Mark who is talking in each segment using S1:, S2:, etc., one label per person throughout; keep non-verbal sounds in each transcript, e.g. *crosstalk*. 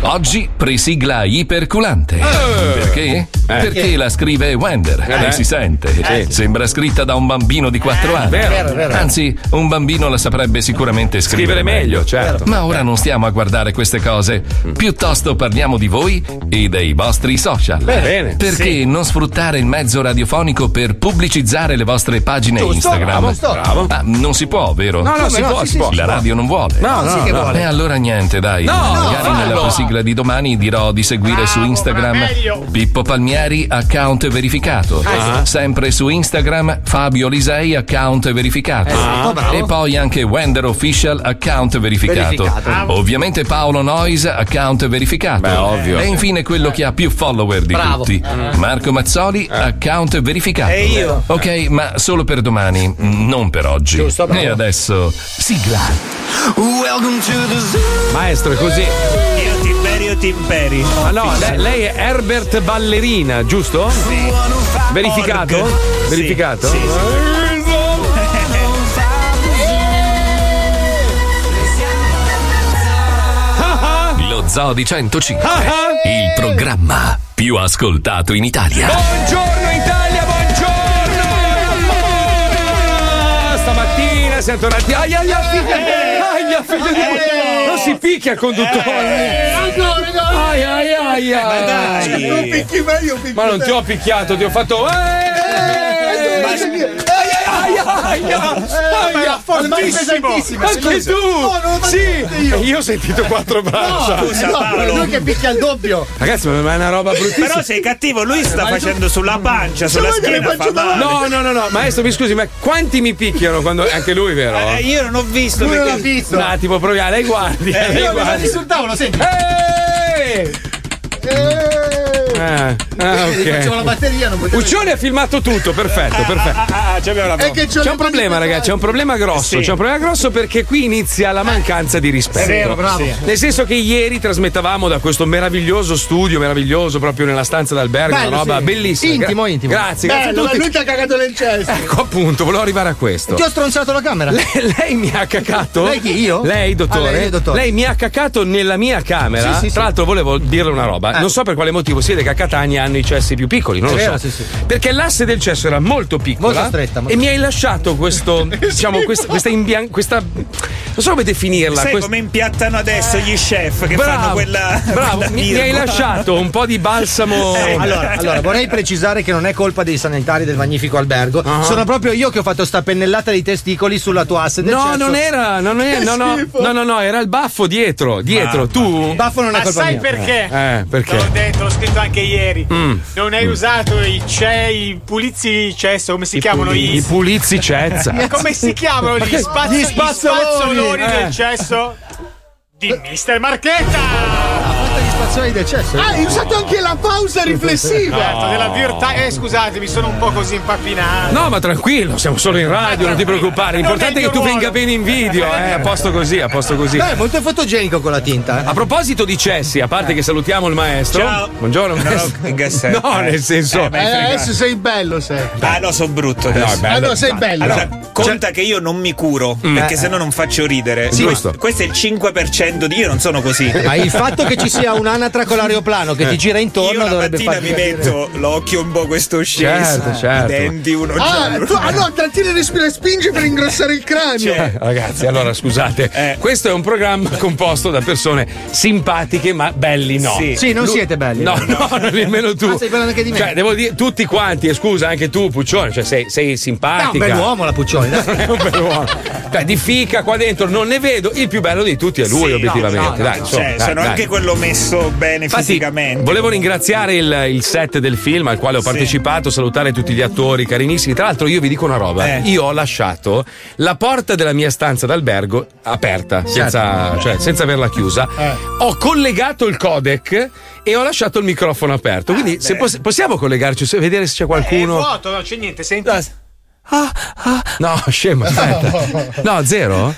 S1: Oggi presigla iperculante. Perché? Perché la scrive Wender
S2: Eh beh.
S1: e si sente.
S2: Eh.
S1: Sembra scritta da un bambino di 4 anni.
S2: vero. Ah, Vero, vero.
S1: Anzi, un bambino la saprebbe sicuramente scrivere,
S2: Scrivere meglio, certo. Mm.
S1: Ma ora non stiamo a guardare queste cose. Piuttosto parliamo di voi e dei vostri social.
S2: Beh, Eh, bene.
S1: Perché non sfruttare il mezzo radiofonico per pubblicizzare le vostre pagine
S2: Giusto,
S1: Instagram?
S2: bravo, bravo.
S1: Ah, non si può, vero?
S2: No, no, Come si no? può, Sì, si sì, può. si
S1: La
S2: può.
S1: radio non vuole.
S2: No, No, no, sì che no. vuole.
S1: E allora niente, dai.
S2: No,
S1: Magari
S2: no,
S1: nella
S2: fallo.
S1: presigla di domani dirò di seguire su Instagram Pippo Palmieri, account verificato.
S2: Ah,
S1: Sempre su Instagram Fabio Lisei, account verificato.
S2: Esatto, bravo.
S1: E poi anche Wender Official, account verificato.
S2: Verificato. Bravo.
S1: Ovviamente Paolo Nois, account verificato.
S2: ovvio.
S1: E infine quello che ha più follower di
S2: Bravo. Ah.
S1: tutti. Marco Mazzoli, account verificato.
S2: Eh. E io?
S1: Ok, ma solo per domani, mm, non per oggi.
S2: Giusto, bravo.
S1: e adesso sigla.
S3: Welcome to the zoo.
S2: Maestro, è così.
S3: Io ti imperi, io ti imperi.
S2: Ma no, le- lei, è Herbert Ballerina, giusto? Sì. Verificato?
S3: Org.
S2: Verificato?
S3: Sì, sì,
S1: *laughs* Lo Zoo di
S2: *laughs*
S1: 105. Il programma più ascoltato in Italia.
S2: Buongiorno Italia, buongiorno! Stamattina sento un attimo. Aia, aia, figlio di-
S4: Eh.
S2: aia, figlio di- Non si picchia il conduttore! Ai, ai, ai, ai.
S4: Eh. Non picchi mai, io picchio
S2: Ma non
S4: te.
S2: ti ho picchiato, ti ho fatto.
S4: Eh, eh,
S2: Aia, fortissimo! Anche tu! sì! E io ho sentito quattro braccia!
S5: no, lui che picchia il doppio.
S2: Ragazzi, ma è una roba bruttissima!
S3: Però sei cattivo, lui sta
S5: Ma tu-
S3: facendo sulla pancia, sulla
S5: vuoi che
S3: schiena.
S5: le faccio
S3: Fa male.
S2: No, no, no, no, maestro, mi scusi, ma quanti mi picchiano quando. Anche lui, vero?
S3: Eh, io non ho visto
S5: Lui non l'ha
S3: perché...
S5: visto.
S2: Un attimo, proviamo, lei guardi, lei
S5: Io mi
S2: guardi.
S5: metti sul tavolo, senti.
S2: Ehi! Eh. Ah, ah,
S5: Gli facevo la
S2: ok.
S5: batteria, non potevo.
S2: Uccione ha filmato tutto, perfetto, perfetto.
S3: Ah, ah, ci abbiamo la
S5: È che c'ho
S2: C'è
S5: le
S2: un problema,
S5: mani
S2: ragazzi, c'è un problema grosso.
S3: Sì.
S2: C'è un problema grosso perché qui inizia la mancanza di rispetto.
S5: vero, bravo. Sì.
S2: Nel senso che ieri trasmettavamo da questo meraviglioso studio, meraviglioso proprio nella stanza d'albergo,
S5: Bello,
S2: una roba
S5: sì.
S2: bellissima.
S5: Intimo, intimo.
S4: Eh,
S2: Grazie, grazie
S5: Bello,
S2: a
S5: ma
S2: tutti.
S5: lui ti ha cagato le inceste.
S2: Ecco appunto, volevo arrivare a questo.
S5: Ti ho stronzato la camera.
S2: Lei, lei mi ha cacato.
S5: Lei chi, io?
S2: Lei, dottore.
S5: Ah, lei, io, dottore.
S2: Lei mi ha cacato nella mia camera.
S5: Sì, sì, sì.
S2: Tra l'altro, volevo dirle una roba. Non so per quale motivo siete che a Catania hanno i cessi più piccoli, non lo
S5: È vero,
S2: so.
S5: sì, sì.
S2: Perché l'asse del cesso era molto piccola.
S5: Molto stretta, molto
S2: e mi hai lasciato
S5: *laughs*
S2: questo, diciamo, questa, questa imbian- questa- Non so come definirla.
S3: Sai
S2: quest-
S3: come impiattano adesso gli chef che fanno quella.
S2: bravo.
S3: quella
S2: Mi, mi hai
S3: virgola?
S2: lasciato un po' di balsamo.
S3: Eh, *laughs*
S5: Allora, allora, vorrei precisare che non è colpa dei sanitari del magnifico albergo.
S2: Ah.
S5: Sono proprio io che ho fatto sta pennellata di testicoli sulla tua asse del
S2: No,
S5: cesso.
S2: non era, non era, no, no, no, no, no, era il baffo dietro,
S3: Ah,
S2: dietro, tu.
S5: Baffo non è colpa mia.
S6: perché?
S2: Eh,
S6: L'ho
S2: perché?
S6: detto, l'ho scritto anche ieri.
S3: Mm.
S6: Non hai usato i, ce- i pulizi di cesso, come si chiamano?
S2: I
S6: I,
S2: pulizi cezza.
S3: *laughs*
S6: come si chiamano gli, spazz-
S5: Gli
S6: gli
S5: spazzoloni,
S6: spazzoloni
S2: eh.
S6: del cesso? Ecco, Di Mister Marchetta!
S5: Ha fatto gli spazzoloni del cesso.
S4: Ah, Hai usato anche la pausa riflessiva.
S6: Certo, della virtà. Eh, scusatemi, sono un po' così impappinato.
S2: No, ma tranquillo, siamo solo in radio, non ti preoccupare. L'importante è che tu venga bene in video, eh. A posto così, a posto così.
S5: Beh, è molto fotogenico con la tinta. eh.
S2: A proposito di Cessi, a parte che salutiamo il maestro.
S3: Ciao.
S2: Buongiorno, maestro.
S3: No, che sei-
S2: No, nel senso.
S3: Eh, beh,
S4: Eh, adesso sei bello, sei.
S3: Ah, no, sono brutto.
S2: Eh, No, è
S3: adesso.
S2: bello. Cioè-
S5: Ah,
S2: Mm.
S4: Allora sei bello.
S3: Allora, conta che io non mi curo, perché sennò non faccio ridere.
S2: Sì,
S3: Ma
S2: giusto.
S3: Questo è il 5% di io, non sono così.
S5: Ma il fatto che ci sia un'anatra con l'aeroplano che ti
S2: Eh.
S5: gira
S3: Io
S5: intorno
S3: la
S5: dovrebbe
S3: mattina mi
S5: farti
S3: metto l'occhio un po' questo sceso,
S2: Certo, certo.
S3: i denti uno
S4: Ah,
S3: giallo.
S4: tu, ah no, trattiene il respiro e spingi per ingrossare il cranio.
S6: Certo.
S3: Cioè,
S2: Eh, Ragazzi, allora scusate,
S3: Eh.
S2: questo è un programma composto da persone simpatiche ma belli no.
S3: Sì.
S5: Sì, non siete belli.
S2: No, no, no, nemmeno tu.
S5: Ah, sei bello anche di me.
S2: Cioè, devo dire, tutti quanti, e scusa, anche tu, Puccione, cioè sei, sei
S5: Ah, un
S2: simpatica.
S5: bell'uomo la Puccioni. dai.
S2: è *laughs* un bell'uomo. Dai, di fica qua dentro non ne vedo. Il più bello di tutti è lui,
S3: Sì,
S2: obiettivamente.
S3: no, no,
S2: dai,
S3: no,
S2: insomma,
S3: cioè,
S2: dai,
S3: sono
S2: dai.
S3: anche quello messo molto bene fisicamente.
S2: Volevo ringraziare il, il set del film al quale ho partecipato, salutare tutti gli attori carinissimi. Tra l'altro, io vi dico una
S6: Eh.
S2: roba: io ho lasciato la porta della mia stanza d'albergo aperta, senza, cioè, senza averla chiusa.
S6: Eh.
S2: Ho collegato il codec e ho lasciato il microfono aperto. Quindi,
S6: Ah,
S2: se poss- possiamo collegarci, se- vedere se c'è
S6: È
S2: qualcuno.
S6: vuoto, non c'è niente, senti.
S2: Ah, No, Ah,
S6: *laughs*
S2: scemo, aspetta. No, zero?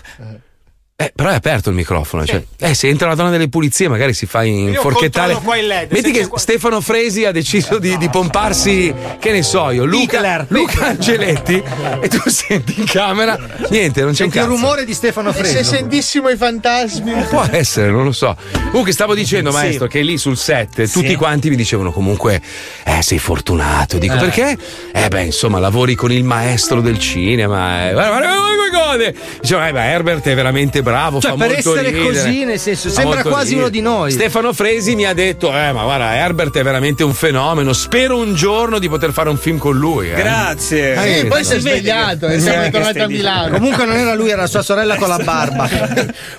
S2: Eh, però è aperto il microfono. Cioè, eh, se entra la donna delle pulizie, magari si fa in
S6: Io
S2: forchettale.
S6: controllo qua il LED,
S2: Metti
S6: se
S2: che
S6: c'è qua-
S2: Stefano Fresi ha deciso di, di pomparsi, che ne so io, Luca, Luca Angeletti. E tu *laughs* senti in camera, niente, non c'è un
S4: Senti il
S2: cazzo.
S4: rumore
S5: di Stefano
S4: E Eh, se sentissimo i fantasmi.
S2: Può
S5: *laughs*
S2: essere, non lo so. Comunque, stavo dicendo,
S4: Sì.
S2: maestro, che lì sul set
S4: Sì.
S2: tutti quanti mi dicevano comunque, eh, sei fortunato. Dico
S7: Eh.
S2: perché? Eh, beh, insomma, lavori con il maestro del cinema. eh. Guarda, guarda, guarda come gode. Dicevano, eh, ma Herbert è veramente bravo.
S5: Cioè,
S2: fa
S5: per
S2: molto
S5: essere
S2: ridere.
S5: così, nel senso,
S2: Fa
S5: sembra
S2: molto
S5: quasi
S2: ridere.
S5: uno di noi.
S2: Stefano Fresi mi ha detto, eh, ma guarda, Herbert è veramente un fenomeno. Spero un giorno di poter fare un film con lui. eh."
S3: Grazie.
S2: Sì,
S5: Eh,
S4: E poi
S2: sì.
S4: si è svegliato e siamo
S2: eh,
S4: tornati a Milano.
S5: Comunque non era lui, era sua sorella con la barba.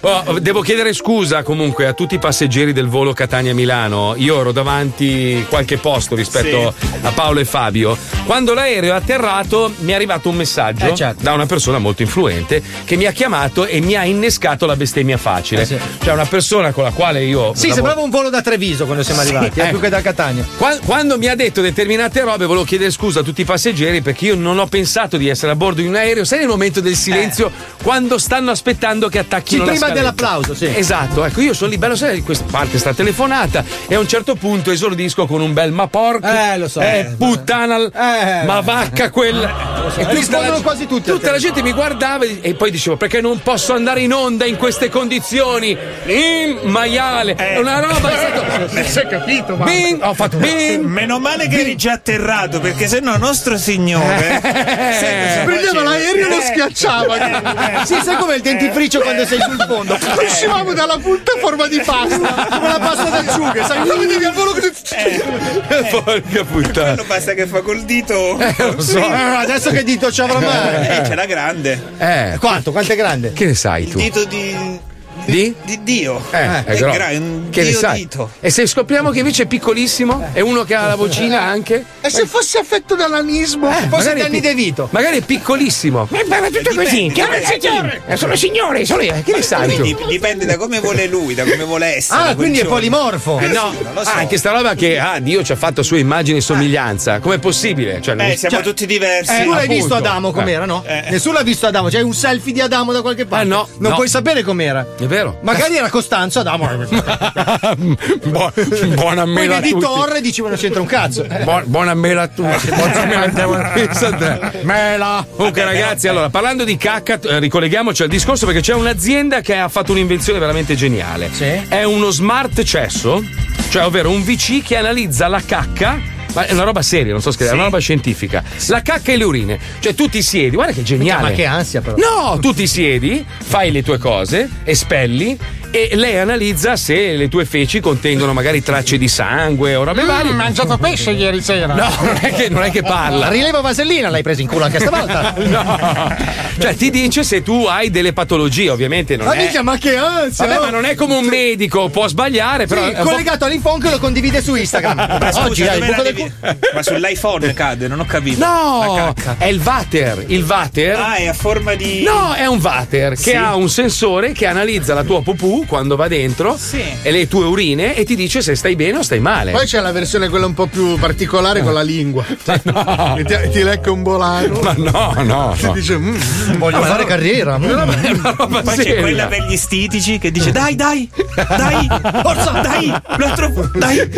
S2: Oh, devo chiedere scusa comunque a tutti i passeggeri del volo Catania-Milano. Io ero davanti qualche posto rispetto a Paolo e Fabio. Quando l'aereo è atterrato mi è arrivato un messaggio
S5: Eh, certo.
S2: da una persona molto influente che mi ha chiamato e mi ha innescato la bestemmia facile.
S5: Eh, sì.
S2: Cioè una persona con la quale io...
S5: Sì,
S2: lavoro-
S5: sembrava un volo da Treviso quando siamo
S2: Sì,
S5: arrivati, eh,
S2: ecco.
S5: più che da Catania.
S2: Qua- Quando mi ha detto determinate robe, volevo chiedere scusa a tutti i passeggeri perché io non ho pensato di essere a bordo di un aereo. Sai nel momento del silenzio, quando stanno aspettando che attacchino
S5: Eh.
S2: la
S5: Sì, prima
S2: scaletta. *laughs*
S5: dell'applauso, sì.
S2: Esatto, ecco, io sono lì bello, sai, questa parte sta telefonata e a un certo punto esordisco con un bel ma porca.
S5: Eh, lo so.
S2: Eh, puttana, l-
S5: Eh.
S2: ma vacca quella.
S5: so. eh, Rispondono quasi tutti al
S2: Tutta la gente mi guardava e e poi dicevo perché non posso andare in onda in queste condizioni. In maiale. È una roba. è stato-
S4: Eh. *laughs* Si è capito, ma.
S2: Bing, ho fatto bing. Eh.
S3: Meno male che eri già atterrato, perché se no nostro signore.
S6: Eh,
S4: Prendeva l'aereo e lo schiacciava.
S5: Sì, sai
S6: eh,
S5: com'è il dentifricio quando sei sul fondo?
S2: Eh.
S3: Eh.
S4: Uscivamo dalla punta a forma di pasta.
S5: Come la pasta d'acciughe, sai come devi al volo così.
S2: Eh. Porca *laughs* puttana.
S3: Basta che fa col dito.
S2: Eh, lo so.
S5: Ah, Adesso che dito ci avrò mai?
S3: Eh, c'è la grande.
S2: Eh,
S5: Quanto? Quanto è grande?
S2: che ne sai tu?
S3: Dito di.
S2: Di?
S3: di Dio.
S2: Eh, è
S3: È
S2: grosso.
S3: gra- un
S2: che ne
S3: dio
S2: sai?
S3: dito.
S2: E se scopriamo che invece è piccolissimo, è uno che ha la vocina anche.
S3: Eh,
S4: E se fosse affetto dall'anismo?
S5: Forse
S2: magari è
S5: Eh, Danny
S2: pi-
S5: De Vito.
S2: Magari è piccolissimo. Ma parla tutto così.
S5: Eh,
S2: Chiamarsi Sono signore, sono io. Che ne sai tu?
S3: Quindi dipende da come vuole lui, da come vuole essere.
S5: Ah,
S3: quel
S5: quindi è
S3: giorno.
S5: polimorfo.
S2: Eh no, ah, anche sta roba che ah, Dio ci ha fatto sua immagine e somiglianza. Com'è possibile? Cioè, non-
S3: Eh, siamo
S5: Cioè,
S3: tutti diversi. Eh,
S5: Eh, tu l'hai
S2: appunto.
S5: visto Adamo com'era, no? Nessuno ha visto Adamo, c'è un selfie di Adamo da qualche parte.
S2: Eh, no,
S5: Non
S2: no.
S5: puoi sapere com'era.
S2: È vero.
S5: Magari era Costanzo Adamo.
S2: *laughs* Bu- buona
S5: Poi
S2: mela a
S5: vedi
S2: tutti.
S5: Torre e dici ma non c'entra un cazzo. Eh.
S2: Bu- buona mela a tutti. Buona mela a
S5: *laughs*
S2: tutti. Pensate. Mela. Comunque, ragazzi, allora parlando di cacca, eh, ricolleghiamoci al discorso perché c'è un'azienda che ha fatto un'invenzione veramente geniale.
S5: Sì.
S2: È uno smart cesso, cioè ovvero un VC che analizza la cacca. Ma è una roba seria, non so scrivere, è una roba scientifica. La cacca e le urine. Cioè, tu ti siedi, guarda che geniale.
S5: Ma che ansia però.
S2: No, tu ti siedi, fai le tue cose, espelli e lei analizza se le tue feci contengono magari tracce di sangue o robe varie.
S5: Mm, mangiato pesce ieri sera.
S2: No, non è che, non è che
S5: La
S2: parla.
S5: rileva vasellina l'hai presa in culo anche stavolta.
S2: *laughs* No. Cioè, ti dice se tu hai delle patologie, ovviamente non
S5: Ma
S2: è.
S5: minchia, ma che ansia!
S2: Vabbè,
S5: oh.
S2: ma non è come un medico, può sbagliare, però. eh,
S5: Sì,
S2: è un po'
S5: collegato all'infon che lo condivide su Instagram.
S3: Ma scusa,
S5: Oggi hai il
S3: dove
S5: buco
S3: la
S5: del
S3: devi-
S5: culo.
S3: Ma sull'iPhone cade, non ho capito. La
S2: No,
S3: cacca.
S2: è il Vater. Il Vater.
S3: Ah, è a forma di.
S2: No, è un Vater che ha un sensore che analizza la tua pupù quando va dentro e le tue urine e ti dice se stai bene o stai male.
S4: Poi c'è la versione quella un po' più particolare con la lingua.
S2: Eh, no.
S4: E ti, ti lecca un bolano.
S2: Ma no, no.
S4: Ti dice, "Mm,
S5: Voglio fare carriera.
S3: Poi c'è quella per gli stitici che dice:
S5: *laughs*
S3: Dai, dai, dai, forza, dai, l'altro, dai.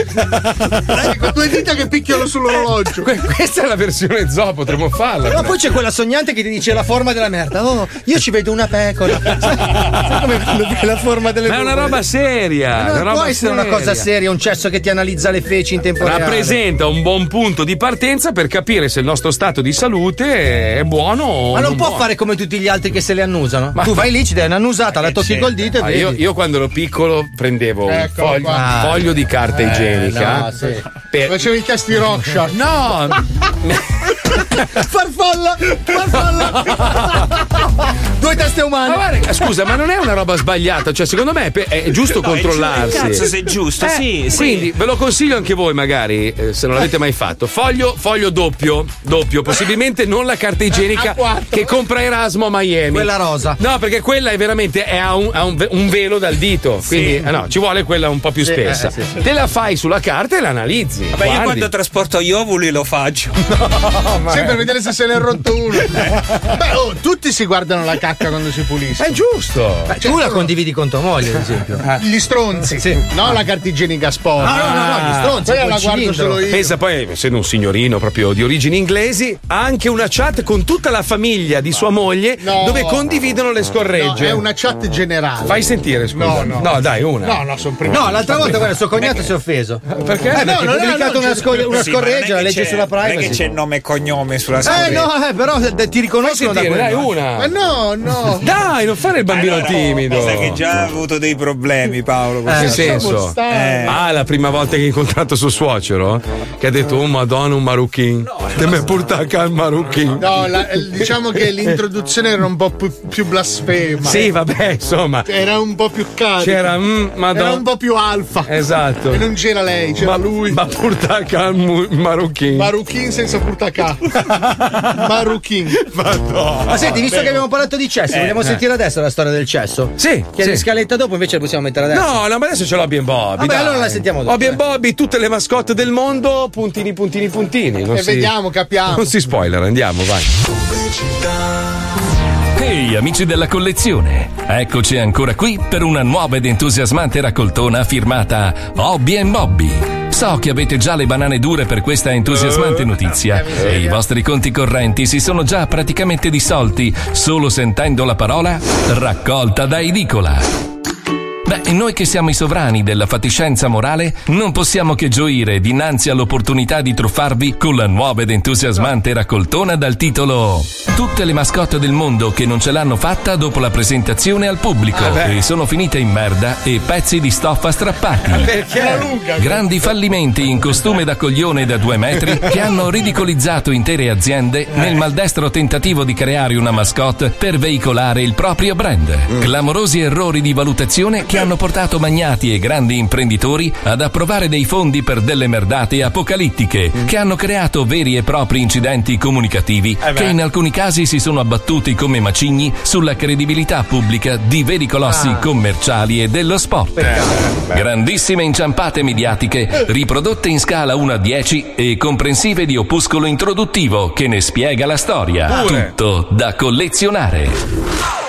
S4: dai, con due dita che picchiano sull'orologio.
S2: Questa è la versione zoo, potremmo farla.
S5: Ma poi c'è quella sognante che ti dice la forma della merda. Oh, io ci vedo una pecora. *laughs* Sai come quello che è la forma delle
S2: Ma è una
S5: nuvole?
S2: roba seria.
S5: Non
S2: una roba
S5: può essere una cosa seria, un cesso che ti analizza le feci in tempo reale.
S2: Rappresenta un buon punto di partenza per capire se il nostro stato di salute è buono o
S5: Ma non può
S2: buono.
S5: fare come tutti gli altri che se le annusano.
S2: Ma-
S5: tu vai lì, ci dai un'annusata, la tocchi col dito e
S2: Ah,
S5: vedi. Ecco,
S2: io, io quando ero piccolo prendevo un
S4: Eccolo
S2: foglio,
S4: qua.
S2: foglio di carta igienica.
S5: Eh, no, sì.
S2: per-
S4: Facevi i casti Rockshark. *laughs*
S2: No,
S5: Farfalla! Farfalla! Due teste
S2: ma
S5: umane!
S2: eh, guarda, scusa, ma non è una roba sbagliata. Cioè, Secondo me pe- è giusto
S3: No, è giu-
S2: controllarsi. Eh,
S3: cazzo, se è giusto, sì, sì.
S2: Quindi ve lo consiglio anche voi, magari, eh, se non l'avete mai fatto. Foglio, foglio doppio, doppio, possibilmente non la carta igienica che compra Erasmo a Miami.
S5: Quella rosa.
S2: No, perché quella è veramente è- ha un, ha un ve- un velo dal dito. Quindi eh, no, ci vuole quella un po' più
S3: Sì,
S2: spessa.
S3: eh, sì, sì.
S2: Te la fai sulla carta e la analizzi.
S3: Vabbè, io
S2: guardi.
S3: quando trasporto gli ovuli lo faccio.
S4: Sempre vedere se se ne è rotto uno. Beh, oh, tutti si guardano la cacca quando si puliscono. certo. Ah.
S5: È
S2: giusto.
S5: Beh, tu la condividi con tua moglie, ad esempio.
S4: Gli stronzi, no la carta igienica sport.
S2: *laughs* Ah, No, no, no, no, gli stronzi,
S4: Ah, Quella la
S2: col
S4: guardo
S2: cilindro.
S4: solo io.
S2: Pensa poi, essendo un signorino proprio di origini inglesi, ha anche una chat con tutta la famiglia di sua moglie
S4: No.
S2: dove condividono le
S4: No,
S2: scorregge.
S4: è una chat generale.
S2: Fai sentire, scusa.
S4: No, no.
S2: dai, una.
S4: No, no, sono prima.
S5: No, l'altra volta, guarda, suo cognato si è offeso.
S2: Perché?
S4: No,
S5: Eh, perché
S4: no,
S5: ha
S4: no,
S5: pubblicato
S4: no,
S5: una,
S4: giusto.
S5: scorre- una
S3: Sì, ma non è
S5: scorreggia,
S3: che
S5: la legge
S3: c'è-
S5: sulla privacy.
S3: Non è che c'è nome e cognome sulla
S5: Eh
S3: scorreggia.
S5: no, eh, però eh, ti
S2: Fai
S5: riconoscono da Eh,
S2: sentire,
S5: quella.
S2: dai, una.
S4: Ma no, no.
S2: Dai, non fare il bambino
S3: Allora,
S2: timido.
S3: Sai che già ha avuto dei problemi, Paolo. con
S2: Eh, che
S3: questa
S2: senso?
S3: cosa. Eh,
S2: Ah, la prima volta che ho incontrato suo suocero che ha detto "Oh madonna, un marucchin". Te me porta a casa il marucchin.
S4: No, la- eh, diciamo che
S2: *laughs*
S4: l'introduzione era un po' più, più blasfema.
S2: Sì, Eh, vabbè, insomma.
S4: Era un po' più carica.
S2: C'era mm, madonna.
S4: Era un po' più alfa.
S2: Esatto.
S4: E non c'era lei, c'era
S2: ma
S4: lui.
S2: Ma portaca al mu- marucchin.
S4: Maruchin senza
S2: *laughs*
S4: purtacà. Maruchin.
S5: Ma senti, visto che abbiamo parlato di
S3: eh,
S5: cesso, vogliamo sentire adesso la storia del cesso?
S2: Sì,
S5: Che è
S2: sì.
S5: in scaletta dopo, invece la possiamo mettere adesso.
S2: No, no, ma adesso ce l'ho Bobby.
S5: Vabbè,
S2: dai.
S5: allora la sentiamo dopo,
S2: Hobby and
S5: eh.
S2: Bobby, tutte le mascotte del mondo, puntini, puntini, puntini. Non
S4: E
S2: si-
S4: eh, vediamo, capiamo.
S2: Non si spoiler, andiamo, vai.
S1: Ehi amici della collezione, eccoci ancora qui per una nuova ed entusiasmante raccoltona firmata Hobby and Bobby. So che avete già le banane dure per questa entusiasmante notizia e i vostri conti correnti si sono già praticamente dissolti solo sentendo la parola raccolta da edicola. Beh, noi che siamo i sovrani della fatiscenza morale, non possiamo che gioire dinanzi all'opportunità di truffarvi con la nuova ed entusiasmante raccoltona dal titolo Tutte le mascotte del mondo che non ce l'hanno fatta dopo la presentazione al pubblico e sono finite in merda e pezzi di stoffa strappati. Grandi fallimenti in costume da coglione da due metri che hanno ridicolizzato intere aziende nel maldestro tentativo di creare una mascotte per veicolare il proprio brand. Clamorosi errori di valutazione che hanno portato magnati e grandi imprenditori ad approvare dei fondi per delle merdate apocalittiche che hanno creato veri e propri incidenti comunicativi che in alcuni casi si sono abbattuti come macigni sulla credibilità pubblica di veri colossi commerciali e dello sport. Grandissime inciampate mediatiche, riprodotte in scala 1 a 10 e comprensive di opuscolo introduttivo che ne spiega la storia. Tutto da collezionare.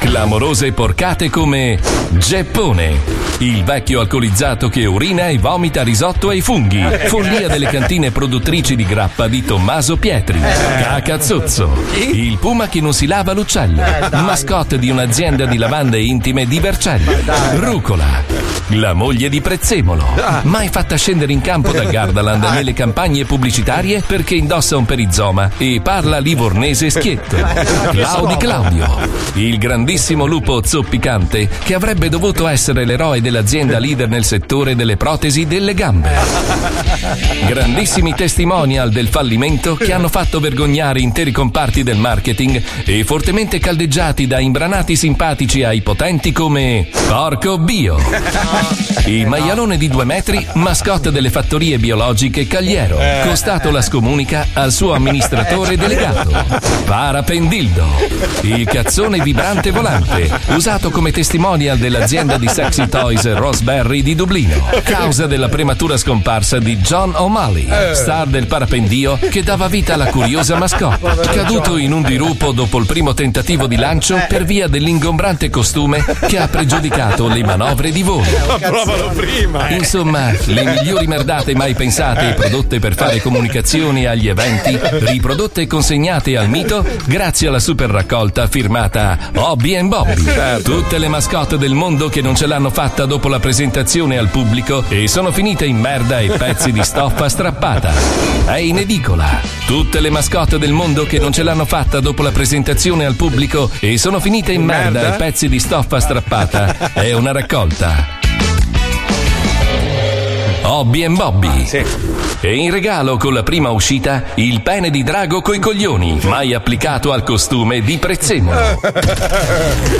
S1: Clamorose porcate come Geppone, il vecchio alcolizzato che urina e vomita risotto ai funghi, follia delle cantine produttrici di grappa di Tommaso Pietri, Cacazzozzo, il puma che non si lava l'uccello, mascotte di un'azienda di lavande intime di Vercelli, Rucola, la moglie di Prezzemolo, mai fatta scendere in campo da Gardaland nelle campagne pubblicitarie perché indossa un perizoma e parla livornese schietto, Claudi Claudio, il grandissimo lupo zoppicante che avrebbe dovuto essere l'eroe dell'azienda leader nel settore delle protesi delle gambe. Grandissimi testimonial del fallimento che hanno fatto vergognare interi comparti del marketing e fortemente caldeggiati da imbranati simpatici ai potenti come Porco Bio. Il maialone di due metri, mascotte delle fattorie biologiche Cagliero,
S2: Eh.
S1: costato la scomunica al suo amministratore delegato. Parapendildo, il cazzone vibrante volante, usato come testimonial dell'azienda di sexy toys Roseberry di Dublino, causa della prematura scomparsa di John O'Malley, star del parapendio che dava vita alla curiosa mascotte, caduto in un dirupo dopo il primo tentativo di lancio per via dell'ingombrante costume che ha pregiudicato le manovre di volo.
S2: Eh.
S1: Insomma, le migliori merdate mai pensate e prodotte per fare comunicazione agli eventi, riprodotte e consegnate al mito grazie alla super raccolta firmata Hobby and Bobby. Tutte le mascotte del mondo che non ce l'hanno fatta dopo la presentazione al pubblico e sono finite in merda e pezzi di stoffa strappata. È in edicola. Tutte le mascotte del mondo che non ce l'hanno fatta dopo la presentazione al pubblico e sono finite in merda e pezzi di stoffa strappata. È una raccolta. Hobby and Bobby. E in regalo con la prima uscita il pene di drago coi coglioni, mai applicato al costume di Prezzemolo.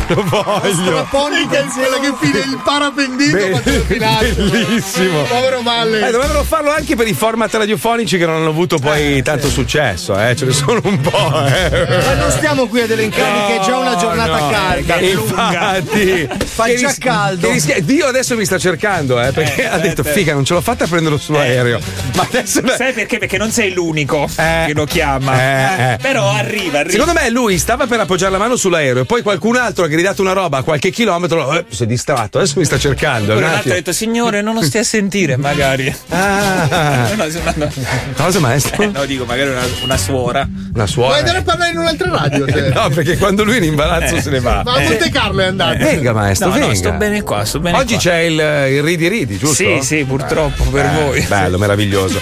S4: Lo voglio. La ponica è quella che fine il parapendito ma te lo filato.
S2: *laughs* Bellissimo.
S4: Povero Valle.
S2: Eh, dovrebbero farlo anche per i format radiofonici che non hanno avuto
S3: Eh,
S2: poi tanto successo, eh. Ce ne sono un po', eh.
S5: Ma non stiamo qui ad elencare che è già una giornata
S2: no. eh,
S5: carica.
S2: Infatti,
S5: Fa
S2: Che
S5: già
S2: ris-
S5: caldo.
S2: che rischia- Dio adesso mi sta cercando, eh, perché ha detto: Figa, non ce l'ho fatta a prenderlo sull'aereo.
S3: Eh,
S2: Ma adesso.
S3: Sai perché? Perché non sei l'unico che lo chiama.
S2: Eh, eh.
S3: Però arriva, arriva.
S2: Secondo me lui stava per appoggiare la mano sull'aereo e poi qualcun altro ha gridato una roba a qualche chilometro. Eh, si è distratto, adesso mi sta cercando. un
S3: Poi un altro ha
S2: attimo.
S3: detto, signore, non lo stia a sentire, magari.
S2: Ah.
S3: *laughs* No, no, se- no, no.
S2: Cosa maestro?
S3: Eh, no, dico, magari una, una suora.
S2: Una
S4: Vuoi
S2: suora.
S4: andare a parlare in un'altra radio?
S3: Eh,
S4: te?
S2: No, perché quando lui è in imbarazzo se ne va.
S4: Ma a Monte Carlo è andato.
S2: Eh. Venga, maestro,
S3: No,
S2: venga.
S3: no, sto bene qua, sto bene
S2: Oggi
S3: qua.
S2: c'è il, il ridi ridi, giusto?
S3: Sì, sì, purtroppo per
S2: Eh,
S3: voi.
S2: Bello,
S3: *laughs*
S2: meraviglioso.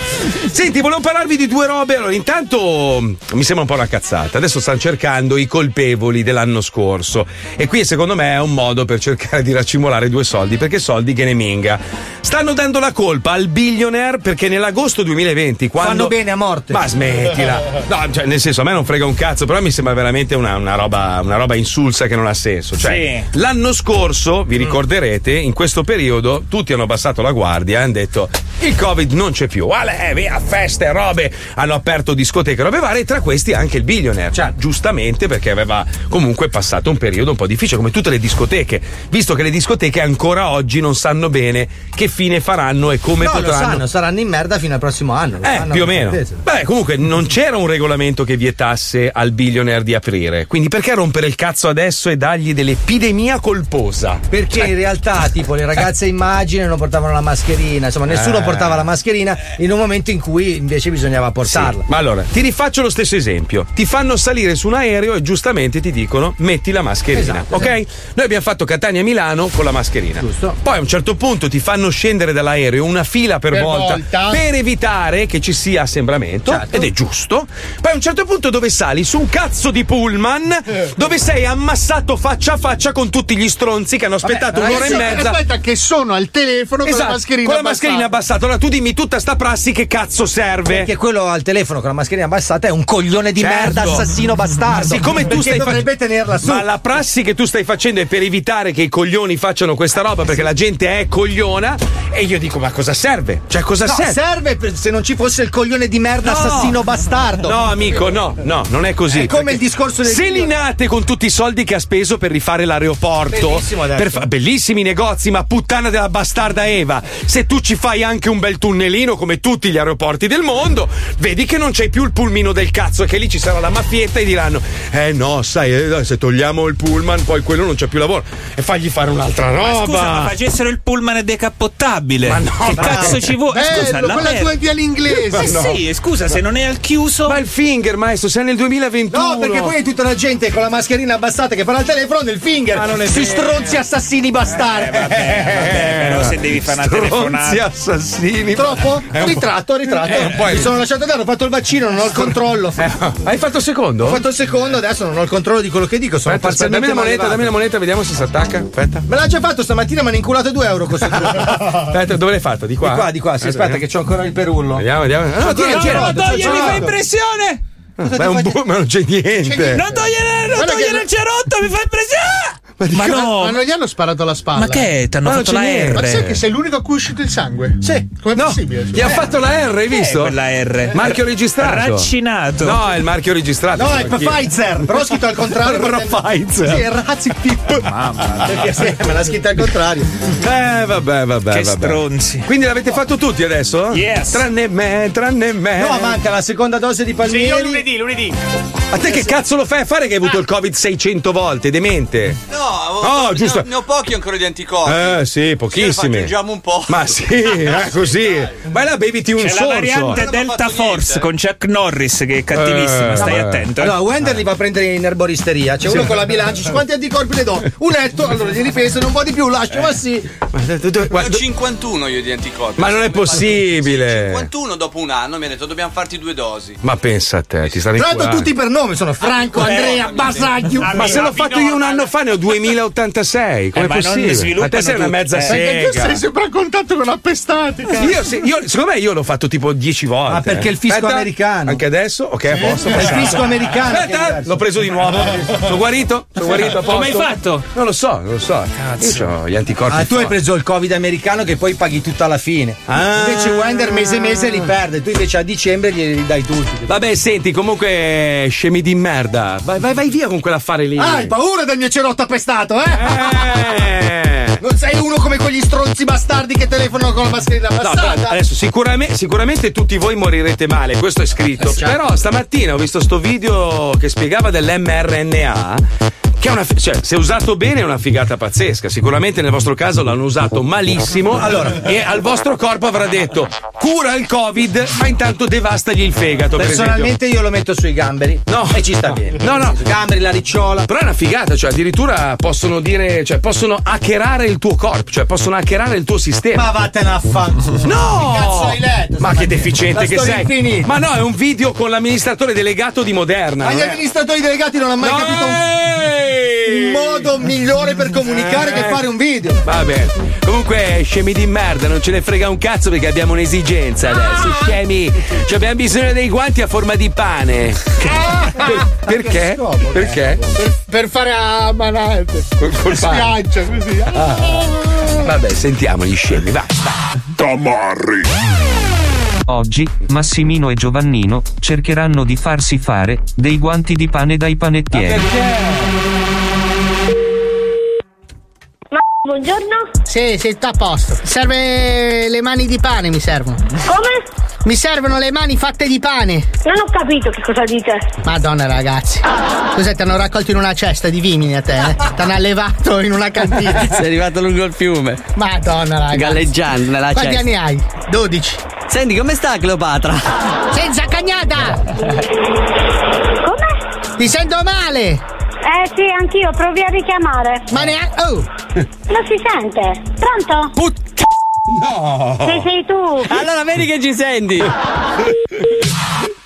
S2: Senti, volevo parlarvi di due robe. Allora, intanto mh, mi sembra un po' una cazzata. Adesso stanno cercando i colpevoli dell'anno scorso. E qui, secondo me, è un modo per cercare di raccimolare due soldi, perché soldi che ne minga. Stanno dando la colpa al billionaire perché nell'agosto 2020, quando.
S5: Fanno bene a morte.
S2: Ma
S5: *laughs*
S2: smettila. No, cioè, nel senso, a me non frega un cazzo, però mi sembra veramente una, una roba, una roba insulsa che non ha senso. Cioè, l'anno scorso,
S5: Mm.
S2: vi ricorderete, in questo periodo tutti hanno abbassato la guardia e hanno detto il Covid non c'è più. Ale, via, feste, robe. Hanno aperto discoteche, robe varie, e tra questi anche il billionaire. Cioè, giustamente perché aveva comunque passato un periodo un po' difficile, come tutte le discoteche, visto che le discoteche ancora oggi non sanno bene che fine faranno e come
S5: No, lo
S2: potranno.
S5: sanno, saranno in merda fino al prossimo anno. lo
S2: Eh,
S5: sanno
S2: più o
S5: con
S2: meno.
S5: certezza.
S2: Beh, comunque non c'era un regolamento che vietasse al billionaire di aprire. Quindi perché rompere il cazzo adesso e dargli dell'epidemia colposa?
S5: Perché in realtà, tipo, le ragazze immagine non portavano la mascherina, insomma, nessuno
S2: Eh.
S5: portava la mascherina in un momento in cui invece bisognava portarla.
S2: Ma allora, ti rifaccio lo stesso esempio. Ti fanno salire su un aereo e giustamente ti dicono metti la mascherina,
S5: Esatto,
S2: ok? Noi abbiamo fatto Catania Milano con la mascherina.
S5: Giusto.
S2: Poi a un certo punto ti fanno scendere dall'aereo una fila per,
S4: Per
S2: volta,
S4: volta.
S2: per evitare che ci sia assembramento
S5: Certo.
S2: ed è giusto. Poi a un certo punto dove sali su un cazzo di pullman dove sei ammassato faccia a faccia con tutti gli stronzi che hanno aspettato
S4: Che
S2: un'ora e
S4: so-
S2: mezza.
S4: Aspetta, che sono al telefono con la
S2: Esatto,
S4: mascherina.
S2: con la mascherina abbassata. Allora tu dimmi tutta sta prassi che cazzo serve?
S5: Perché quello al telefono con la mascherina abbassata è un coglione di
S2: Certo.
S5: merda, assassino bastardo.
S2: Siccome tu
S5: Perché
S2: stai
S5: dovrebbe tenerla su.
S2: Ma la prassi che tu stai facendo è per evitare che i coglioni facciano questa roba perché la gente è cogliona e io dico ma cosa serve? Cioè cosa
S5: No,
S2: serve?
S5: serve per- se non ci fosse il coglione di merda,
S2: No.
S5: assassino bastardo.
S2: No amico, no, no, non è così.
S5: È come il
S2: Perché
S5: discorso del
S2: Se Linate con tutti i soldi che ha speso per rifare l'aeroporto,
S5: Bellissimo adesso.
S2: per fa- bellissimi negozi, ma puttana della bastarda Eva, se tu ci fai anche un bel tunnelino come tutti gli aeroporti del mondo, vedi che non c'è più il pulmino del cazzo e che lì ci sarà la maffietta e diranno "Eh no, sai, eh, se togliamo il pullman poi quello non c'è più lavoro e fagli fare un'altra roba".
S3: Scusa, ma facessero il pullman decappottabile.
S2: Ma no,
S3: che
S2: ma-
S3: cazzo ci vuole?
S4: Bello,
S3: Scusa, la
S4: quella
S3: mer-
S4: tua idea all'inglese.
S3: Eh sì, scusa, se non è al chiuso.
S2: Ma il finger, maestro, sei nel 2021.
S5: No, perché poi è tutta la gente con la mascherina abbassata che parla al telefono nel finger.
S2: Ma non è
S5: Si
S2: vero. Eh,
S5: stronzi assassini bastardi.
S3: Vabbè, però se devi fare una
S2: Stronzi
S3: telefonata.
S2: assassini.
S5: Troppo?
S2: È un po'-
S5: Ritratto, ritratto.
S2: Eh, poi-
S5: Mi sono lasciato andare, ho fatto il vaccino, non ho il controllo. Ho
S2: Hai Eh, fatto il secondo?
S5: fatto il secondo, adesso non ho il controllo di quello che dico. Sono
S2: Aspetta, aspetta, dammi
S5: parzialmente
S2: la moneta, dammi la moneta,
S5: malevato.
S2: vediamo se si attacca. Aspetta.
S5: Me l'ha già fatto stamattina, mi hanno inculato 2
S2: *laughs*
S5: euro questo trucco.
S2: Aspetta, dove l'hai fatta? Di qua? Eh,
S5: Di qua, di qua, sì, aspetta che c'ho ancora il perullo.
S2: Vediamo, vediamo. Ah, No, no, tieni,
S5: no,
S2: tieni.
S5: no,
S3: Togliermi fa
S5: Esatto.
S3: impressione!
S2: ma è un bu- ma non c'è niente.
S3: Non togliere, non
S4: Guarda che-
S3: togliere il cerotto, mi fa impressione!
S2: Ma di
S3: Ma
S2: che-
S3: no!
S4: Ma non gli hanno sparato alla spalla.
S3: Ma che? T'hanno
S2: Ma non
S3: fatto
S2: c'è
S3: la
S2: niente.
S3: R.
S4: Ma sai che sei l'unico a cui è uscito il sangue? Sì. Com'è
S2: No,
S4: possibile? Eh.
S2: gli ha fatto la R, hai visto?
S3: Eh, quella R?
S2: Marchio registrato.
S3: Raccinato.
S2: Ecco. No, è il marchio registrato.
S5: No, è Pfizer, però
S2: *laughs*
S5: ho scritto al contrario.
S2: Pfizer.
S5: Sì, razzi pip. *laughs* Mamma mia. Sì, me l'ha scritta al contrario.
S2: Eh, vabbè, vabbè.
S3: Che
S2: vabbè.
S3: stronzi.
S2: Quindi l'avete fatto tutti adesso?
S3: Yes.
S2: Tranne me, tranne me.
S5: No, manca la seconda dose
S6: Sì,
S5: di
S6: io
S5: Palmieri.
S6: lunedì, lunedì.
S2: A te che cazzo lo fai a fare che hai
S3: Ah.
S2: avuto il Covid 600 volte, demente?
S7: No, avevo-
S2: Oh,
S7: ne ho-
S2: giusto.
S7: Ne, ho, pochi ancora di anticorpi.
S2: Eh, sì,
S7: Io ne
S2: pochissimi.
S7: faccio un po'.
S2: Ma sì, eh, così. Vai là, beviti un
S3: C'è la
S2: sorso.
S3: variante
S7: Non abbiamo
S3: Delta
S7: fatto niente.
S3: Force con Chuck Norris che è cattivissimo,
S2: Eh,
S3: stai
S2: vabbè.
S3: attento. eh.
S5: Allora, Wender li va a prendere in erboristeria. C'è uno con la bilancia. dice, Quanti anticorpi le do? Un letto, allora glieli penso, non po' di più, lascio, ma sì.
S2: Ma, do- do- do-
S7: Ne ho
S2: guarda,
S7: 51 io di
S8: Eh.
S7: anticorpi.
S2: ma non è
S7: Come faccio?
S2: possibile.
S7: 51 dopo un anno mi ha detto dobbiamo farti due dosi.
S2: Ma pensa a te, ti sta
S5: Tra l'altro, tutti per nome, sono Franco
S2: Eh,
S5: Andrea Basaglia.
S2: Ma se l'ho fatto io un anno fa ne ho 2086. Come
S5: ma
S2: è
S5: non
S2: possibile?
S5: sviluppano
S2: Ma te sei una
S5: tutti,
S2: mezza
S5: eh.
S4: Perché tu
S2: sega.
S4: sei sempre a contatto con appestati. cazzo.
S2: Io, se- io- secondo me io l'ho fatto tipo dieci volte.
S4: Ma perché il fisco
S2: americano. Anche adesso? Ok, a posto.
S4: È il
S2: passato.
S4: fisco americano che è
S2: Aspetta,
S4: diverso.
S2: l'ho preso di nuovo. Sono guarito? Sono guarito a posto.
S5: Come hai fatto?
S2: Non lo so, non lo so. Cazzo. Io ho gli anticorpi.
S5: Ah, tu hai
S2: forti.
S5: preso il covid americano che poi paghi tutto alla fine.
S2: Ah.
S5: Invece Wender mese mese li perde, tu invece a dicembre glieli dai tutti.
S2: Vabbè, senti, comunque scemi di merda. Vai, vai, vai via con quell'affare lì.
S4: Ah, hai paura del mio cerotto appestato, eh? Non sei uno come quegli stronzi bastardi che telefonano con la mascherina
S2: No, però
S4: passata.
S2: adesso sicuramente, sicuramente tutti voi morirete male, questo è scritto.
S5: Esatto.
S2: Però stamattina ho visto sto video che spiegava dell'mRNA. Che è una, fi- cioè, se usato bene è una figata pazzesca. Sicuramente nel vostro caso l'hanno usato malissimo. Allora, e al vostro corpo avrà detto cura il Covid, ma intanto devastagli il fegato. per esempio.
S5: Personalmente io lo metto sui gamberi.
S2: No.
S5: E ci sta bene.
S2: No, no.
S5: Sui gamberi, la ricciola.
S2: Però è una figata, cioè addirittura possono dire, cioè possono hackerare il tuo corpo, cioè possono hackerare il tuo sistema.
S5: Ma vattene a fanculo.
S2: No!
S5: Che cazzo hai letto?
S2: Ma che deficiente
S5: La
S2: che
S5: storia
S2: sei!
S5: infinita.
S2: Ma no, è un video con l'amministratore delegato di Moderna.
S4: Agli
S2: non è-
S4: amministratori delegati non ha mai
S2: No!
S4: capito un
S2: Ehi!
S4: modo migliore per comunicare che fare un video.
S2: Vabbè, comunque scemi di merda, non ce ne frega un cazzo perché abbiamo un'esigenza adesso, scemi. Cioè, abbiamo bisogno dei guanti a forma di pane. Per- perché? Perché?
S4: Per fare a manate.
S2: col pane. Ah.
S4: Spiaggia Ah, così.
S2: Vabbè, sentiamo gli scemi, va, va.
S9: Tamarri.
S8: Oggi, Massimino e Giovannino cercheranno di farsi fare dei guanti di pane dai panettieri.
S10: Ma buongiorno.
S11: Sì, sì, sta a posto. Serve le mani di pane, mi servono.
S10: Come?
S11: Mi servono le mani fatte di pane.
S10: Non ho capito che cosa dite.
S11: Madonna ragazzi. Cos'è? Ti hanno raccolto in una cesta di vimini a te? Eh? Ti hanno allevato in
S12: *laughs*
S11: una cantina.
S12: Sei arrivato lungo il fiume.
S11: Madonna ragazzi.
S12: Galleggiando nella
S11: Quanti
S12: cesta.
S11: anni hai? 12.
S12: Senti, come sta Cleopatra?
S11: Senza cagnata! Come? Ti sento male!
S10: Eh sì, anch'io, provi a richiamare.
S11: Ma neanche. Oh!
S10: Non si sente. Pronto? Put.
S2: No!
S10: Sì, sei tu.
S12: *laughs* Allora vedi che ci senti.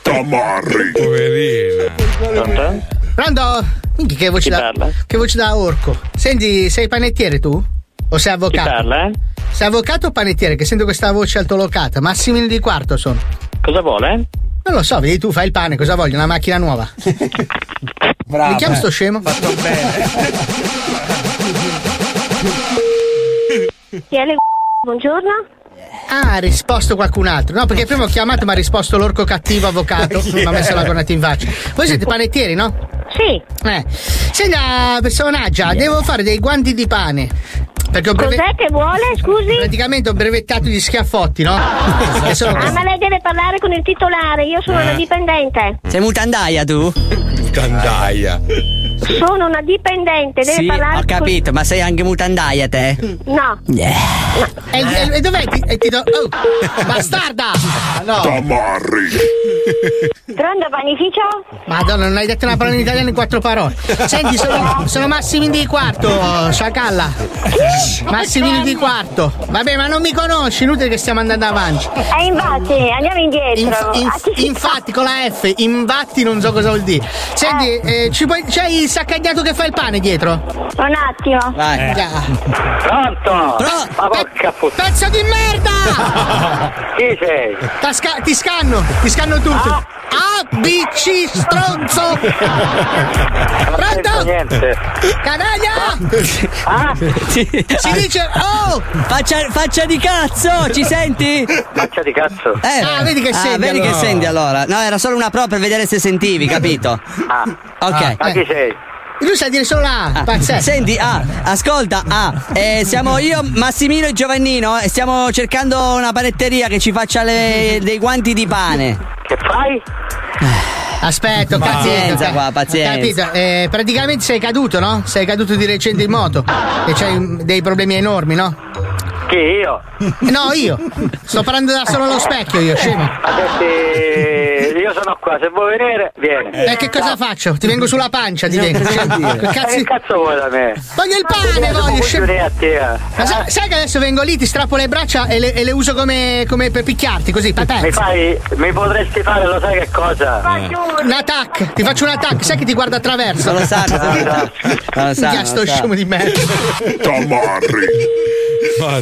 S9: Tamarri.
S2: Poverina.
S11: Pronto? Pronto? Minchia, che
S13: Chi
S11: voce da.
S13: parla?
S11: Che voce da orco. Senti, sei panettiere tu? O sei avvocato?
S13: Chi parla? eh?
S11: Sei avvocato o panettiere? Che sento questa voce altolocata. Massimino di quarto sono.
S13: Cosa vuole?
S11: Non lo so, vedi tu, fai il pane, cosa voglio? Una macchina nuova.
S14: Ah,
S11: Bravo. Eh. Richiamo sto scemo. Fatto
S10: Tieni, buongiorno.
S11: Ah, ha risposto qualcun altro. No, perché prima ho chiamato, ma ha risposto l'orco
S9: *laughs*
S11: cattivo avvocato. Mi ha messo la gonata in faccia. Voi siete panettieri, no? Sì. Eh. Senta, personaggia, devo fare dei guanti di pane. Perché ho Cos'è
S10: che vuole, scusi?
S11: Praticamente ho brevettato gli schiaffotti, no? Che sono
S10: Ah,
S11: questi.
S10: ma lei deve parlare con il titolare, io sono
S11: Esatto. Eh.
S10: una dipendente.
S12: Sei mutandaia tu?
S2: Mutandaia.
S10: Sono una dipendente, deve
S12: Sì,
S10: parlare
S12: ho capito, ma sei anche mutandaia te.
S10: con... No.
S11: Eh. E, e- e dov'è? Ti, e ti do- oh, bastarda! Ah, No.
S9: Tamarri.
S10: Grande panificio?
S11: Madonna, non hai detto una parola in italiano in quattro parole. Senti, sono, sono Massimini di quarto, sciacalla. Massimini di quarto. Vabbè, ma non mi conosci, inutile che stiamo andando avanti.
S10: Eh, infatti, andiamo indietro.
S11: Inf- inf-
S10: Ah, sì, sì.
S11: infatti, con la F, infatti non so cosa vuol dire. Senti, eh, ci puoi- c'è il saccagnato che fa il pane dietro? Eh.
S10: Un attimo.
S11: Vai.
S13: Pronto?
S5: Ah,
S13: Ma porca puttana.
S11: Pezzo di
S2: *laughs*
S11: merda!
S13: Chi sei?
S11: Tasca- ti scanno, ti scanno tutto.
S10: Ah.
S11: A, B, C,
S10: *laughs*
S11: stronzo! Pronto?
S13: Niente.
S11: Canaglia!
S13: Ah,
S11: Si dice oh!
S12: Faccia, faccia di cazzo, ci senti?
S13: faccia di cazzo.
S12: Eh.
S11: Ah, vedi che senti
S12: vedi che
S11: allora.
S12: senti allora. No, era solo una prova per vedere se sentivi, capito?
S13: Ah.
S12: Ok.
S13: Ma chi sei?
S11: Lui sa dire solo la A, pazzesco.
S12: Senti, ah, ascolta, ah, eh, siamo io, Massimino e Giovannino e stiamo cercando una panetteria che ci faccia le- dei guanti di pane.
S13: Che fai?
S11: Aspetta,
S12: Ma-
S11: cazzo.
S12: Pazienza
S11: ok.
S12: qua, pazienza.
S11: Capito? Eh, praticamente sei caduto, no? Sei caduto di recente in moto. E c'hai mm, dei problemi enormi, no?
S13: Chi io?
S11: Eh, No, io. Sto parlando da solo allo specchio, io, scemo.
S13: Ma senti, io io sono qua, se vuoi venire, vieni.
S11: Eh, che cosa faccio? Ti vengo sulla pancia, ti vengo. Cioè, che
S13: cazzo...
S11: cazzo-
S13: Eh, Che cazzo vuoi da me?
S11: Voglio il pane,
S13: Dopo
S11: voglio.
S13: cucine a te, eh.
S11: Ma sa- sai che adesso vengo lì, ti strappo le braccia e le, e le uso come, come per picchiarti, così, per
S13: Mi fai. Mi potresti fare, lo sai che cosa?
S11: Un attack, ti faccio un attack, sai che ti guarda attraverso.
S13: Non lo sa, non lo sa.
S12: Non lo sa,
S11: Minchia,
S12: non lo
S11: sto
S12: sa.
S11: scemo di merda.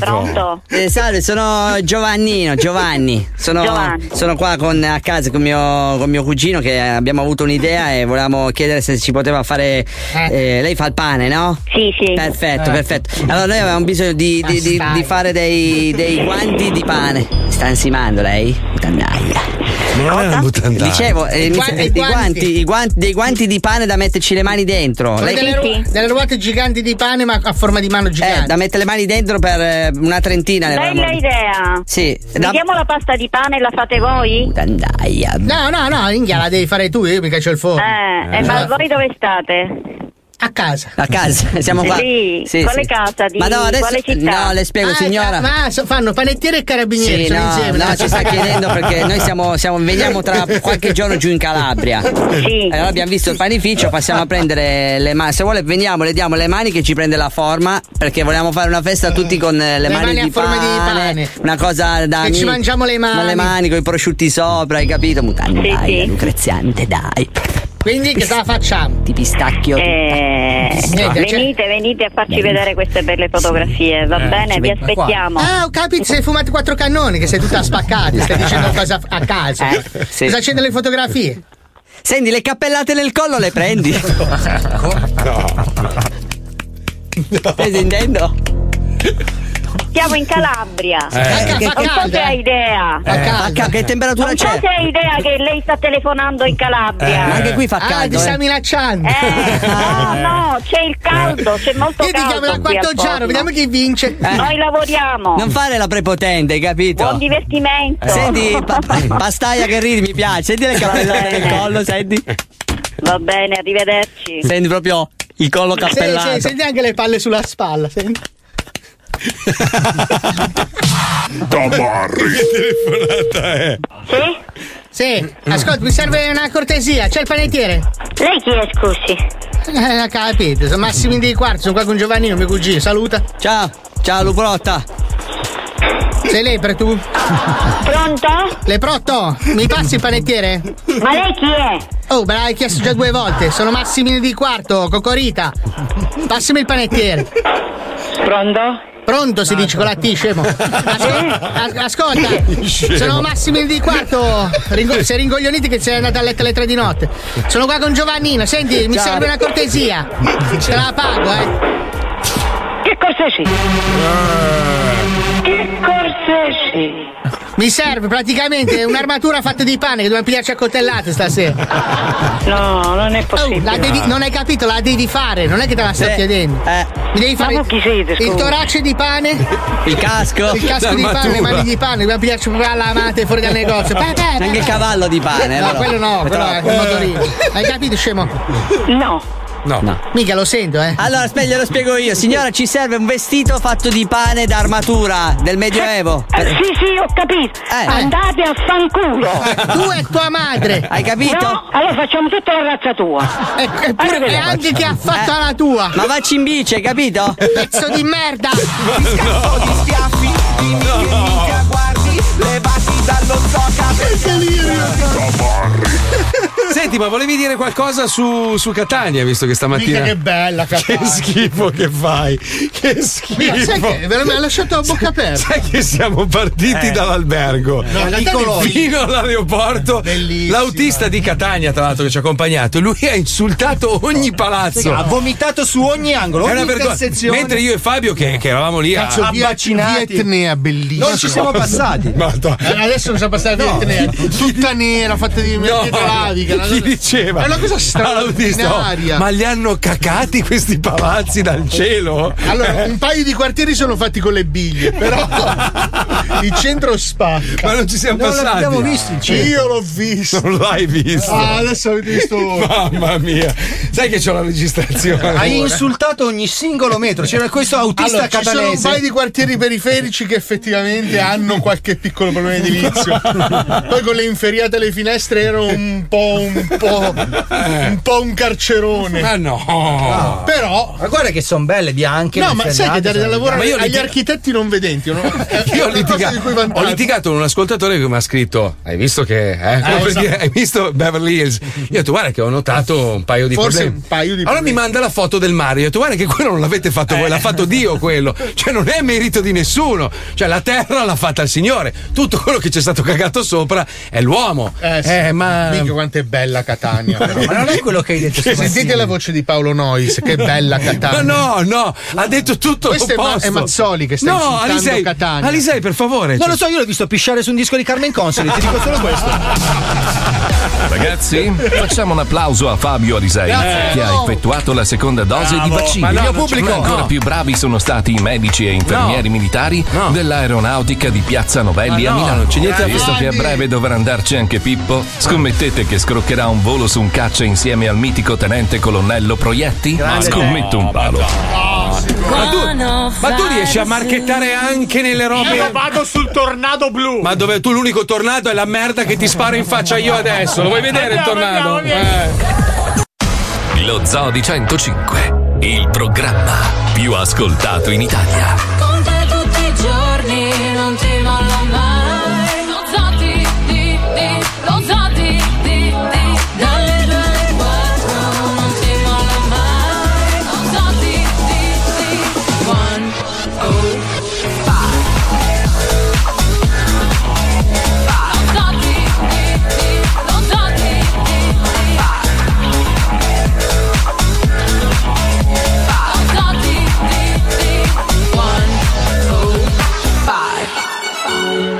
S12: Pronto? Eh, salve, sono Giovannino, Giovanni. Sono,
S9: Giovanni.
S12: sono qua con, a casa con mio, con mio cugino che abbiamo avuto un'idea e volevamo chiedere se ci poteva fare... eh, lei fa il pane, no?
S10: Sì, sì.
S12: Perfetto,
S11: Ecco.
S10: Eh.
S12: perfetto. Allora noi avevamo bisogno di, di- di- di fare dei, dei guanti di pane. Sta insimando lei? Dannaia.
S15: Non è una buttandata.
S12: Dicevo, eh, mi
S11: Gua-
S12: sa-
S11: i
S12: eh, dei
S11: guanti.
S12: guanti, i guanti- dei guanti di pane da metterci le mani dentro.
S11: Come
S12: Lei-
S11: delle, ru- delle ruote giganti di pane ma a forma di mano gigante.
S12: Eh, da mettere le mani dentro per eh, una trentina. ne
S10: Bella
S12: avremmo-
S10: idea.
S12: Sì,
S10: Vediamo la pasta di pane e la fate voi?
S12: Dandaia.
S11: No, no, no, Inghia la devi fare tu, io mi caccio il forno.
S10: Eh, eh, ma voi dove state?
S11: A casa.
S12: A casa, *laughs* siamo qua.
S10: Sì,
S12: Sì,
S10: quale
S12: sì.
S10: casa? Di,
S12: Ma no, adesso-
S10: quale città?
S12: no, le spiego,
S11: Ah,
S12: signora.
S11: ca- Ma so- fanno panettiere e carabinieri,
S12: Sì,
S11: sono
S12: no,
S11: insieme.
S12: no, ci sta chiedendo perché noi siamo, siamo- veniamo tra qualche giorno giù in Calabria.
S11: Sì.
S12: Allora abbiamo visto il panificio, passiamo a prendere le mani. Se vuole veniamo, le diamo le mani che ci prende la forma perché vogliamo fare una festa tutti con eh, le,
S11: Le
S12: mani,
S11: mani
S12: di
S11: a forma di pane.
S12: Una cosa da...
S11: Che ci mangiamo le mani.
S12: Con le mani, con i prosciutti sopra, hai capito? Mutande, dai, lucreziante, dai.
S11: Quindi che cosa facciamo? cioè-
S12: Ti pistacchio.
S10: Eh,
S12: Niente, c'è-
S10: venite, venite a farci
S12: Bene.
S10: vedere queste belle fotografie, va
S12: Eh,
S10: bene?
S12: ci
S10: Vi
S12: metto qua.
S10: aspettiamo.
S11: Ah, ho capito, sei fumato quattro cannoni, che sei
S12: *laughs*
S11: tutta spaccata, stai dicendo cosa f- a caso.
S10: Eh,
S12: sì.
S11: Cosa c'è nelle fotografie?
S12: Senti, le cappellate nel collo le prendi. Stai sentendo?
S10: Siamo in Calabria.
S12: Eh. Anche
S10: Non
S12: fa
S10: so
S12: caldo,
S10: se hai idea.
S12: Eh. Fa caldo, che temperatura
S10: non
S12: c'è?
S10: so se hai idea che lei sta telefonando in Calabria. Eh,
S12: Eh. Ma anche qui fa Ah, caldo, ti eh. Ah. sta
S11: minacciando.
S10: no, Ah, no, c'è il caldo, c'è molto
S11: Eh. Io ti
S10: caldo.
S11: chiamo da
S10: qui a
S11: quanto giaro,
S10: Cosmo.
S11: vediamo chi vince. Eh.
S10: Noi lavoriamo.
S12: Non fare la prepotente, hai capito?
S10: Buon divertimento.
S12: Senti, pa- pa- pastaia che ridi, mi piace. Senti le cappellate nel collo, senti.
S10: Va bene, arrivederci.
S12: Senti proprio il collo
S11: Sì,
S12: cappellato.
S11: sì, senti anche le palle sulla spalla. senti.
S12: *laughs*
S16: Tamarri.
S2: telefonata è?
S11: Sì, ascolta, mi serve una cortesia, c'è il panettiere.
S10: Lei chi è, scusi?
S11: Eh, capito, sono Massimi di Quarto, sono qua con Giovannino, mio cugino, saluta.
S12: Ciao, ciao Luprotta.
S11: Sei lepre tu?
S10: Pronto?
S11: Leprotto, mi passi il panettiere?
S10: Ma lei chi è?
S11: Oh, me l'hai chiesto già due volte, sono Massimino di Quarto, Cocorita. Passami il panettiere.
S10: Pronto?
S11: Pronto si dice con la T, scemo. Ascolta, as- ascolta,
S14: Scemo.
S11: sono Massimino di Quarto. Ringo- sei ringoglioniti che sei andato a letto alle tre di notte. Sono qua con Giovannino, senti, mi
S14: Ciao.
S11: serve una cortesia. Te la pago, eh.
S10: Che cortesia? Che cortesia?
S11: Mi serve praticamente un'armatura fatta di pane che dobbiamo pigliarci a coltellate stasera.
S10: No, non è
S11: possibile. non hai capito, la devi fare, non è che te la sto
S12: Sì,
S11: chiedendo.
S12: eh.
S11: Mi devi
S12: Ma
S11: fare
S12: voi chi siete,
S11: il
S12: scusa?
S11: torace di pane.
S12: Il casco.
S11: Il casco di pane, le
S12: L'armatura.
S11: mani di pane, dobbiamo pigliarci proprio alla amante fuori dal negozio. Pa, pa, pa, pa.
S12: Anche il cavallo di pane,
S11: No,
S12: però.
S11: quello no,
S12: È
S11: quello è
S12: troppo.
S11: un motorino. Hai capito, scemo?
S10: No.
S2: No.
S11: Mica lo sento, eh.
S12: Allora, aspetta, glielo spiego io. Signora, ci serve un vestito fatto di pane d'armatura del Medioevo.
S10: Eh,
S12: Eh.
S10: sì, sì, ho capito. Andate a fanculo.
S11: Tu e tua madre.
S12: Hai capito?
S10: No, allora facciamo tutta la razza tua.
S11: E, eppure-
S10: Allora,
S11: e eh, anche che ha fatto la tua.
S12: Eh. Ma vacci in bici, hai capito?
S11: Pezzo
S12: *laughs*
S11: di merda!
S12: Oh.
S2: Senti, ma volevi dire qualcosa su, su Catania, visto che stamattina.
S4: Mica che bella Catania.
S2: *laughs* Che schifo che fai! Che schifo!
S4: Mica, sai che
S11: me l'ha lasciato a bocca aperta.
S2: Sai che siamo partiti
S4: Eh.
S2: dall'albergo
S4: No, Catania è
S2: fino
S4: bellissima.
S2: all'aeroporto.
S4: Bellissima.
S2: L'autista di Catania, tra l'altro, che ci ha accompagnato, lui ha insultato ogni palazzo.
S5: Ha vomitato su ogni angolo,
S2: È
S5: ogni
S2: una vergogna.
S5: intersezione.
S2: Mentre io e Fabio, che, che eravamo lì
S5: Cazzo,
S2: a
S5: via-
S2: avvicinati-
S4: Vietnea bellissima.
S5: Non ci siamo passati.
S2: Madonna.
S4: Eh, Adesso non siamo passati
S5: No.
S4: Vietnea. Tutta nera, fatta di
S2: No,
S4: pietra lavica. una
S2: chi
S4: cosa-
S2: diceva?
S4: È una cosa
S2: All'autista, oh,
S4: straordinaria.
S2: ma li hanno cacati questi palazzi dal cielo? *laughs*
S4: Allora, un paio di quartieri sono fatti con le biglie, però
S9: Il centro spacca.
S2: Ma non ci siamo
S9: Non
S2: passati.
S9: l'abbiamo cioè. visto il centro. Io l'ho visto.
S2: Non l'hai visto.
S9: Ah, adesso
S2: *laughs*
S9: avete visto voi.
S2: Mamma mia. Sai che c'ho la registrazione.
S5: Hai insultato ogni singolo metro. C'era questo autista
S9: Allora, ci sono
S5: catalese.
S9: un paio di quartieri periferici che effettivamente hanno qualche piccolo problema edilizio. Poi con le inferiate alle finestre ero un po' un po' un po' un carcerone.
S2: Ma no.
S9: Però
S5: Ma guarda che sono belle bianche.
S9: No, ma sai che dare da
S2: Ma
S9: lavorare
S2: io
S9: agli
S2: litiga-
S9: architetti non Eh, vedenti, no? È- è
S2: Io ho,
S9: una cosa
S2: litiga-
S9: di cui
S2: ho
S9: vantarsi.
S2: litigato con un ascoltatore che mi ha scritto: Hai visto che. eh?" Come per
S9: so.
S2: dire, Hai visto Beverly Hills? Io ho detto: Guarda, che ho notato un paio di
S9: Forse
S2: problemi.
S9: un paio di
S2: allora mi
S9: problemi. Eh.
S2: manda la foto del mare. Io ho detto: Guarda, che quello non l'avete fatto voi, l'ha fatto Dio quello. Cioè, non è merito di nessuno. Cioè, la terra l'ha fatta il Signore. Tutto quello che c'è stato cagato sopra è l'uomo.
S9: Eh, sì.
S2: ma.
S9: Minchia, quanto è bella Catania. però.
S5: Ma non è quello che hai
S9: *laughs*
S5: detto
S9: Sentite la voce di Paolo Nois, che bella Catania.
S2: Ma *laughs* no, no, ha detto tutto
S9: Questo è, Ma-
S2: l'opposto.
S9: è Mazzoli che sta
S2: No,
S9: insultando
S2: Alisei-
S9: Catania. Eh,
S2: Alisei, per favore. cioè
S5: Non lo so, io l'ho visto pisciare su un disco di Carmen Consoli, ti dico solo
S2: Eh.
S12: Ah.
S5: questo.
S1: Ragazzi, facciamo un applauso a Fabio Arisei
S5: Grazie.
S1: che ha effettuato la seconda dose
S5: Bravo.
S1: di vaccino.
S5: Ma no, non
S1: Ma
S5: c'è-
S1: ancora
S5: no.
S1: più bravi sono stati i medici e infermieri militari dell'aeronautica di Piazza Novelli
S2: Ma
S1: a
S2: no,
S1: Milano.
S2: non c'è niente da
S1: Visto
S2: fare.
S1: che a breve dovrà andarci anche Pippo, scommettete che scroccherà un volo su un caccia insieme al mitico tenente colonnello Proietti?
S2: Grande
S1: Scommetto un palo.
S2: Ma tu, ma tu riesci a marchettare anche nelle robe.
S6: Io vado sul tornado blu.
S2: Ma dove tu l'unico tornado è la merda che ti spara in faccia io adesso. Lo vuoi vedere il
S6: Andiamo,
S2: tornado?
S6: andiamo,
S1: Eh. Lo Zoo di 105, il programma più ascoltato in Italia.
S16: Con te tutti i giorni non ti molla mai Lo zati, di, di, lo zati, di, di Dalle due alle quattro non ti molla mai Lo zati, di, di, one, oh, five Lo zati, di, di, lo zati, di, di Lo zati, di, di, one, oh, five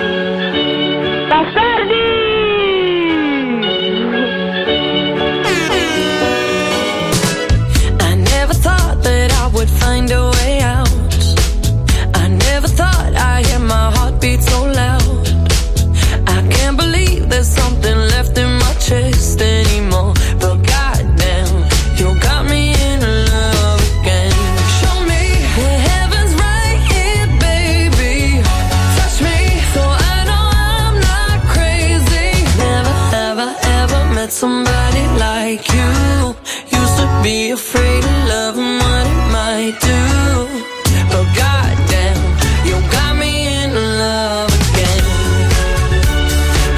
S14: I never thought that I would find a way out. I never thought I hear my heartbeat so loud. I can't believe there's something left in my chest anymore. But goddamn, you got me in love again. Show me the heavens right here, baby. Touch me so I know I'm not crazy. Never, ever, ever met somebody like you. Used to be afraid of love and what it might do. But goddamn, you got me in love again.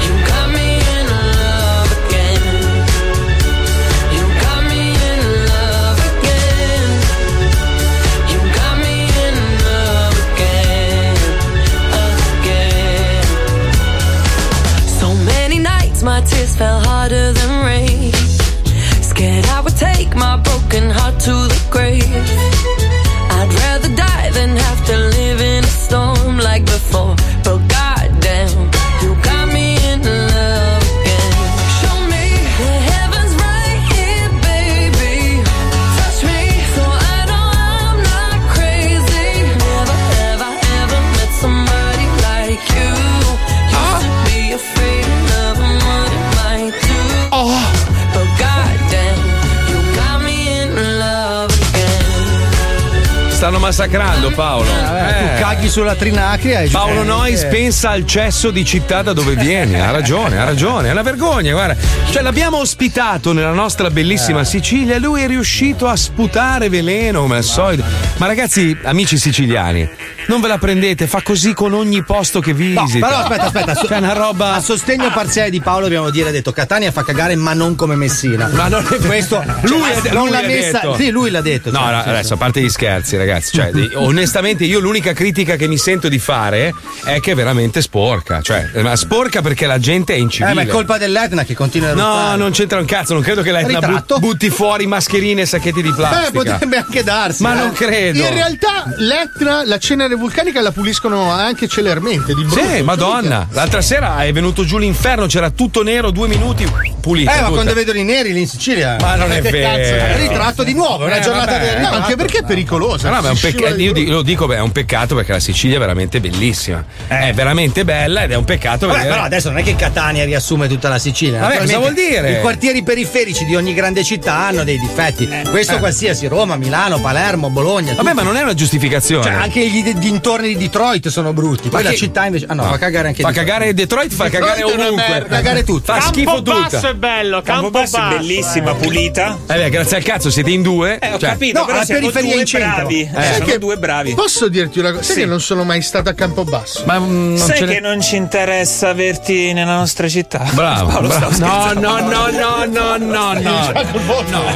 S14: You got me in love again. You got me in love again. You got me in love again. Again. So many nights my tears fell harder than rain. Scared I would take my broken heart to the grave. I'd rather die than have to live in a storm like before. But goddamn, you got me in love again. Show me the heavens right here, baby. Touch me so I know I'm not crazy. Never, ever, ever met somebody like you. Used to be afraid of love and what it might do. But goddamn, you got me in love again.
S2: Eh, Stanno massacrando Paolo.
S6: Eh,
S5: Tu caghi sulla trinacria e eh,
S2: Paolo Nois pensa al cesso di città da dove vieni, ha ragione, ha ragione, è una vergogna, guarda. Cioè l'abbiamo ospitato nella nostra
S6: Eh.
S2: bellissima Sicilia, lui è riuscito a sputare veleno come al solito. Ma ragazzi, amici siciliani, non ve la prendete, fa così con ogni posto che
S5: No,
S2: visita.
S5: però aspetta, aspetta.
S2: C'è una roba
S5: A sostegno parziale di Paolo dobbiamo dire, ha detto Catania fa cagare ma non come Messina.
S2: Ma non è vero.
S5: *laughs* questo. Lui,
S2: ha-
S5: Cioè, non
S2: lui
S5: l'ha
S2: ha
S5: messa.
S2: detto.
S5: Sì, lui l'ha detto. cioè,
S2: No,
S5: sì,
S2: no,
S5: sì,
S2: adesso a parte gli scherzi, ragazzi. Cioè, di- onestamente, io l'unica critica che mi sento di fare è che è veramente sporca. Cioè, eh, ma sporca perché la gente è
S5: sì.
S2: incivile.
S5: Eh, ma è colpa dell'Etna che continua a
S2: No,
S5: ruttare.
S2: non c'entra un cazzo, non credo che lei but-
S5: Ritratto.
S2: butti fuori mascherine e sacchetti di plastica.
S9: Eh, potrebbe anche darsi.
S2: Ma
S9: eh.
S2: non credo.
S9: In realtà l'Etna, la cenere vulcanica la puliscono anche celermente, di brutto.
S2: Sì, madonna. L'altra sera è venuto giù l'inferno, c'era tutto nero, due minuti. pulita.
S5: Eh, ma
S2: tutta.
S5: quando vedo i neri lì in Sicilia. Eh,
S2: Ma non è
S5: Che cazzo,
S2: vero.
S5: Ritratto di nuovo, Boh, è una
S2: Eh,
S5: giornata
S2: vabbè.
S5: del
S2: No,
S5: ritratto.
S2: anche
S9: perché è pericolosa.
S2: No, ma è un peccato, io di- lo dico, beh, è un peccato perché la Sicilia è veramente bellissima. È veramente bella ed è un peccato
S5: Eh. Vabbè,
S2: perché.
S5: però adesso non è che Catania riassume tutta la Sicilia.
S2: Vabbè, cosa
S5: Naturalmente
S2: vuol dire?
S5: I quartieri periferici di ogni grande città hanno dei difetti. Questo
S2: eh.
S5: qualsiasi, Roma, Milano, Palermo, Bologna.
S2: Vabbè,
S5: tutto.
S2: ma non è una giustificazione.
S5: Cioè, anche gli d- dintorni di Detroit sono brutti. Poi
S2: Ma
S5: la
S2: che-
S5: città invece. Ah, no, fa cagare anche
S2: Fa cagare Detroit, fa
S5: Detroit
S2: cagare
S5: è una
S2: ovunque.
S5: merda. Cagare tutto.
S2: Fa schifo Ah, tutta.
S6: bello,
S2: Campobasso è bellissima,
S6: pulita.
S2: Eh beh, grazie al cazzo siete in due. Eh,
S6: ho capito,
S9: No, però alla siamo periferia due in centro. bravi.
S2: Eh.
S6: Sono due bravi.
S9: Posso dirti una cosa? Sai
S6: Sì.
S9: che non sono mai stato a Campobasso.
S2: Ma
S6: Sai che non ci interessa averti nella nostra città.
S2: Bravo,
S6: Paolo,
S2: bravo.
S6: stavo
S2: No,
S6: scherzando.
S2: no, no, no, no, no,
S3: *laughs*
S2: no. No, no,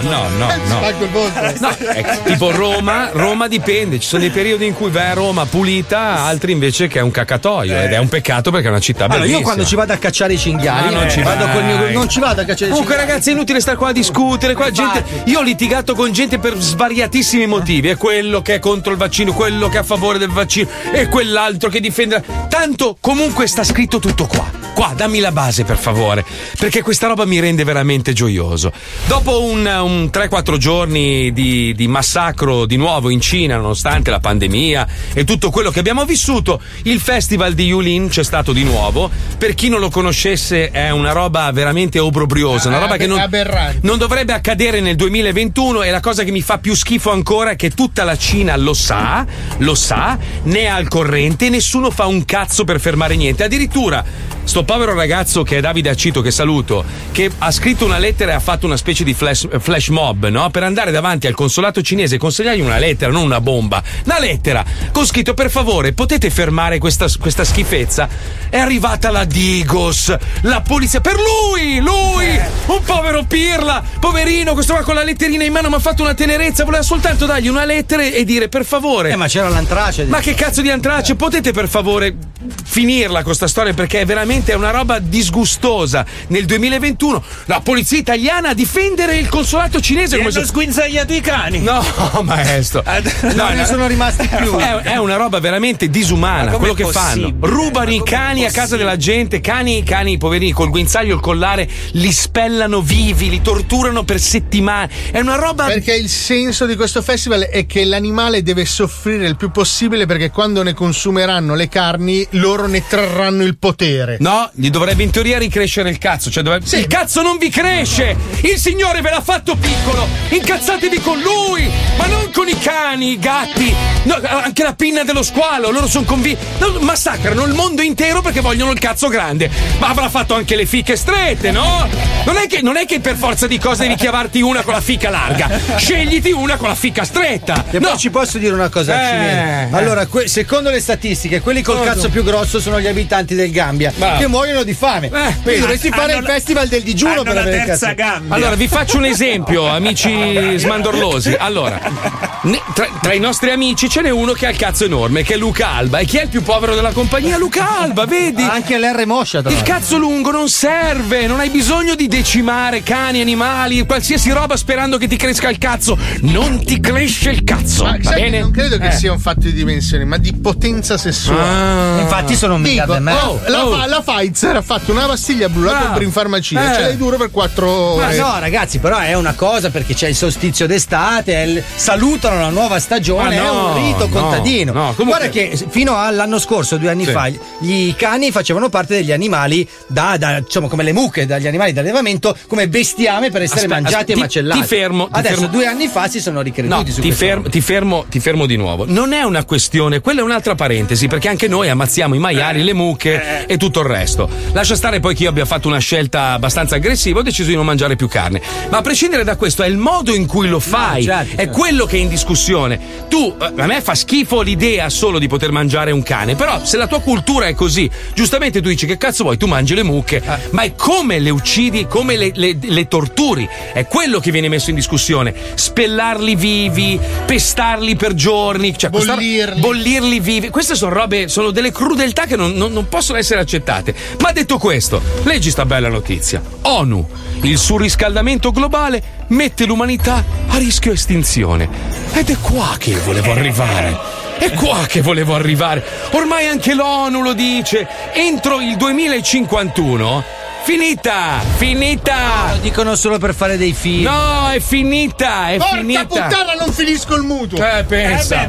S2: no, no. Eh, *laughs* tipo Roma, Roma dipende, ci sono dei periodi in cui vai a Roma pulita, altri invece che è un cacatoio ed è un peccato perché è una città
S5: Eh. Allora,
S2: bellissima.
S5: io quando ci vado a cacciare i cinghiali,
S2: Ma non ci
S5: vado
S2: vai.
S5: col mio. Non ci vado a cacciare i
S2: Ah, Comunque,
S5: cinghiali.
S2: ragazzi, è inutile stare qua a discutere. Qua gente, io ho litigato con gente per svariatissimi motivi. È quello che è contro il vaccino, quello che è a favore del vaccino, e quell'altro che difende. Tanto comunque sta scritto tutto qua. Qua, dammi la base per favore, perché questa roba mi rende veramente gioioso. Dopo un, un 3-4 giorni di, di massacro di nuovo in Cina, nonostante la pandemia e tutto quello che abbiamo vissuto, il festival di Yulin c'è stato di nuovo. Per chi non lo conoscesse, è una roba veramente obrobriosa,
S9: Eh,
S2: una roba che non,
S9: Aberrante.
S2: non dovrebbe accadere nel 2021 e la cosa che mi fa più schifo ancora è che tutta la Cina lo sa, lo sa, ne è al corrente, nessuno fa un cazzo per fermare niente. Addirittura sto povero ragazzo che è Davide Acito che saluto, che ha scritto una lettera e ha fatto una specie di flash, flash mob, no? Per andare davanti al consolato cinese e consegnargli una lettera, non una bomba, una lettera con scritto per favore potete fermare questa, questa schifezza. È arrivata la Digos, la polizia per lui,
S6: Eh.
S2: lui, un povero pirla, poverino, questo qua con la letterina in mano mi ha fatto una tenerezza, voleva soltanto dargli una lettera e dire per
S6: Eh,
S2: favore. ma
S5: Eh, c'era l'antrace.
S2: Ma che cazzo di antrace? Potete per favore finirla con sta storia perché è veramente una roba disgustosa. Nel 2021 la polizia italiana a difendere il consolato cinese
S6: Gli
S2: come
S6: hanno
S2: se-
S6: sguinzagliato i cani.
S2: No, maestro.
S6: Non ne sono
S5: rimasti
S6: più.
S2: È, è una roba veramente
S6: Ma
S2: disumana.
S6: com'è
S2: Quello che
S6: possibile?
S2: fanno. Rubano i cani a casa della gente. Cani, cani, poverini, col guinzaglio, il collare, li spellano vivi, li torturano per settimane. È una roba.
S9: Perché il senso di questo festival è che l'animale deve soffrire il più possibile perché quando ne consumeranno le carni loro ne trarranno il potere.
S2: No, gli dovrebbe in teoria ricrescere il cazzo. Cioè dovrebbe- Il cazzo non vi cresce! Il signore ve l'ha fatto piccolo! Incazzatevi con lui! Ma non con i cani, i gatti! No, anche la pinna dello squalo, loro sono convinti. No, massacrano il mondo intero perché vogliono il cazzo grande. Ma avrà fatto anche le fiche strette, no? Non è che, non è che per forza di cose devi chiavarti una con la fica larga. Scegliti una con la fica stretta.
S5: E poi ci posso dire una cosa?
S2: Eh.
S5: Cimino? Allora, que- secondo le statistiche, quelli col
S2: Cosa?
S5: cazzo più grosso sono gli abitanti del Gambia
S2: Bravo. Eh,
S5: che muoiono di fame. Quindi dovresti fare il festival del digiuno per avere il cazzo.
S2: Allora, vi faccio un esempio, amici smandorlosi. Allora, ne- tra, tra i nostri amici ce n'è uno che ha il cazzo enorme, che è Luca Alba. E chi è il più povero della compagnia? Luca Alba, vedi?
S5: Anche l'R Moscia, tra
S2: Il
S5: l'altro.
S2: cazzo lungo non serve, non hai bisogno di decimare cani, animali, qualsiasi roba sperando che ti cresca il cazzo. Non ti cresce il cazzo,
S9: Ma
S2: va
S9: sai che
S2: bene?
S9: non credo che
S2: Eh.
S9: sia un fatto di dimensioni, ma di potenza sessuale.
S2: Ah. Infatti sono un
S9: Dico,
S2: miliardo e mezzo.
S9: oh, la,
S2: Oh. Ah.
S9: fa- la Pfizer ha fatto una pastiglia blu, la
S5: Bravo.
S9: compri in farmacia,
S5: Eh.
S9: ce l'hai duro per 4
S5: Ma
S9: ore.
S5: no, ragazzi, però è una cosa perché c'è il solstizio d'estate, è il- salutano la nuova stagione,
S2: Ma no,
S5: è un rito
S2: no,
S5: contadino.
S2: no, comunque-
S5: Guarda che fino all'anno scorso, due anni
S2: Sì.
S5: fa, gli cani facevano parte degli animali da, da- diciamo come le mucche, dagli animali da allevamento, come bestiame per essere
S2: Aspe-
S5: mangiati
S2: aspe-
S5: e
S2: ti-
S5: macellati.
S2: ti fermo, ti
S5: Adesso
S2: fermo.
S5: due anni fa si sono ricreduti
S2: No,
S5: su
S2: ti
S5: questo.
S2: fermo, ti, fermo, ti fermo di nuovo. Non è una questione, quella è un'altra parentesi, perché anche noi ammazziamo i maiali, le mucche e tutto il resto. Lascia stare poi che io abbia fatto una scelta abbastanza aggressiva, ho deciso di non mangiare più carne. Ma a prescindere da questo, è il modo in cui lo fai, è quello che è in discussione. Tu, eh, a me fa schifo l'idea solo di poter mangiare un cane, però se la tua cultura è così, giustamente tu dici che cazzo vuoi, tu mangi le mucche, ma è come le uccidi, come le, le- le torturi, è quello che viene messo in discussione. Spellarli vivi, pestarli per giorni, cioè questa-
S9: Bollirli.
S2: bollirli vivi. Queste sono robe, sono delle crudeltà che non, non- non possono essere accettate. Ma detto questo, leggi sta bella notizia. ONU, il surriscaldamento globale mette l'umanità a rischio estinzione. Ed è qua che io volevo arrivare. È qua che volevo arrivare. Ormai anche l'ONU lo dice. Entro il 2051 finita! Finita!
S5: Lo dicono solo per fare dei film.
S2: No, è finita! È
S9: Porca
S2: finita!
S9: puttana, non finisco il mutuo.
S2: Eh, pensa.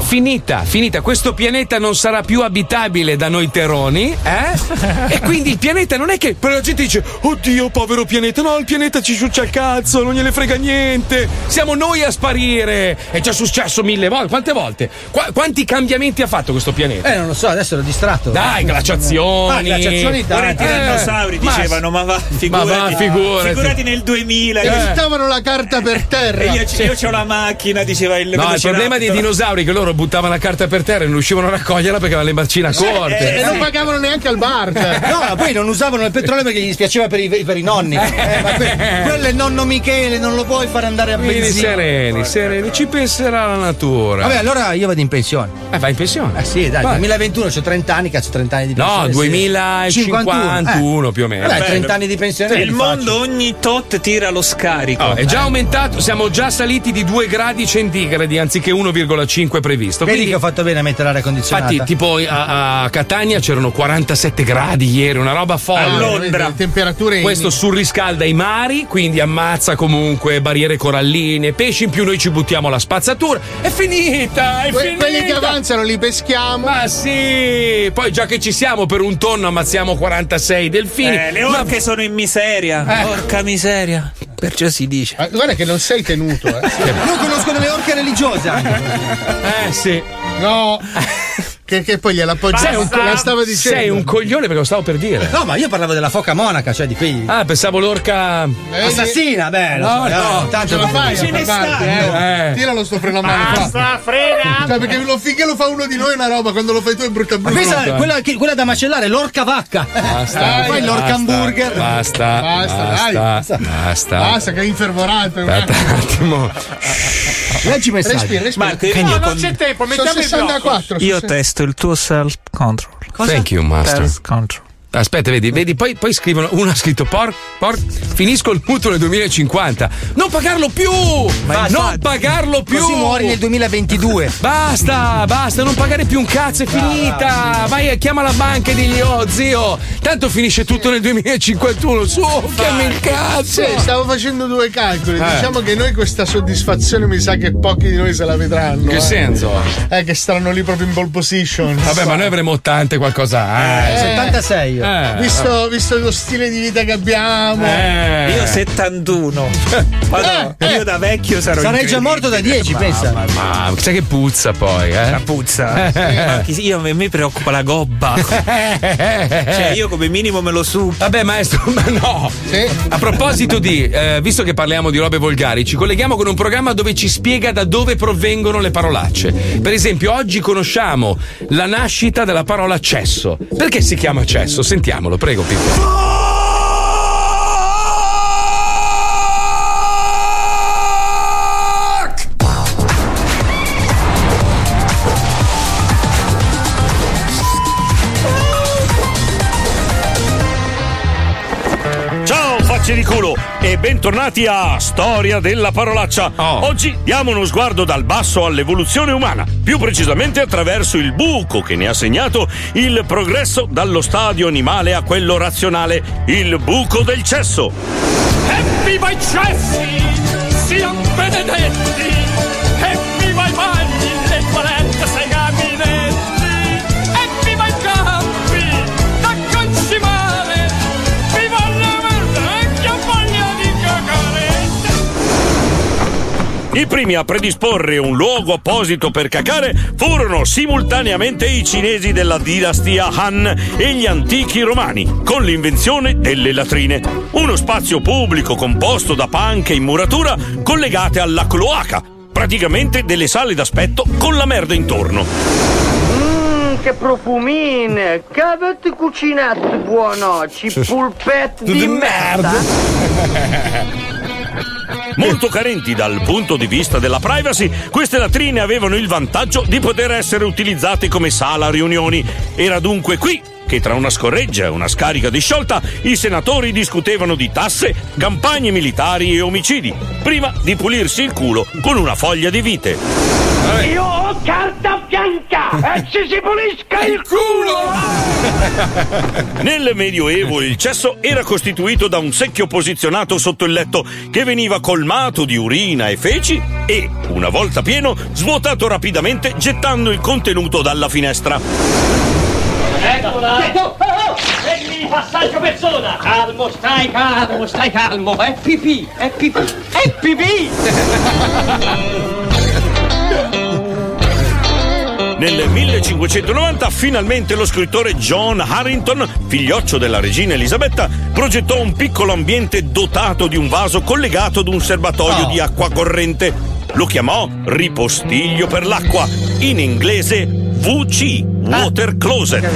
S2: Finita, finita. Questo pianeta non sarà più abitabile da noi terroni, eh? e quindi il pianeta non è che. Però la gente dice: Oddio, povero pianeta, no, il pianeta ci ciuccia il cazzo, non gliene frega niente. Siamo noi a sparire. È già successo mille volte. Quante volte? Qua- quanti cambiamenti ha fatto questo pianeta?
S5: Eh, non lo so, adesso l'ho distratto.
S2: Dai, glaciazioni. Eh,
S5: Ah, glaciazioni,
S3: Ora i tirannosauri dicevano, ma va, figurati,
S2: va, figurati.
S3: figurati nel 2000.
S9: E
S3: che-
S9: buttavano la carta per terra.
S3: E io, c- io c'ho la macchina, diceva il
S2: No, il
S3: velociraptor.
S2: problema dei dinosauri è che loro buttavano la carta per terra e non riuscivano a raccoglierla perché avevano le bacine corte.
S3: Eh,
S9: e non pagavano neanche al bar. cioè.
S5: Eh, *laughs* No, ma poi non usavano il petrolio perché gli dispiaceva per i, per i nonni. Eh, ma que- quello è nonno Michele, non lo puoi far andare a
S3: eh,
S2: Quindi
S5: benzina.
S2: sereni, sereni, ci penserà la natura.
S5: Vabbè, allora io vado in pensione.
S2: Eh, vai in pensione?
S5: Eh sì, dai,
S2: Vai.
S5: 2021 c'ho 30 anni, cazzo, 30 anni di pensione.
S2: No,
S5: sì.
S2: 2051
S5: Eh.
S2: più o meno.
S5: Dai,
S2: Bello.
S5: 30 anni di pensione.
S3: Il mondo ogni tot tira lo scarico. Eh.
S2: Oh, è già aumentato, siamo già saliti di 2 gradi centigradi anziché 1,5 previsto.
S5: Vedi
S2: Quindi,
S5: che ho fatto bene a mettere l'aria condizionata.
S2: infatti, tipo a, a Catania c'erano 47 gradi ieri, una roba folle.
S5: Ah,
S9: Le temperature in-
S2: Questo surriscalda i mari, quindi ammazza comunque barriere coralline, pesci in più noi ci buttiamo alla spazzatura. È finita, è
S9: Que-
S2: finita.
S9: quelli che avanzano li peschiamo.
S2: Ma sì, poi già che ci siamo per un tonno ammazziamo 46 delfini.
S3: Eh, le
S2: Ma- Eh.
S3: orche sono in miseria. Porca miseria.
S2: Perciò si dice.
S9: Ma guarda che non sei tenuto, eh.
S5: Io conosco delle orche religiose.
S2: eh sì.
S9: No. Che, che poi gliela appoggiamo.
S2: Sei un,
S9: te la stavo dicendo.
S2: sei un coglione perché lo stavo per dire.
S5: No, ma io parlavo della foca monaca, cioè di qui.
S2: Ah, pensavo l'orca
S5: Assassina, beh, lo so,
S2: No, no,
S5: eh, tanto
S9: Ce la fai
S5: ce
S9: a far parte, eh. Tiralo sto freno a mano.
S6: Basta, frena!
S9: Cioè, perché lo, finché lo fa uno di noi è una roba, quando lo fai tu è brutta
S5: Ma
S9: brutta.
S5: pensa, quella, che- quella da macellare, l'orca vacca.
S2: Basta,
S5: Eh, poi l'orca
S2: basta,
S5: hamburger.
S2: Basta,
S9: Basta,
S2: basta,
S9: dai,
S2: basta,
S9: Basta, che è eh. infervorato. è un
S2: Aspetta un attimo.
S5: Leggi i messaggi.
S9: Respira, respira.
S3: Marco, io Quindi
S9: no,
S2: *laughs*
S3: con-
S9: non c'è tempo,
S3: Sono
S9: mettiamo i
S3: 64,
S9: 64.
S3: Io
S9: sono
S3: testo il tuo self control.
S2: Thank you, master.
S3: Self control.
S2: Aspetta, vedi, vedi poi, poi scrivono: uno ha scritto porc, porc, finisco il mutuo nel 2050. Non pagarlo più! non pagarlo più!
S5: Così muori nel 2022.
S2: Basta, basta, non pagare più un cazzo, è finita. Vai e chiama la banca e digli, oh zio, tanto finisce tutto nel 2051. Su, chiami il cazzo.
S9: Sì, stavo facendo due calcoli.
S2: Eh.
S9: Diciamo che noi questa soddisfazione mi sa che pochi di noi se la vedranno.
S2: Che
S9: eh.
S2: senso?
S9: Eh, che staranno lì proprio in pole position.
S2: Vabbè, ma noi avremo 80 e qualcosa. eh.
S9: Eh,
S5: 76 io.
S2: Eh.
S9: Visto, visto lo stile di vita che abbiamo.
S2: Eh.
S3: Io
S2: *laughs*
S3: 71. Madonna, io da vecchio sarò
S5: Sarei già morto da 10, pensa.
S2: Ma sai che puzza poi, eh?
S3: La puzza. Ma chi- io, a me preoccupa la gobba.
S2: *laughs*
S3: cioè, io come minimo me lo su.
S2: Eh. Vabbè, maestro, *laughs* ma no. A proposito di, eh, visto che parliamo di robe volgari, ci colleghiamo con un programma dove ci spiega da dove provengono le parolacce. Per esempio, oggi conosciamo la nascita della parola cesso. Perché si chiama cesso? Sentiamolo, prego, Pippo.
S17: Ciao facce di culo e bentornati a Storia della parolaccia. Oggi diamo uno sguardo dal basso all'evoluzione umana, più precisamente attraverso il buco che ne ha segnato il progresso dallo stadio animale a quello razionale, il buco del cesso.
S16: Viva i cessi, siano benedetti, e viva i bagni, le toilette, sei gabinetti, e viva i campi, da concimare, viva la merda, e che voglia di cagare.
S17: I primi a predisporre un luogo apposito per cacare furono simultaneamente i cinesi della dinastia Han e gli antichi romani, con l'invenzione delle latrine. Uno spazio pubblico composto da panche in muratura collegate alla cloaca, praticamente delle sale d'aspetto con la merda intorno.
S18: Mmm, che profumine! Che avete cucinato buono? Ci pulpet di merda! *laughs*
S17: Molto carenti dal punto di vista della privacy, queste latrine avevano il vantaggio di poter essere utilizzate come sala riunioni. Era dunque qui che tra una scorreggia e una scarica disciolta i senatori discutevano di tasse, campagne militari e omicidi, prima di pulirsi il culo con una foglia di vite.
S16: Io ho carta bianca!
S10: e ci si pulisca il culo!
S17: Nel Medioevo il cesso era costituito da un secchio posizionato sotto il letto che veniva colmato di urina e feci e, una volta pieno, svuotato rapidamente gettando il contenuto dalla finestra.
S19: Eccola! Oh, oh! Prendimi passaggio persona! Calmo, stai calmo, stai calmo! È pipì, è pipì, è pipì!
S17: Nel 1590 finalmente lo scrittore John Harrington, figlioccio della regina Elisabetta, progettò un piccolo ambiente dotato di un vaso collegato ad un serbatoio di acqua corrente. Lo chiamò ripostiglio per l'acqua, in inglese VC, Water Closet.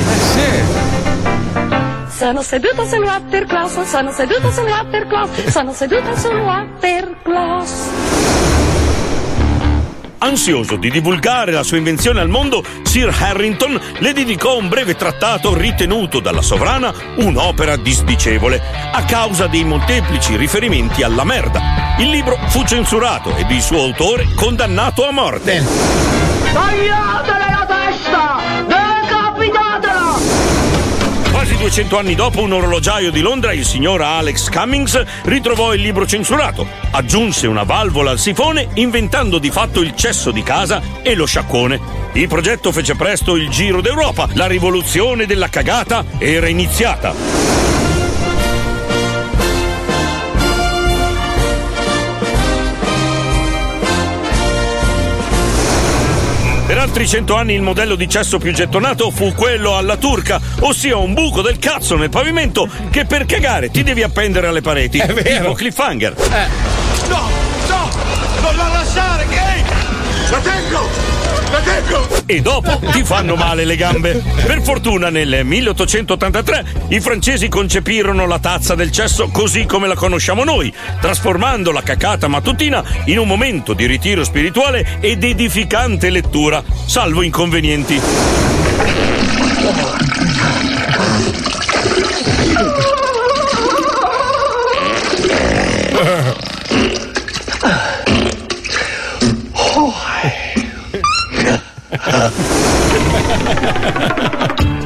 S10: Sono seduta sull'afterclass, sono seduta sull'afterclass, sono seduta sull'afterclass.
S17: Ansioso di divulgare la sua invenzione al mondo, Sir Harrington le dedicò un breve trattato ritenuto dalla sovrana un'opera disdicevole, a causa dei molteplici riferimenti alla merda. Il libro fu censurato ed il suo autore condannato a morte.
S10: Tagliatele la testa! Decapitatela!
S17: Quasi 200 anni dopo, un orologiaio di Londra, il signor Alex Cummings, ritrovò il libro censurato, aggiunse una valvola al sifone, inventando di fatto il cesso di casa e lo sciacquone. Il progetto fece presto il giro d'Europa, la rivoluzione della cagata era iniziata. Per altri cento anni il modello di cesso più gettonato fu quello alla turca, ossia un buco del cazzo nel pavimento che per cagare ti devi appendere alle pareti. È vero. Tipo cliffhanger.
S10: Eh, No, no! Non la lasciare, gay! La tengo! La tengo!
S17: e dopo ti fanno male le gambe. Per fortuna nel 1883 i francesi concepirono la tazza del cesso così come la conosciamo noi, trasformando la cacata mattutina in un momento di ritiro spirituale ed edificante lettura, salvo inconvenienti. *laughs*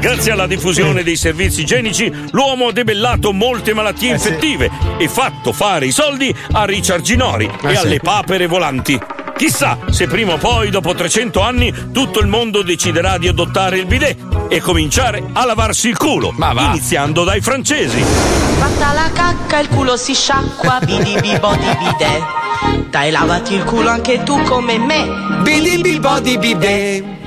S17: Grazie alla diffusione dei servizi igienici, l'uomo ha debellato molte malattie infettive e fatto fare i soldi a Richard Ginori e alle papere volanti. Chissà se prima o poi, dopo 300 anni, tutto il mondo deciderà di adottare il bidet e cominciare a lavarsi il culo, iniziando dai francesi.
S20: Fatta la cacca il culo si sciacqua, bidi bibodi
S17: *laughs*
S20: bide. Dai lavati il culo anche tu come me. Bidi bibodi bide.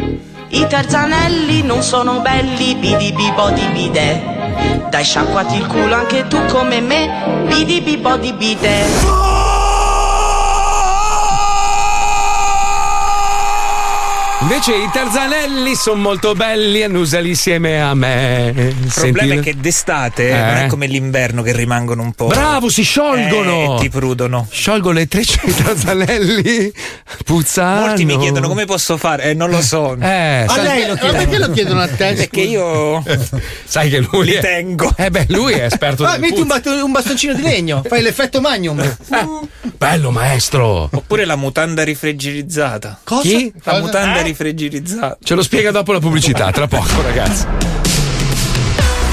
S20: I tarzanelli non sono belli, bidi bibodi bide. Dai sciacquati il culo anche tu come me. Bidi bibodi bide.
S2: Invece i tarzanelli sono molto belli, annusali insieme a me. Eh. Il
S3: Il problema è che d'estate Eh, non è come l'inverno che rimangono un po'.
S2: Bravo, si sciolgono!
S3: Eh, ti prudono.
S2: Sciolgono le *laughs* trecce dei tarzanelli. Puzzano.
S3: Molti mi chiedono come posso fare, eh, non lo so.
S2: Eh, sai-
S3: chiedono.
S2: Ma perché lo chiedono a te?
S3: Perché io.
S2: *laughs* Sai che lui.
S3: Li
S2: è-
S3: tengo.
S2: Eh beh, lui è
S3: *laughs*
S2: esperto
S5: Ah,
S2: del
S5: metti un,
S2: puzzo.
S5: bat- un bastoncino di legno, fai l'effetto magnum.
S2: *laughs* Bello, maestro.
S3: Oppure la mutanda rifriggerizzata.
S5: Cosa?
S3: Chi? La
S5: Cosa?
S3: mutanda
S5: Eh?
S3: rifriggerizzata.
S2: Ce lo spiega dopo la
S1: Ah,
S2: pubblicità, tra poco, ragazzi.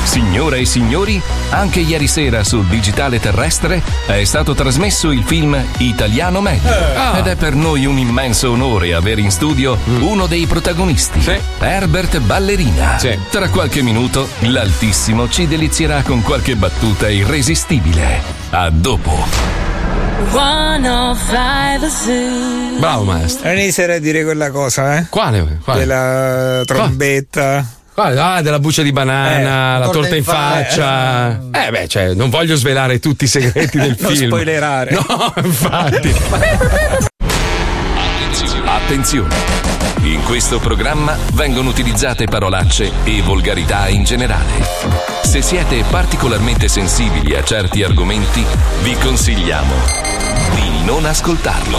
S1: Signore e signori, anche ieri sera sul digitale terrestre è stato trasmesso il film Italiano Medio. Ed è per noi un immenso onore avere in studio uno dei protagonisti, Herbert Ballerina. Tra qualche minuto l'Altissimo ci delizierà con qualche battuta irresistibile. A dopo.
S16: 105 Zoo.
S2: Bravo maestro.
S3: Non inizierei a dire quella cosa, eh?
S2: Quale? quale?
S3: Della Eh, trombetta.
S2: Quale? Ah, della buccia di banana,
S3: Eh,
S2: la torta in faccia. Eh, beh, cioè, non voglio svelare tutti i segreti
S3: *laughs*
S2: del
S3: Non
S2: film.
S3: spoilerare.
S2: No, infatti.
S1: Attenzione! In questo programma vengono utilizzate parolacce e volgarità in generale. Se siete particolarmente sensibili a certi argomenti, vi consigliamo di non ascoltarlo.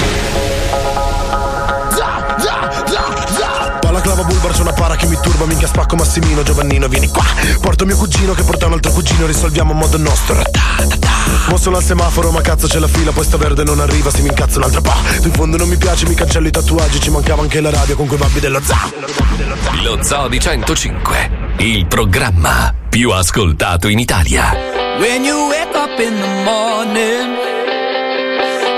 S10: Za, za, za, za!
S21: Balaclava chiama Bulbar, c'è una para che mi turba, minchia spacco Massimino, Giovannino, vieni qua. Porto mio cugino che porta un altro cugino, risolviamo a modo nostro. ratà. Mo sono al semaforo, ma cazzo c'è la fila, poi sta verde non arriva, se mi incazzo un'altra po'. Tu in fondo non mi piace, mi cancello i tatuaggi, ci mancava anche la radio con quei babbi dello zoo.
S1: Lo Zoo di 105, il programma più ascoltato in Italia.
S14: When you wake up in the morning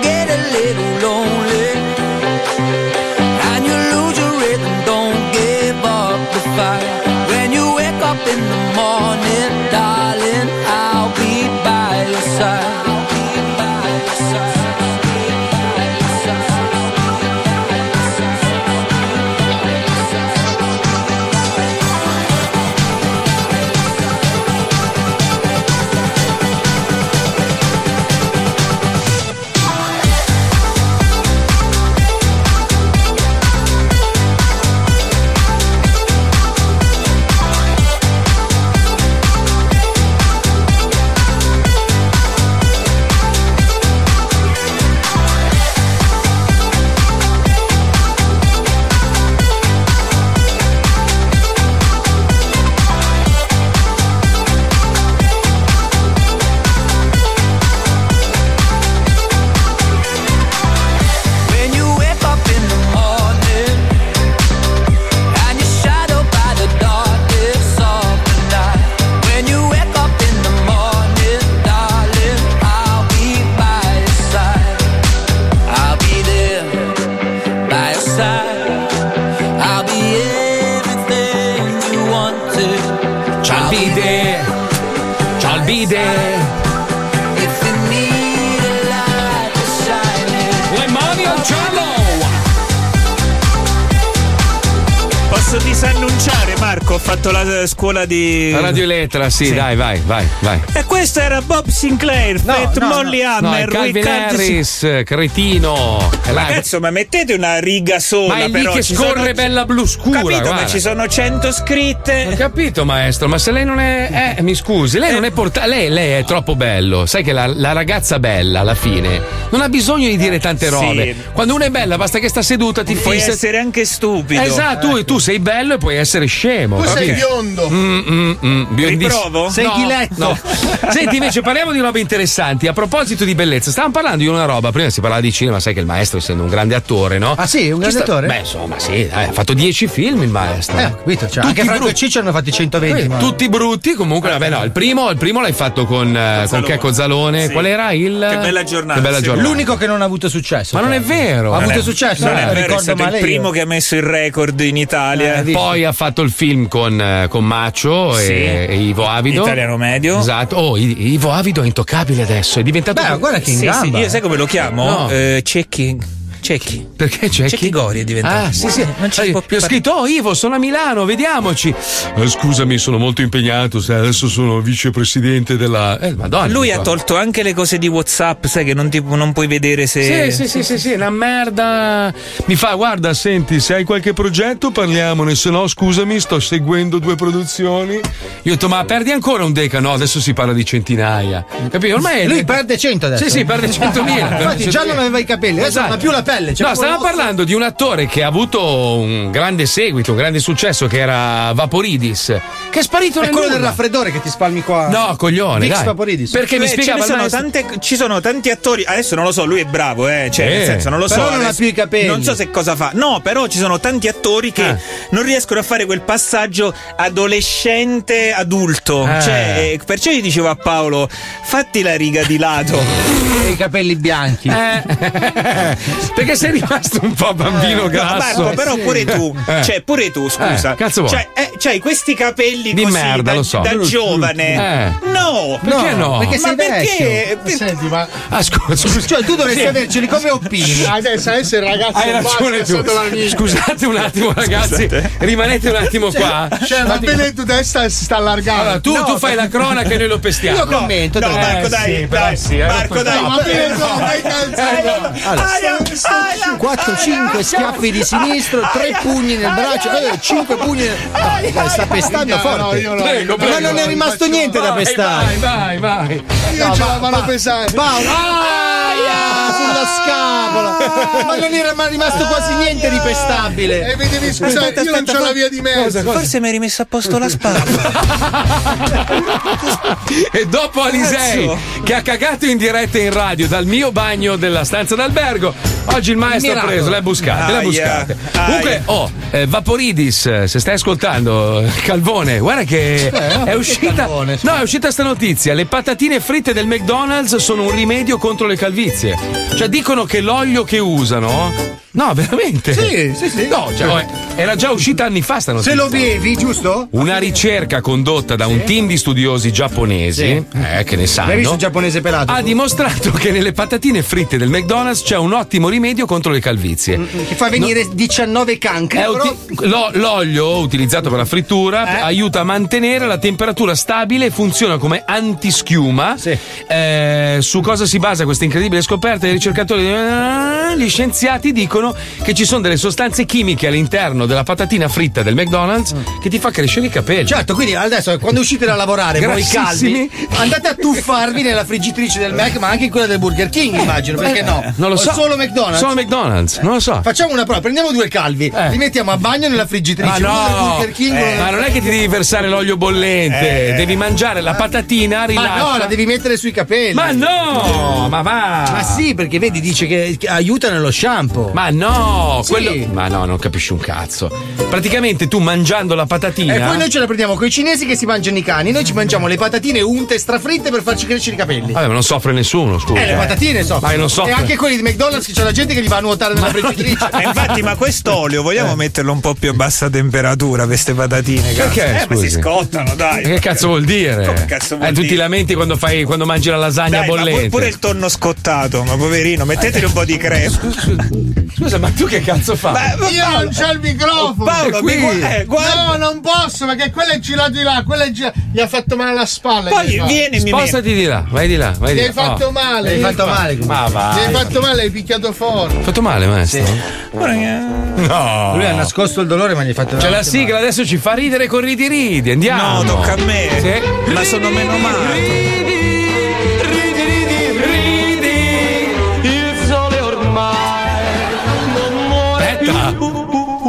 S14: get a little lonely and you lose your rhythm, don't give up the fight. When you wake up in the morning, darling, I'll be by your side. When you wake up in the morning and you're shadowed by the darkness of the night. When you wake up in the morning, darling, I'll be by your side. I'll be there by your side. I'll be everything you wanted. I'll be there. I'll be there. If you need a light to shine it.
S2: Le mani al cielo!
S3: Posso disannunciare, Marco? Ho fatto la eh, scuola di.
S2: La radio Elettra, sì, dai, vai, vai, vai.
S3: E questo era Bob Sinclair, Fat Molly
S2: No, è
S3: Hammer,
S2: Calvin
S3: Riccardo
S2: Harris, eh, cretino. Eh, vai.
S3: Ragazzo, ma mettete una riga sola.
S2: Ma è lì
S3: però,
S2: che
S3: ci
S2: scorre
S3: sono-
S2: bella blu scura.
S3: Capito,
S2: guarda.
S3: ma ci sono 100 scritte.
S2: Ho capito, maestro, ma se lei non è. Eh, mi scusi, lei non è portata. Lei, lei è troppo bello. Sai che la, la ragazza bella, alla fine, non ha bisogno di dire tante
S3: Eh, Sì.
S2: robe. Quando uno è bella, basta che sta seduta, ti
S3: Puoi
S2: fissa.
S3: essere anche stupido. Eh.
S2: Esatto, tu, tu sei bello e puoi essere scemo.
S3: Tu sei
S2: capito?
S9: biondo.
S2: Mm, mm, mm, biondissimo.
S3: Riprovo? Sei
S2: No,
S3: ghiletto.
S5: *laughs*
S2: no. Senti, invece parliamo di robe interessanti. A proposito di bellezza, stavamo parlando di una roba. Prima si parlava di cinema, sai che il maestro, essendo un grande attore, no?
S5: Ah, sì,
S2: Ci
S5: un grande attore?
S2: Beh, insomma, sì, dai, ha fatto 10 film il maestro.
S5: Eh, ho capito, cioè,
S2: Tutti
S5: anche Franco
S2: brutti.
S5: e Ciccio hanno fatti 120. ma-
S2: Tutti brutti, comunque, vabbè, no. Il primo, il primo l'hai fatto con, eh, con Checco Zalone. Qual era il.
S5: Che bella
S2: Che bella giornata.
S5: L'unico che non ha avuto successo.
S2: Ma non
S5: cioè.
S2: è vero.
S5: Ha
S2: Non
S5: avuto
S2: è-
S5: successo,
S2: non è
S5: eh,
S2: vero, è
S5: ricordo
S2: stato il
S5: male io.
S3: primo che ha messo il record in
S2: Eh,
S3: Italia.
S2: Poi ha fatto il film con, eh, con Maccio
S3: Sì.
S2: e, e Ivo Avido.
S3: Italiano medio.
S2: Esatto. Oh, I- Ivo Avido è intoccabile adesso. È diventato.
S3: Beh, guarda che in Sì, gamba. sì, io sai come lo chiamo? Eh, Cecchi. Cecchi.
S2: Perché Cecchi?
S3: Cecchi Gori è diventato. Eh,
S2: Ah, sì, sì.
S3: Non ci si può
S2: Gli ho
S3: più
S2: scritto, oh Ivo, sono a Milano, vediamoci. Eh, Scusami, sono molto impegnato. sai, Adesso sono vicepresidente della. Eh, Madonna.
S3: Lui ha
S2: qua.
S3: tolto anche le cose di WhatsApp, sai che non, ti- non puoi vedere se.
S2: Sì, sì, sì, sì, sì, una merda. Mi fa, guarda, senti, se hai qualche progetto parliamone, se no scusami, sto seguendo due produzioni. Io ho detto, ma perdi ancora un deca? No, adesso si parla di centinaia. Capito? Ormai
S5: Lui perde 100 adesso.
S2: Sì, sì, perde 100.000. perde
S5: *laughs* Infatti, già
S2: 100.000.
S5: non aveva i capelli, adesso
S2: Esatto.
S5: non ha più la pelle. cioè,
S2: no, stavamo
S5: proprio-
S2: parlando di un attore che ha avuto un grande seguito, un grande successo, che era Vaporidis. Che è sparito
S5: È
S2: nel
S5: quello del
S2: nulla.
S5: raffreddore che ti spalmi qua.
S2: No, coglione,
S5: Vix
S2: dai.
S5: Vaporidis.
S2: Perché mi
S3: Beh, ce
S2: spiegava
S3: ne
S2: il
S3: sono
S2: maestro-
S3: tante- ci sono tanti attori. Adesso non lo so, lui è bravo, eh. Cioè,
S5: Eh.
S3: nel senso, non lo
S5: Però
S3: so.
S5: non ha
S3: adesso-
S5: più i capelli.
S3: Non so se cosa fa. No, però ci sono tanti attori che non riescono a fare quel passaggio adolescente adulto.
S5: Eh.
S3: Cioè, eh, perciò gli dicevo a Paolo: fatti la riga di lato. Eh.
S5: E I capelli bianchi.
S2: Perché sei rimasto un po' bambino
S3: No,
S2: grasso.
S3: Marco, però pure tu,
S2: Eh.
S3: cioè pure tu, scusa.
S2: Eh, cazzo vuoi?
S3: Cioè, eh, c'hai questi capelli
S2: Di
S3: così
S2: merda,
S3: da,
S2: lo so.
S3: da
S2: Brutto,
S3: giovane.
S2: brutto. Eh.
S3: No,
S2: Perché no?
S3: Perché
S2: Perché
S3: ma
S2: sei
S5: Eh,
S3: perché?
S9: Eh, Senti, ma Ah,
S2: Ah, scusa, scusa.
S5: Cioè, tu dovresti
S9: Sì.
S5: averceli come oppini.
S9: adesso essere ragazzo
S2: Hai
S9: non
S2: ragione
S9: basta,
S2: tu.
S9: sotto la mia-
S2: Scusate un attimo, ragazzi.
S9: Scusate.
S2: Rimanete un attimo
S9: Cioè, *laughs*
S2: qua.
S9: Cioè, la benedetta si sta allargando.
S2: Allora, tu, tu fai la cronaca e noi lo pestiamo.
S9: Io commento,
S2: No,
S9: dai.
S2: Marco,
S9: Eh,
S2: dai,
S9: sì, però
S2: dai.
S9: sì, eh,
S2: Marco,
S9: lo
S2: dai.
S9: facciamo. Ma perché no? Dai, calzare.
S2: Eh, no. Allora.
S9: I am
S5: 4, 5 schiaffi di sinistro, 3 pugni nel braccio, 5 pugni. nel- Dai, dai, sta pestando
S9: No, no,
S5: forte.
S9: io no, io no.
S5: Ma non è rimasto niente da pestare.
S2: Vai, vai, vai.
S9: Io
S5: No,
S9: ce
S5: va-
S9: la mano
S5: va-
S9: pesante.
S5: Paolo. Ah, sulla scapola. Ma non era mai rimasto quasi niente di pestabile.
S9: E mi devi scusare,
S5: Aspetta,
S9: io non
S5: aspetta,
S9: c'ho la
S5: for-
S9: via di mezzo.
S5: Cosa, cosa?
S3: Forse mi hai rimesso a
S2: *laughs*
S3: posto la spalla.
S2: E dopo Alisei che ha cagato in diretta in radio dal mio bagno della stanza d'albergo, oggi il maestro ha
S17: Miracolo.
S2: preso, le buscate, le
S17: Aia,
S2: buscate.
S17: aia.
S2: Comunque, oh, eh, Vaporidis, eh, se stai ascoltando, eh, Calvone, guarda che
S5: Eh,
S2: è
S5: che
S2: uscita. no, è uscita sta notizia. Le patatine fritte del McDonald's sono un rimedio contro le calvizie. Cioè, dicono che l'olio che usano. No, veramente?
S4: Sì, sì, sì.
S2: No, cioè, oh, eh, era già uscita anni fa sta notizia.
S4: Se lo bevi, giusto?
S2: Una ricerca condotta da un team di studiosi giapponesi, eh, che ne sanno,
S5: L'hai visto il giapponese pelato?
S2: ha dimostrato che nelle patatine fritte del McDonald's c'è un ottimo rimedio contro le calvizie.
S5: Ti fa venire 19 cancri.
S2: È
S5: però-
S2: uti- lo- l'olio utilizzato per la
S5: Eh.
S2: frittura aiuta a mantenere la temperatura stabile e funziona come antischiuma. Eh, su cosa si basa questa incredibile scoperta? I ricercatori, eh, gli scienziati dicono che ci sono delle sostanze chimiche all'interno della patatina fritta del McDonald's che ti fa crescere i capelli.
S5: Mm. Certo, quindi adesso quando uscite da lavorare voi caldi,
S2: Grassissimi.
S5: andate a tuffarvi nella friggitrice del Mac, ma anche in quella del Burger King, immagino, perché no?
S2: Eh. Non lo
S5: O
S2: so.
S5: Solo McDonald's.
S2: Solo McDonald's, non lo so.
S5: Facciamo una prova, prendiamo due calvi, li mettiamo a bagno nella friggitrice,
S2: Ma
S5: uno del
S2: no,
S5: Burger King,
S2: Eh,
S5: uno del-
S2: ma non è che ti devi versare l'olio bollente,
S5: Eh.
S2: devi mangiare la patatina, rilascia.
S5: Ma no, la devi mettere sui capelli.
S2: Ma no, ma va.
S5: Ma sì, perché vedi, dice che che aiuta nello shampoo.
S2: Ma no,
S5: Sì.
S2: quello. Ma no, non capisci un cazzo. Praticamente tu mangiando la patatina.
S5: E poi noi ce la prendiamo con i cinesi che si mangiano i cani, noi ci mangiamo le patatine unte strafritte per farci crescere i capelli.
S2: Vabbè, ma non soffre nessuno, scusa.
S5: Eh, le patatine so.
S2: Ma non soffre.
S5: E anche quelli di McDonald's che c'è la gente che li va a nuotare nella friggitrice.
S3: E infatti, ma quest'olio
S2: Eh.
S3: vogliamo metterlo un po' più a bassa temperatura, queste patatine? cazzo?
S2: Perché,
S3: Eh, ma si
S2: scusi?
S3: scottano, dai.
S2: Che cazzo vuol dire?
S3: Come cazzo vuol
S2: eh, tu ti
S3: dire?
S2: lamenti quando, fai, quando mangi la lasagna
S3: Dai, ma
S2: bollente.
S3: pure il tonno scottato, ma poverino, metteteli un
S2: *laughs*
S3: po' di crema.
S2: Scusa, ma tu che cazzo fai?
S9: Io non c'ho il microfono.
S3: Oh, Paolo, È qui. mi gu- eh, guarda.
S9: No, non posso perché quello è girato di là, quello è girato. Gli ha fatto male la spalla. gli hai fatto.
S2: Spostati di là, vai di là, vai
S9: Gli
S2: di là.
S9: hai fatto
S2: Oh.
S9: male.
S2: Gli hai fatto male. Ma va.
S9: Gli hai
S2: Hai
S9: fatto male, hai picchiato forte.
S2: fatto male, maestro? No.
S5: Lui ha nascosto il dolore, ma gli hai fatto
S2: C'è la
S5: veramente
S2: sigla, adesso ci fa ridere con ridi ridi, andiamo.
S3: No, tocca a me.
S2: Sì.
S3: Ma sono meno male.
S10: Il sole ormai non muore
S2: Aspetta.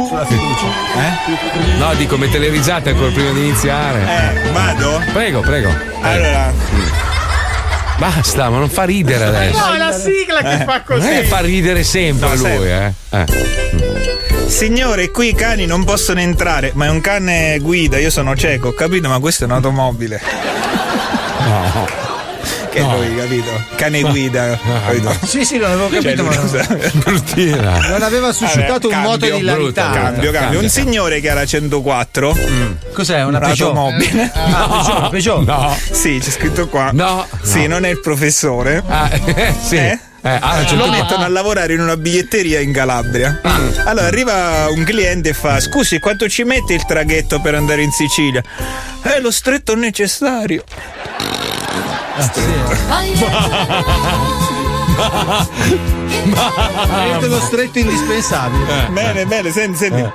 S10: Sulla fiducia.
S5: Eh?
S2: No, dico, mette le risate ancora prima di iniziare.
S3: Eh, vado?
S2: Prego, prego.
S3: Allora.
S2: Basta, ma non fa ridere adesso.
S6: No, è la sigla che
S2: Eh,
S6: fa
S2: Non è
S6: così.
S2: che fa ridere sempre
S3: No,
S2: lui, eh. Eh.
S3: Signore, qui i cani non possono entrare, ma è un cane guida, io sono cieco, ho capito? Ma questa è un'automobile.
S2: No.
S3: Che lui, capito? Cane guida, capito? Cioè,
S5: Sì, sì, non avevo capito, ma-
S2: Bruttina.
S5: Non aveva suscitato un moto di
S3: brutto,
S5: ilarità.
S3: Cambio, cambio,
S5: Cambia.
S3: Un signore che era 104.
S5: Cos'è? Una Peugeot?
S2: *laughs*
S3: Automobile.
S5: Eh, ah, Peugeot, Peugeot.
S2: No.
S3: Sì, c'è scritto qua.
S2: No.
S3: Sì, non è il professore.
S2: Ah, *laughs* eh, sì. Eh, ah, c'è
S3: lo
S2: tutto-
S3: mettono a lavorare in una biglietteria in Calabria.
S2: Ah.
S3: Allora arriva un cliente e fa: Scusi, quanto ci mette il traghetto per andare in Sicilia? È lo stretto necessario.
S2: Ah.
S5: Niente lo stretto indispensabile.
S2: Eh.
S3: Bene, bene, senti, senti.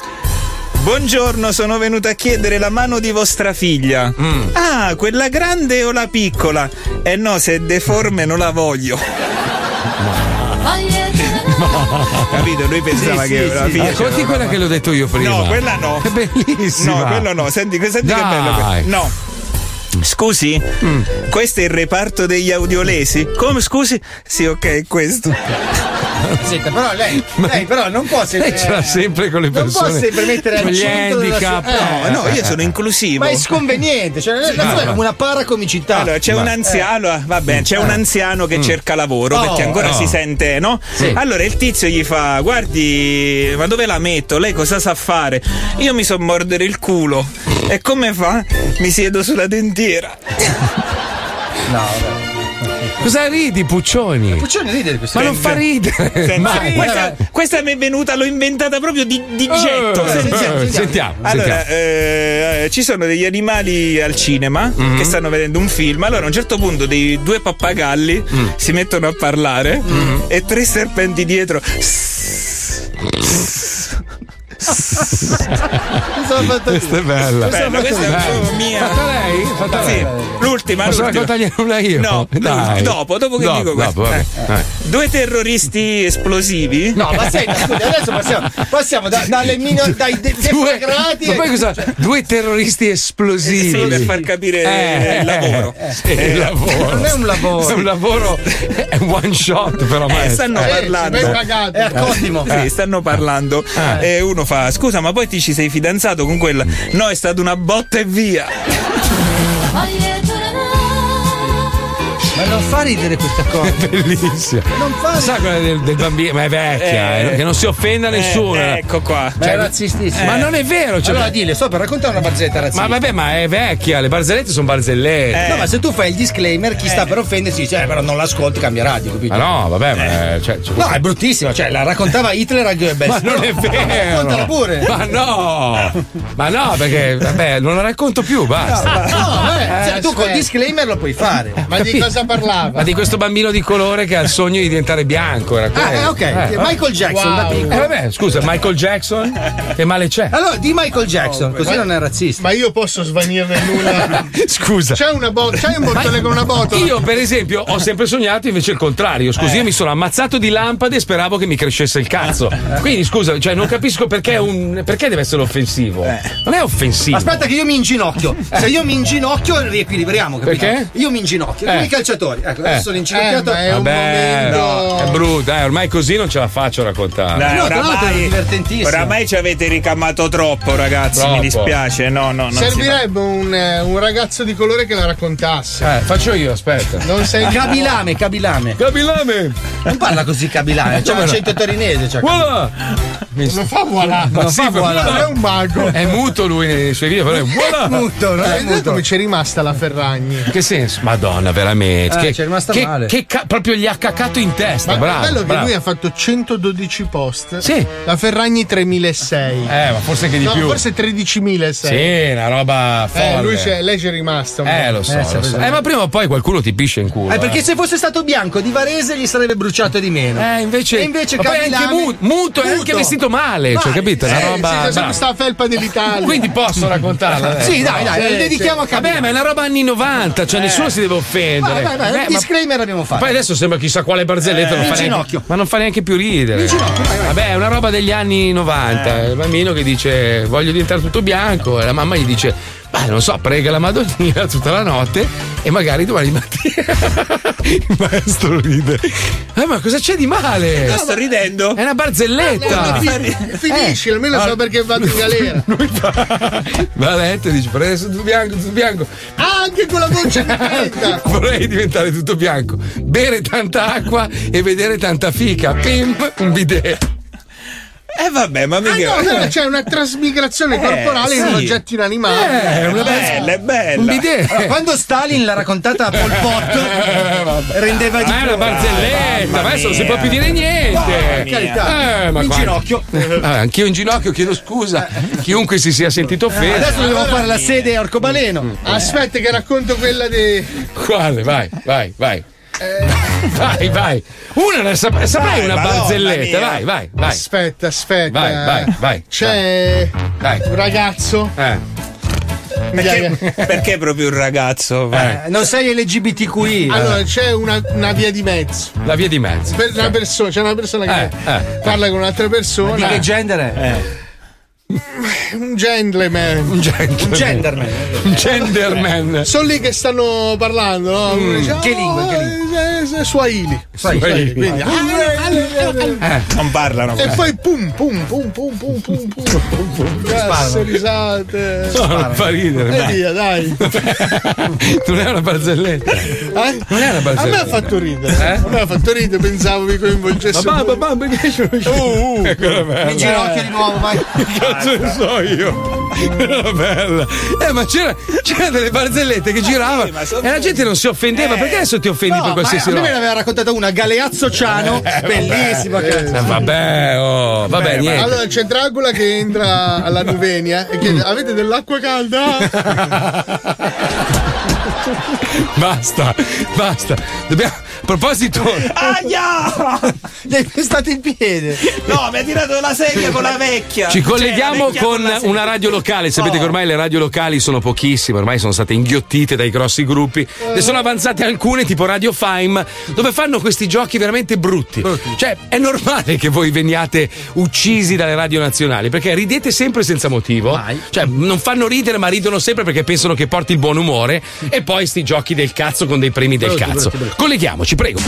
S3: Buongiorno, sono venuta a chiedere la mano di vostra figlia.
S2: Mm.
S3: Ah, quella grande o la piccola? Eh no, se è deforme non la voglio. Capito? Lui pensava
S2: Sì,
S3: che
S2: sì,
S3: la
S2: sì.
S3: figlia.
S2: Racconti
S3: c'era-
S2: quella che l'ho detto io prima.
S3: No, quella no.
S2: È bellissima.
S3: No, quello no. Senti, senti che
S2: Dai. Mm.
S3: bello. que- No. Scusi? Questo è il reparto degli audiolesi? Come scusi? Sì, ok,
S2: *laughs*
S3: questo.
S5: Senta, però lei, lei però non può sempre.
S2: Lei ce l'ha sempre con le
S5: non
S2: persone.
S5: può sempre mettere
S2: con
S5: al
S2: gli
S5: centro della sua-
S2: handicap.
S5: Eh,
S3: No, no, io sono inclusivo.
S5: Ma è sconveniente, cioè, la sua è come una paracomicità. eh.
S3: Allora, c'è un anziano, ah, va bene, c'è un anziano che cerca lavoro
S5: Oh,
S3: perché ancora
S5: oh.
S3: si sente, no?
S5: Sì.
S3: Allora il tizio gli fa: Guardi, ma dove la metto? Lei cosa sa fare? Io mi so mordere il culo. E come fa? Mi siedo sulla dentiera. *laughs*
S2: Cosa ridi, Puccioni?
S5: Puccioni ridere
S2: Ma non fa
S3: *laughs*
S2: ridere. mai.
S3: questa, questa mi è venuta, l'ho inventata proprio di, di getto.
S2: Eh,
S3: Sentiamo.
S2: eh, sentiamo,
S3: Allora,
S2: sentiamo.
S3: eh, eh, ci sono degli animali al cinema che stanno vedendo un film. Allora, a un certo punto, Mm. dei due pappagalli si mettono a parlare e tre serpenti dietro. "Sss,
S2: Questa è bella.
S3: Bella, questa è proprio mia.
S2: Fatta lei? Fatta
S3: Sì,
S2: lei?
S3: l'ultima.
S2: Posso
S3: l'ultima.
S2: raccontargliene una io?
S3: No,
S2: Dai.
S3: dopo, dopo che
S2: Dopo,
S3: dico questo.
S2: dopo, vabbè,
S3: Eh.
S2: dai.
S3: Due terroristi esplosivi.
S5: No, ma
S3: *laughs*
S5: senti, scusa, adesso passiamo, passiamo da- dalle mino, dai de- democratiche-
S2: Ma poi cosa? Due terroristi esplosivi.
S3: Sì, per far capire
S2: Eh,
S3: il lavoro.
S2: eh, sì, il lavoro.
S5: Non è un lavoro.
S2: È un lavoro. È un one shot, però.
S3: Eh,
S2: maestro.
S3: stanno
S2: Eh,
S3: parlando.
S2: ci vai pagato. È
S5: Eh,
S2: a Cosimo.
S3: Sì, stanno parlando.
S2: Ah.
S3: E uno fa: Scusa, ma poi ti ci sei fidanzato con quella? No, è stata una botta e via.
S5: Ma non fa ridere questa cosa.
S2: È bellissima.
S5: Non fa
S2: Sa quella del, del bambino, ma è vecchia,
S5: Eh.
S2: eh, che non si offenda nessuno. Cioè,
S3: ecco qua.
S5: Cioè, Ma è razzistissimo.
S2: Ma non è vero, cioè-
S5: allora dile, sto per raccontare una barzelletta razzista.
S2: Ma vabbè, ma è vecchia, le barzellette sono
S3: Eh.
S2: barzellette.
S5: No, ma se tu fai il disclaimer, chi sta per offendersi dice, eh, però non l'ascolti, cambia radio, capito?
S2: Ma no, vabbè, ma. eh, Cioè, cioè-
S5: No, è bruttissimo, cioè la raccontava Hitler anche io
S2: Ma Eh,
S5: *laughs*
S2: non è vero!
S5: Raccontala pure!
S2: Ma no! Ma no, perché vabbè, non la racconto più,
S9: Ah,
S2: basta.
S5: No,
S2: *laughs*
S5: eh,
S2: Eh,
S5: cioè, tu col
S2: aspetta.
S5: disclaimer lo puoi fare.
S2: Ma di Capito. cosa
S5: parlava?
S2: Ma di questo bambino di colore che ha il sogno di diventare bianco, era quello.
S5: Ah, ok,
S2: Eh,
S5: Michael Jackson da piccolo.
S2: Eh, vabbè, scusa, Michael Jackson? Che male c'è?
S5: Allora, di Michael Jackson, così non è razzista.
S9: Oh, Ma io posso svanirne in una.
S2: *laughs* Scusa.
S9: C'è, una bo- c'è un bottone con una botola?
S2: Io, per esempio, ho sempre sognato invece il contrario.
S5: Eh.
S2: Scusi, io mi sono ammazzato di lampade e speravo che mi crescesse il cazzo. Quindi, scusa, cioè, non capisco perché, è un- perché deve essere offensivo. Non è offensivo.
S5: Eh. Aspetta che io mi
S2: *laughs*
S5: inginocchio. Se io mi inginocchio riequilibriamo, capito?
S2: Perché?
S5: Io mi inginocchio,
S2: Eh.
S5: come i calciatori. Ecco, adesso
S2: Eh.
S5: sono inginocchiato.
S2: Vabbè, no, è brutto, eh, ormai così non ce la faccio a raccontare.
S3: Dai,
S5: No, tra l'altro era
S3: oramai,
S5: divertentissimo.
S3: oramai ci avete ricamato troppo, ragazzi.
S2: Troppo.
S3: Mi dispiace. No, no, non si
S9: Servirebbe un, eh, un ragazzo di colore che la raccontasse.
S2: Eh, faccio io, aspetta.
S9: Non sei
S5: Cabilame, cabilame.
S2: Cabilame!
S5: Non parla così
S9: *laughs*
S5: cabilame, c'è
S2: Come
S5: un
S2: no?
S5: accento torinese. Cioè.
S2: Voilà! Non
S9: fa voilà.
S2: Ma
S9: Non
S2: sì,
S9: fa
S2: per-
S9: voilà. Non è un mago. *laughs*
S2: È muto lui nei suoi video, però è voilà. Eh,
S9: Hai detto come c'è rimasta la Ferragni?
S2: Che senso? Madonna, veramente.
S9: Eh,
S2: Eh, che,
S9: c'è rimasta
S2: che-
S9: male.
S2: che ca- proprio gli ha cacato in testa.
S9: Ma
S2: bravo.
S9: è bello che
S2: bravo.
S9: lui ha fatto 112 post.
S2: Sì.
S9: La Ferragni 3006.
S2: Eh, ma forse anche di
S9: no,
S2: più.
S9: Forse 13006.
S2: Sì, una roba folle.
S9: Eh, lui c'è, lei c'è rimasta.
S2: Eh, lo so, lo so. Eh, ma prima o poi qualcuno ti pisce in culo.
S5: Eh, perché
S2: eh.
S5: se fosse stato bianco di Varese gli sarebbe bruciato di meno.
S2: Eh, invece.
S5: E invece
S2: ma poi è anche
S5: Cabilame-
S2: mu- muto, è anche vestito male. Cioè, capito? È
S9: Eh,
S2: Una
S9: sì,
S2: roba.
S9: c'è
S2: brava.
S9: questa felpa dell'Italia.
S2: Quindi posso raccontarla? adesso?
S5: Sì, dai, dai,
S2: Sì,
S5: la dedichiamo a
S2: eh. cioè, Vabbè,
S5: Cabilame.
S2: ma è una roba anni 90, cioè
S5: Eh.
S2: nessuno si deve offendere.
S5: Vai, vai, vai,
S2: Eh,
S5: un disclaimer abbiamo
S2: ma
S5: fatto.
S2: poi adesso sembra chissà quale barzelletta,
S5: Eh.
S2: non fa neanche-
S5: Ginocchio.
S2: ma non fa neanche più ridere. Vabbè, è una roba degli anni 90. Il bambino che dice voglio diventare tutto bianco e la mamma gli dice, beh, non so, prega la Madonnina *laughs* tutta la notte e magari domani mattina *laughs* il maestro ride. Eh, ma cosa c'è di male?
S3: sto ridendo.
S2: È una barzelletta. Eh. Ah.
S9: Finisci, almeno so perché vado in
S2: *laughs*
S9: galera.
S2: Va a letto e dice, "Vorrei essere tutto bianco, tutto bianco.
S9: Ah, anche con la
S2: *laughs*
S9: voce di merda.
S2: Vorrei diventare tutto bianco, bere tanta acqua e vedere tanta fica. Pim, un bidet.
S3: Eh vabbè, ma
S9: Ah,
S3: mica.
S9: no, allora c'è una trasmigrazione corporale in
S3: Eh, sì.
S9: un oggetto inanimale.
S3: Eh, una bella, è bella.
S5: Un bidet. Allora, quando Stalin l'ha raccontata a Pol
S2: *laughs*
S5: Pot rendeva
S2: Eh,
S5: di
S2: Ma è
S5: più.
S2: una barzelletta, ma adesso non si può più dire niente.
S5: No, per carità.
S2: Eh, ma
S5: in
S2: qua-
S5: ginocchio.
S2: Eh, anch'io in ginocchio chiedo scusa. Chiunque si sia sentito offeso.
S5: Eh, Adesso dobbiamo fare la sede a Orcobaleno.
S9: Aspetta che racconto quella Eh. di...
S2: Mm, Quale? Vai, vai, vai. Vai, vai. Una ne sap- saprai una
S9: Madonna
S2: barzelletta.
S9: mia.
S2: Vai, vai, vai.
S9: Aspetta, aspetta.
S2: Vai, vai, vai.
S9: C'è
S2: Vai. Eh.
S9: un ragazzo.
S3: Perché, perché proprio un
S2: Eh.
S3: ragazzo? vai.
S5: Eh, Non sei LGBTQI.
S9: Allora, c'è una, una via di mezzo.
S2: La via di mezzo.
S9: Per una persona, c'è una persona che
S2: Eh, eh.
S9: parla con un'altra persona.
S5: Di che genere?
S9: Un gentleman.
S2: Un gentleman.
S9: Un genderman.
S2: Un genderman.
S9: Sono lì che stanno parlando, no?
S2: Mm.
S9: Uno dice,
S5: Che
S9: "Oh,
S5: lingua, che
S9: eh, eh, Swahili.
S2: Swahili.
S9: Swahili, quindi, eh,
S2: Ah, Eh.
S3: Non parlano.
S9: E poi pum pum pum pum pum pum pum pum Cazzo, risate
S2: No, non fa ridere,
S9: E
S2: dai.
S9: via
S2: *laughs*
S9: dai
S2: Non è una barzelletta.
S9: Eh?
S2: Non è una
S9: A me
S2: barzelletta.
S9: ha fatto ridere
S2: Eh?
S9: A me ha fatto ridere Pensavo mi coinvolgesse
S2: Ma
S9: molto.
S2: babbo,
S9: Oh, oh.
S5: In ginocchio di nuovo,
S2: *laughs*
S5: vai.
S2: Che cazzo ne so io? Era bella. *laughs* Eh, ma c'era, c'erano delle barzellette che giravano e la gente non si offendeva. Perché adesso ti offendi per
S5: No, ma
S2: qualsiasi
S5: a me
S2: roba?
S5: me ne aveva raccontata una Galeazzo Ciano, bellissima. cazzo.
S2: Eh, vabbè, oh, vabbè,
S9: Beh, ma-
S2: niente.
S9: Allora c'è Dracula che entra alla Nuvenia e chiede: Avete dell'acqua calda?
S2: Basta, basta. Dobbiamo- A proposito.
S3: Aia!
S5: Eh. *laughs* Gli hai pestato il piede.
S3: No, mi ha tirato la sedia con la vecchia.
S2: Ci
S3: Cioè, la
S2: colleghiamo
S3: vecchia
S2: con
S3: la sedia. Oh.
S2: una radio locale. Sapete che ormai le radio locali sono pochissime, ormai sono state inghiottite dai grossi gruppi. Ne sono avanzate alcune, tipo Radio Fime, dove fanno questi giochi veramente brutti. Cioè, è normale che voi veniate uccisi dalle radio nazionali, perché ridete sempre senza motivo. Cioè, non fanno ridere, ma ridono sempre perché pensano che porti il buon umore. E poi sti giochi del cazzo con dei premi del
S7: Brutti,
S2: cazzo.
S7: brutti, brutti.
S2: Colleghiamoci, prego.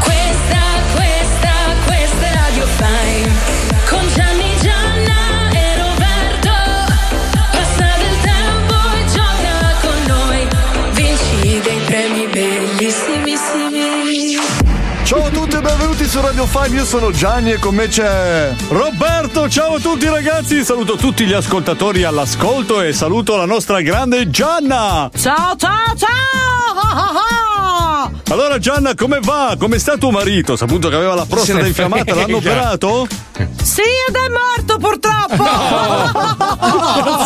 S7: Questa, questa, questa è Radio Fine Con Gianni, Gianna e Roberto Passa del tempo e gioca con noi Vinci dei premi bellissimi
S8: Ciao a tutti e benvenuti su Radio 5, io sono Gianni e con me c'è Roberto, ciao a tutti ragazzi, saluto tutti gli ascoltatori all'ascolto e saluto la nostra grande Gianna!
S7: Ciao, ciao, ciao!
S8: Allora Gianna come va? Come sta tuo marito? Saputo che aveva la
S7: Se
S8: prostata
S7: ne
S8: infiammata,
S7: frega.
S8: l'hanno operato?
S7: Sì, ed è morto purtroppo!
S8: No,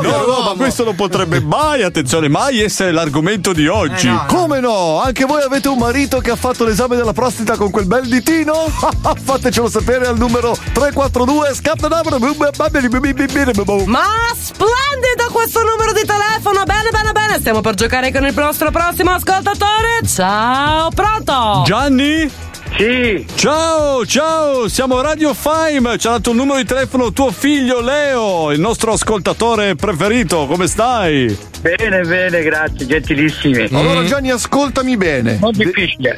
S8: no, ma questo non potrebbe mai, attenzione, mai essere l'argomento di
S13: Eh,
S8: oggi.
S21: Come no? Anche voi avete un marito che ha fatto l'esame della prostata con quel bel ditino? *laughs* Fatecelo sapere al numero 342
S7: Ma splendido questo numero di telefono! Bene, bene, bene! Stiamo per giocare con il nostro prossimo ascoltatore! Ciao, pronto!
S8: Gianni?
S13: Sì.
S8: Ciao, ciao, siamo Radio Fime. Ci ha dato il numero di telefono tuo figlio Leo, il nostro ascoltatore preferito. Come stai? Mm.
S13: Bene, bene, grazie, gentilissimi.
S21: Allora Gianni ascoltami bene.
S13: Non difficile.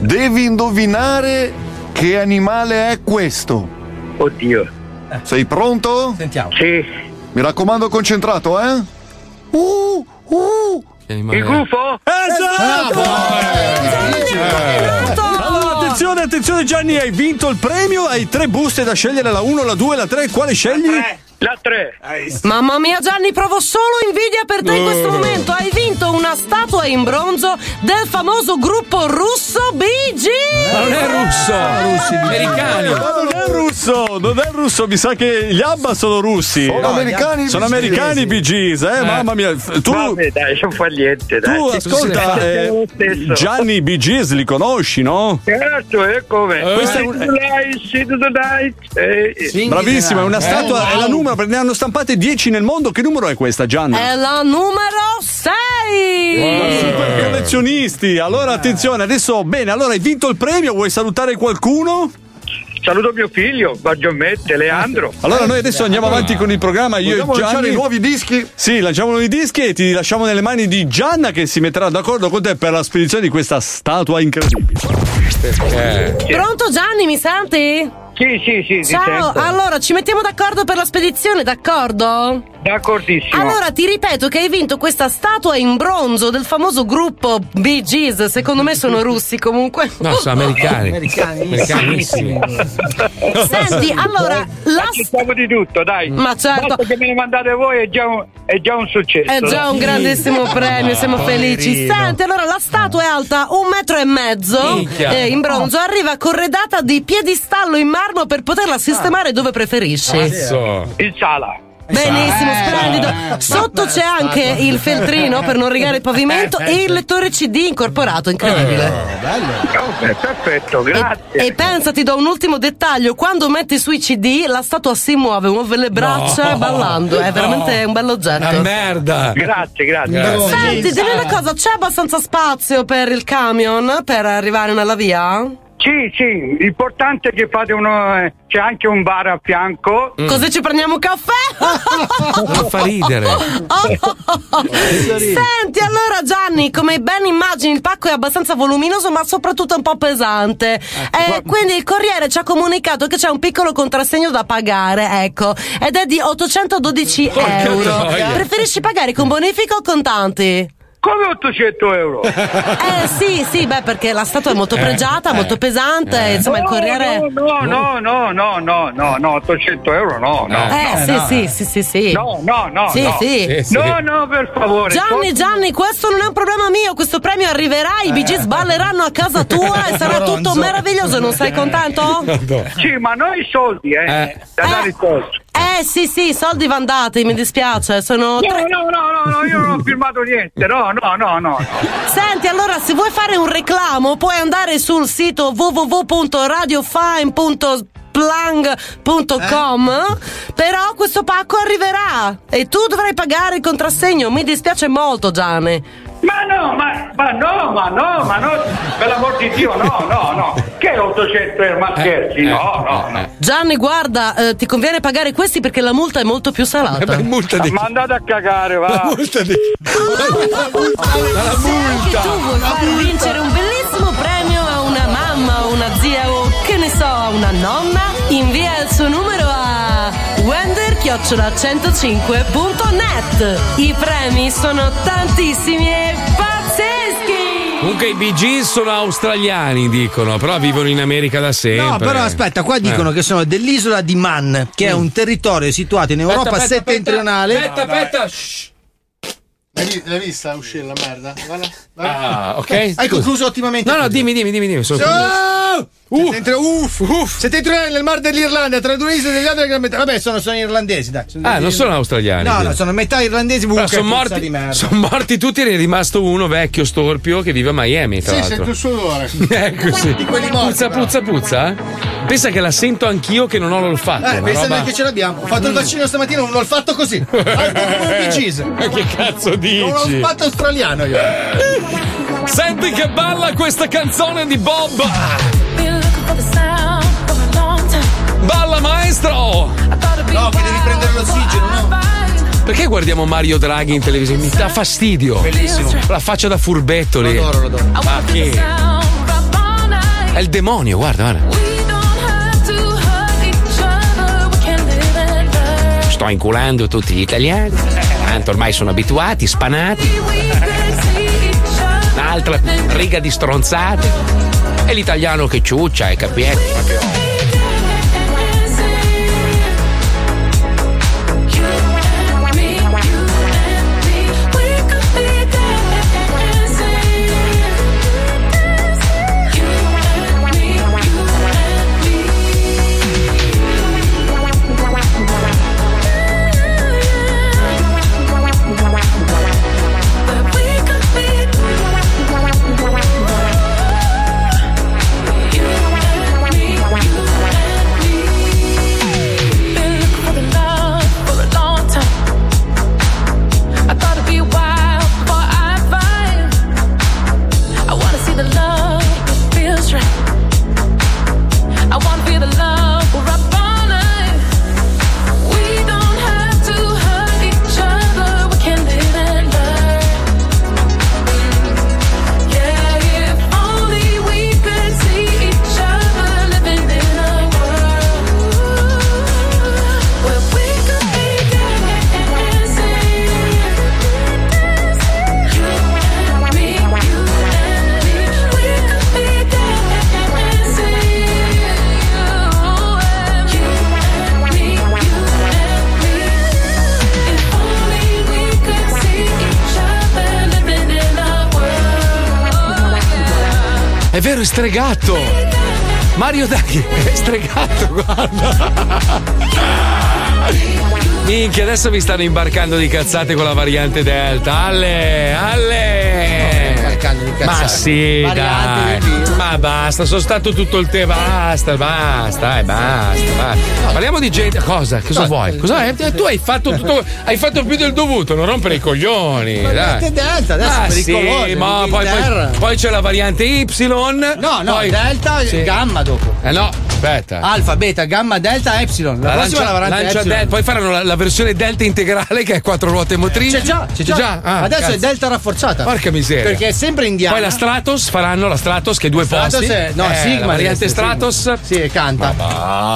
S21: Devi indovinare che animale è questo.
S13: Oddio.
S21: Sei pronto? Sentiamo.
S13: Sì.
S21: Mi raccomando concentrato, eh? Uh, uh.
S13: Il gufo?
S8: Esatto! Eh,
S7: Allora,
S8: attenzione, attenzione Gianni, hai vinto il premio, hai tre buste da scegliere, la 1, la 2 la 3, quale scegli?
S13: La 3.
S7: Mamma mia Gianni, provo solo invidia per te in questo
S8: Eh.
S7: momento. Hai vinto una statua in bronzo del famoso gruppo russo BG.
S8: Ma non è russo,
S2: russi, americani.
S8: non è russo, non è russo, mi sa che gli Abba sono russi.
S21: Sono
S8: No,
S21: americani,
S8: Sono
S21: i Bee Gees.
S8: americani i Bee Gees, eh,
S21: Eh.
S8: mamma mia. F- Tu,
S21: Vabbè,
S13: dai, non fa niente, dai.
S8: tu ascolta, eh, Gianni i Bee Gees li conosci, no?
S13: Certo, e come?
S8: Eh. Questa è un-
S13: Light, sit the night. Eh,
S8: Bravissima, è una statua,
S14: Eh,
S8: è la numero, ne hanno stampate 10 nel mondo. Che numero è questa, Gianna?
S7: È la numero 6.
S8: Super collezionisti. Allora, attenzione, adesso bene, allora hai vinto il premio, vuoi salutare qualcuno?
S13: Saluto mio figlio, Baggiommette, Leandro.
S8: Allora noi adesso andiamo avanti con il programma, io
S13: Vogliamo
S8: e Gianni.
S13: lanciare i nuovi
S8: dischi? Sì, lanciamo nuovi dischi e ti lasciamo nelle mani di Gianna che si metterà d'accordo con te per la spedizione di questa statua incredibile.
S7: Pronto Gianni, mi senti?
S13: Sì, sì, sì, sì,
S7: Ciao,
S13: certo.
S7: allora ci mettiamo d'accordo per la spedizione, d'accordo?
S13: D'accordissimo.
S7: Allora ti ripeto che hai vinto questa statua in bronzo del famoso gruppo Bee Gees, secondo me sono russi comunque.
S2: No, sono
S7: oh,
S2: americani.
S7: Americanissimi.
S2: Americanissimi.
S7: Senti, allora, la
S13: Accettiamo di tutto, dai.
S7: Ma certo.
S13: Basta che me ne mandate voi è già un, è già un successo.
S7: È già un grandissimo premio, siamo felici.
S13: Ah, Poverino.
S7: Senti, allora la statua è alta un metro e mezzo
S13: Minchia. Oh.
S7: eh, in bronzo, arriva corredata di piedistallo in marmo per
S13: Ah.
S7: poterla sistemare dove preferisci.
S13: In sala.
S7: Benissimo,
S13: Eh.
S7: splendido. Sotto c'è anche il feltrino per non rigare il pavimento
S13: Eh,
S7: e il lettore CD incorporato,
S2: Eh.
S7: incredibile.
S5: Eh,
S13: Vabbè,
S3: Eh,
S13: perfetto, Eh. grazie.
S7: E pensa, ti do un ultimo dettaglio: quando metti sui CD, la statua si muove, muove le braccia
S13: No.
S7: ballando. È
S13: No.
S7: veramente un bell'oggetto.
S13: Una
S2: merda.
S13: Grazie, grazie.
S7: Senti, dimmi una cosa, c'è abbastanza spazio per il camion per arrivare nella via?
S13: Sì, sì, l'importante è che fate uno. eh, c'è anche un bar a fianco.
S7: Così ci prendiamo un caffè?
S13: *laughs* Non fa ridere.
S7: *laughs* Senti, allora Gianni, come ben immagini il pacco è abbastanza voluminoso ma soprattutto un po' pesante.
S13: Ecco,
S7: Eh, quindi il Corriere ci ha comunicato che c'è un piccolo contrassegno da pagare, ecco, ed è di 812
S13: Porca
S7: euro.
S13: troia.
S7: Preferisci pagare con bonifico o contanti?
S13: Come 800 euro?
S7: Eh sì, sì, beh, perché la statua è
S13: Eh,
S7: molto pregiata, molto pesante, insomma il *laughs* Corriere...
S13: No, no, no, no, no, no, no, 800 euro no, no.
S7: Eh,
S13: no,
S7: sì,
S13: no.
S7: sì, sì, sì, sì.
S13: No, no, no.
S7: Sì,
S13: no.
S7: sì. Sì, sì.
S13: No, no, per favore.
S7: Gianni,
S13: Forza.
S7: Gianni, questo non è un problema mio. Questo premio arriverà, i BG sballeranno a casa tua e sarà tutto *laughs* meraviglioso. Non sei contento?
S13: Sì, ma non i soldi, eh. Da dare i soldi.
S7: Eh, Eh sì sì, soldi vandati, mi dispiace, sono tre...
S22: No, no, no, io non ho firmato niente, no, no, no, no.
S7: Senti, allora se vuoi fare un reclamo puoi andare sul sito www.radiofine.plang.com però questo pacco arriverà e tu dovrai pagare il contrassegno, mi dispiace molto Gianni.
S22: Ma no, ma, ma no, ma no, ma no, per l'amor di Dio, no, no, no. Che 800 euro,
S7: Eh,
S22: ma scherzi, no, no, no.
S7: Gianni, guarda, eh, ti conviene pagare questi perché la multa Eh, è molto più salata.
S22: Ma andate a cagare, va.
S7: La
S22: multa *laughs* di...
S7: la multa. tu vuoi far vincere un bellissimo premio a una mamma, o una zia o che ne so, a una nonna, invia il suo numero a wender-105.net. I premi sono tantissimi e pazzeschi.
S2: Comunque i Bee Gees sono australiani, dicono, però vivono in America da sempre.
S5: No, Ah, però aspetta, qua dicono
S2: Eh.
S5: che sono dell'isola di Man, che è un territorio situato in Europa
S2: aspetta,
S5: settentrionale.
S2: aspetta, aspetta,
S9: L'hai, vi- l'hai vista uscire la merda? Guarda, guarda. Ecco,
S2: Ah, ok.
S5: Eh? Cioè, Hai concluso ottimamente.
S2: No, no, dimmi, dimmi, dimmi, dimmi. sono-
S5: Oh! Settentra- uff, uff. Settentrionale nel mar dell'Irlanda, tra due isole degli altri Gran Bretagna. Vabbè, sono, sono irlandesi, dai.
S2: Ah, non sono australiani.
S5: No, no,
S2: quindi.
S5: sono metà irlandesi,
S2: Però
S5: comunque
S2: sono
S5: puzza
S2: morti,
S5: di merda.
S2: son morti tutti e ne è rimasto uno vecchio storpio che vive a Miami. Tra
S9: Sì,
S2: l'altro.
S9: sento il suo odore.
S2: *laughs* Ecco sì.
S9: Di quelli morti,
S2: Puzza,
S9: però.
S2: puzza, puzza. Pensa che la sento anch'io che non ho l'olfatto.
S5: Eh,
S2: una
S5: pensa
S2: roba-
S5: noi che ce l'abbiamo. Ho fatto il vaccino stamattina, non l'ho fatto *laughs* così. Alto come un vicise.
S2: Ma Eh, che cazzo dici?
S5: Non l'ho fatto australiano io.
S2: Senti che balla questa canzone di Bob! Balla maestro!
S5: No, che devi prendere l'ossigeno, no?
S2: Perché guardiamo Mario Draghi in televisione? Mi dà fastidio.
S5: Bellissimo.
S2: La faccia da furbetto lì.
S5: Lo adoro, lo adoro.
S2: Ma che? È il demonio, guarda, guarda. Sto inculando tutti gli italiani. Tanto ormai sono abituati, spanati.
S5: *laughs*
S2: Un'altra riga di stronzate. È l'italiano che ciuccia, hai capito?
S14: I wanna feel the love we're up all night. We don't have to hurt each other. We can live and learn. Yeah, if only we could see each other living in a world where we could be dancing. You and me, you and me, we could be dancing. You and me, you and me. If only we could see each other living in a world.
S2: È vero, è stregato. Mario Draghi è stregato, guarda. Minchia, adesso mi stanno imbarcando di cazzate con la variante Delta. Alle, alle. Ma sì, dai. Ma basta, sono stato tutto il te. Basta, basta, eh, basta, basta. Parliamo di gente. Cosa? Cosa vuoi? Cosa è? Tu hai
S5: Eh.
S2: fatto tutto. Hai fatto più del dovuto, non rompere i coglioni.
S5: Variante
S2: Dai.
S5: Delta, adesso
S2: Ah,
S5: è pericoloso,
S2: sì, ma poi,
S5: l'Inghilterra.
S2: poi, poi c'è la variante Y. No,
S5: no, Delta e Gamma dopo.
S2: Eh no, aspetta.
S5: Alfa, beta, gamma, delta, epsilon. Ah, La,
S2: La
S5: prossima
S2: lancia,
S5: è la variante
S2: lancia
S5: epsilon.
S2: del- poi faranno la, la versione delta integrale che è quattro ruote motrici.
S5: C'è già, c'è già.
S2: Ah,
S5: Adesso
S2: cazzo.
S5: è delta rafforzata.
S2: Porca miseria.
S5: Perché è sempre indiana.
S2: Poi la Stratos faranno la Stratos che è due
S5: Stratos
S2: posti.
S5: è- no,
S2: Eh,
S5: Sigma
S2: La variante
S5: deve essere,
S2: Stratos.
S5: Sì, e canta.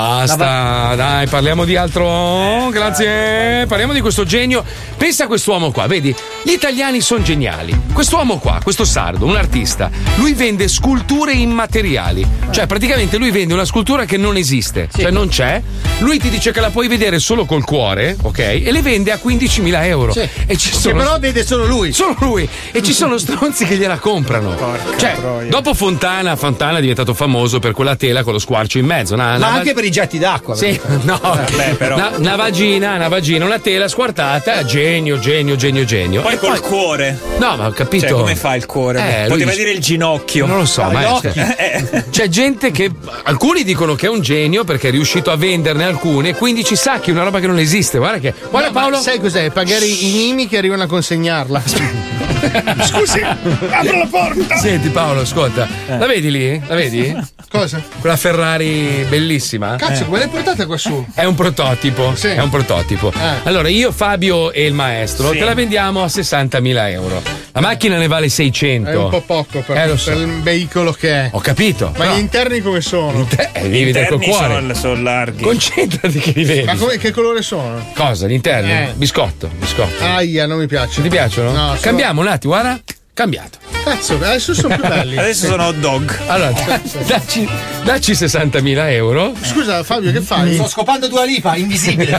S2: Basta, dai, parliamo di
S5: Eh,
S2: altro. Grazie. Parliamo di questo genio. Pensa a quest'uomo qua, vedi? Gli italiani sono geniali. Quest'uomo qua, questo sardo, un artista, lui vende sculture immateriali. Cioè, praticamente lui vende una scultura misura che non esiste, cioè non c'è. Lui ti dice che la puoi vedere solo col cuore, ok? E le vende a 15.000 euro.
S5: Sì.
S2: E ci
S5: Che
S2: sono...
S5: però vede solo lui.
S2: Solo lui. E ci sono stronzi che gliela comprano. cioè, dopo Fontana, Fontana è diventato famoso per quella tela con lo squarcio in mezzo. Una,
S5: Ma
S2: una-
S5: anche per i getti d'acqua.
S2: Sì, no, Una, una vagina, una vagina, una tela squartata, genio, genio, genio, genio.
S3: Poi
S2: E
S3: col cuore.
S2: No, ma ho capito.
S3: Cioè, come fa il cuore?
S2: Eh, lui
S3: Poteva
S2: dice-
S3: dire il ginocchio.
S2: Non lo
S5: Ah,
S2: so, ma cioè,
S3: no. *laughs* Eh.
S2: c'è gente che. Alcuni dicono che è un genio perché è riuscito a venderne alcune, 15 sacchi, una roba che non esiste. Guarda che. Guarda
S5: No, ma
S2: Paolo.
S5: sai cos'è?
S2: Pagare
S5: I mimi che arrivano a consegnarla.
S2: *laughs* *laughs* Scusi, apro la porta. Senti Paolo, ascolta.
S3: Eh.
S2: La vedi lì? La
S3: *laughs*
S2: vedi?
S9: Cosa?
S2: Quella Ferrari bellissima.
S9: Cazzo,
S2: Eh.
S9: come le portate qua su?
S2: È un prototipo. È un prototipo.
S9: Eh.
S2: Allora, io, Fabio e il maestro
S9: Sì.
S2: te la vendiamo a 60.000 euro. La macchina ne vale 600.
S9: È un po' poco per-
S2: Eh, lo so.
S9: per il veicolo che è.
S2: Ho capito.
S9: Ma
S2: però-
S9: gli interni come sono?
S2: eh, devi vedere col cuore. Eh,
S3: larghi.
S2: Concentrati che li vedi.
S9: Ma come- che colore sono?
S2: Cosa? L'interno?
S9: Eh.
S2: Biscotto, biscotto.
S9: Aia, non mi piace.
S2: Ti piacciono?
S9: No, sono-
S2: Cambiamo un attimo, guarda. Cambiato.
S9: Cazzo, adesso sono più
S3: *laughs*
S9: belli.
S2: Adesso sono hot dog. Allora, da- dacci, dacci 60.000 euro.
S9: Eh. Scusa, Fabio, che fai?
S5: Sto scopando due
S2: *laughs*
S5: lipa, invisibile.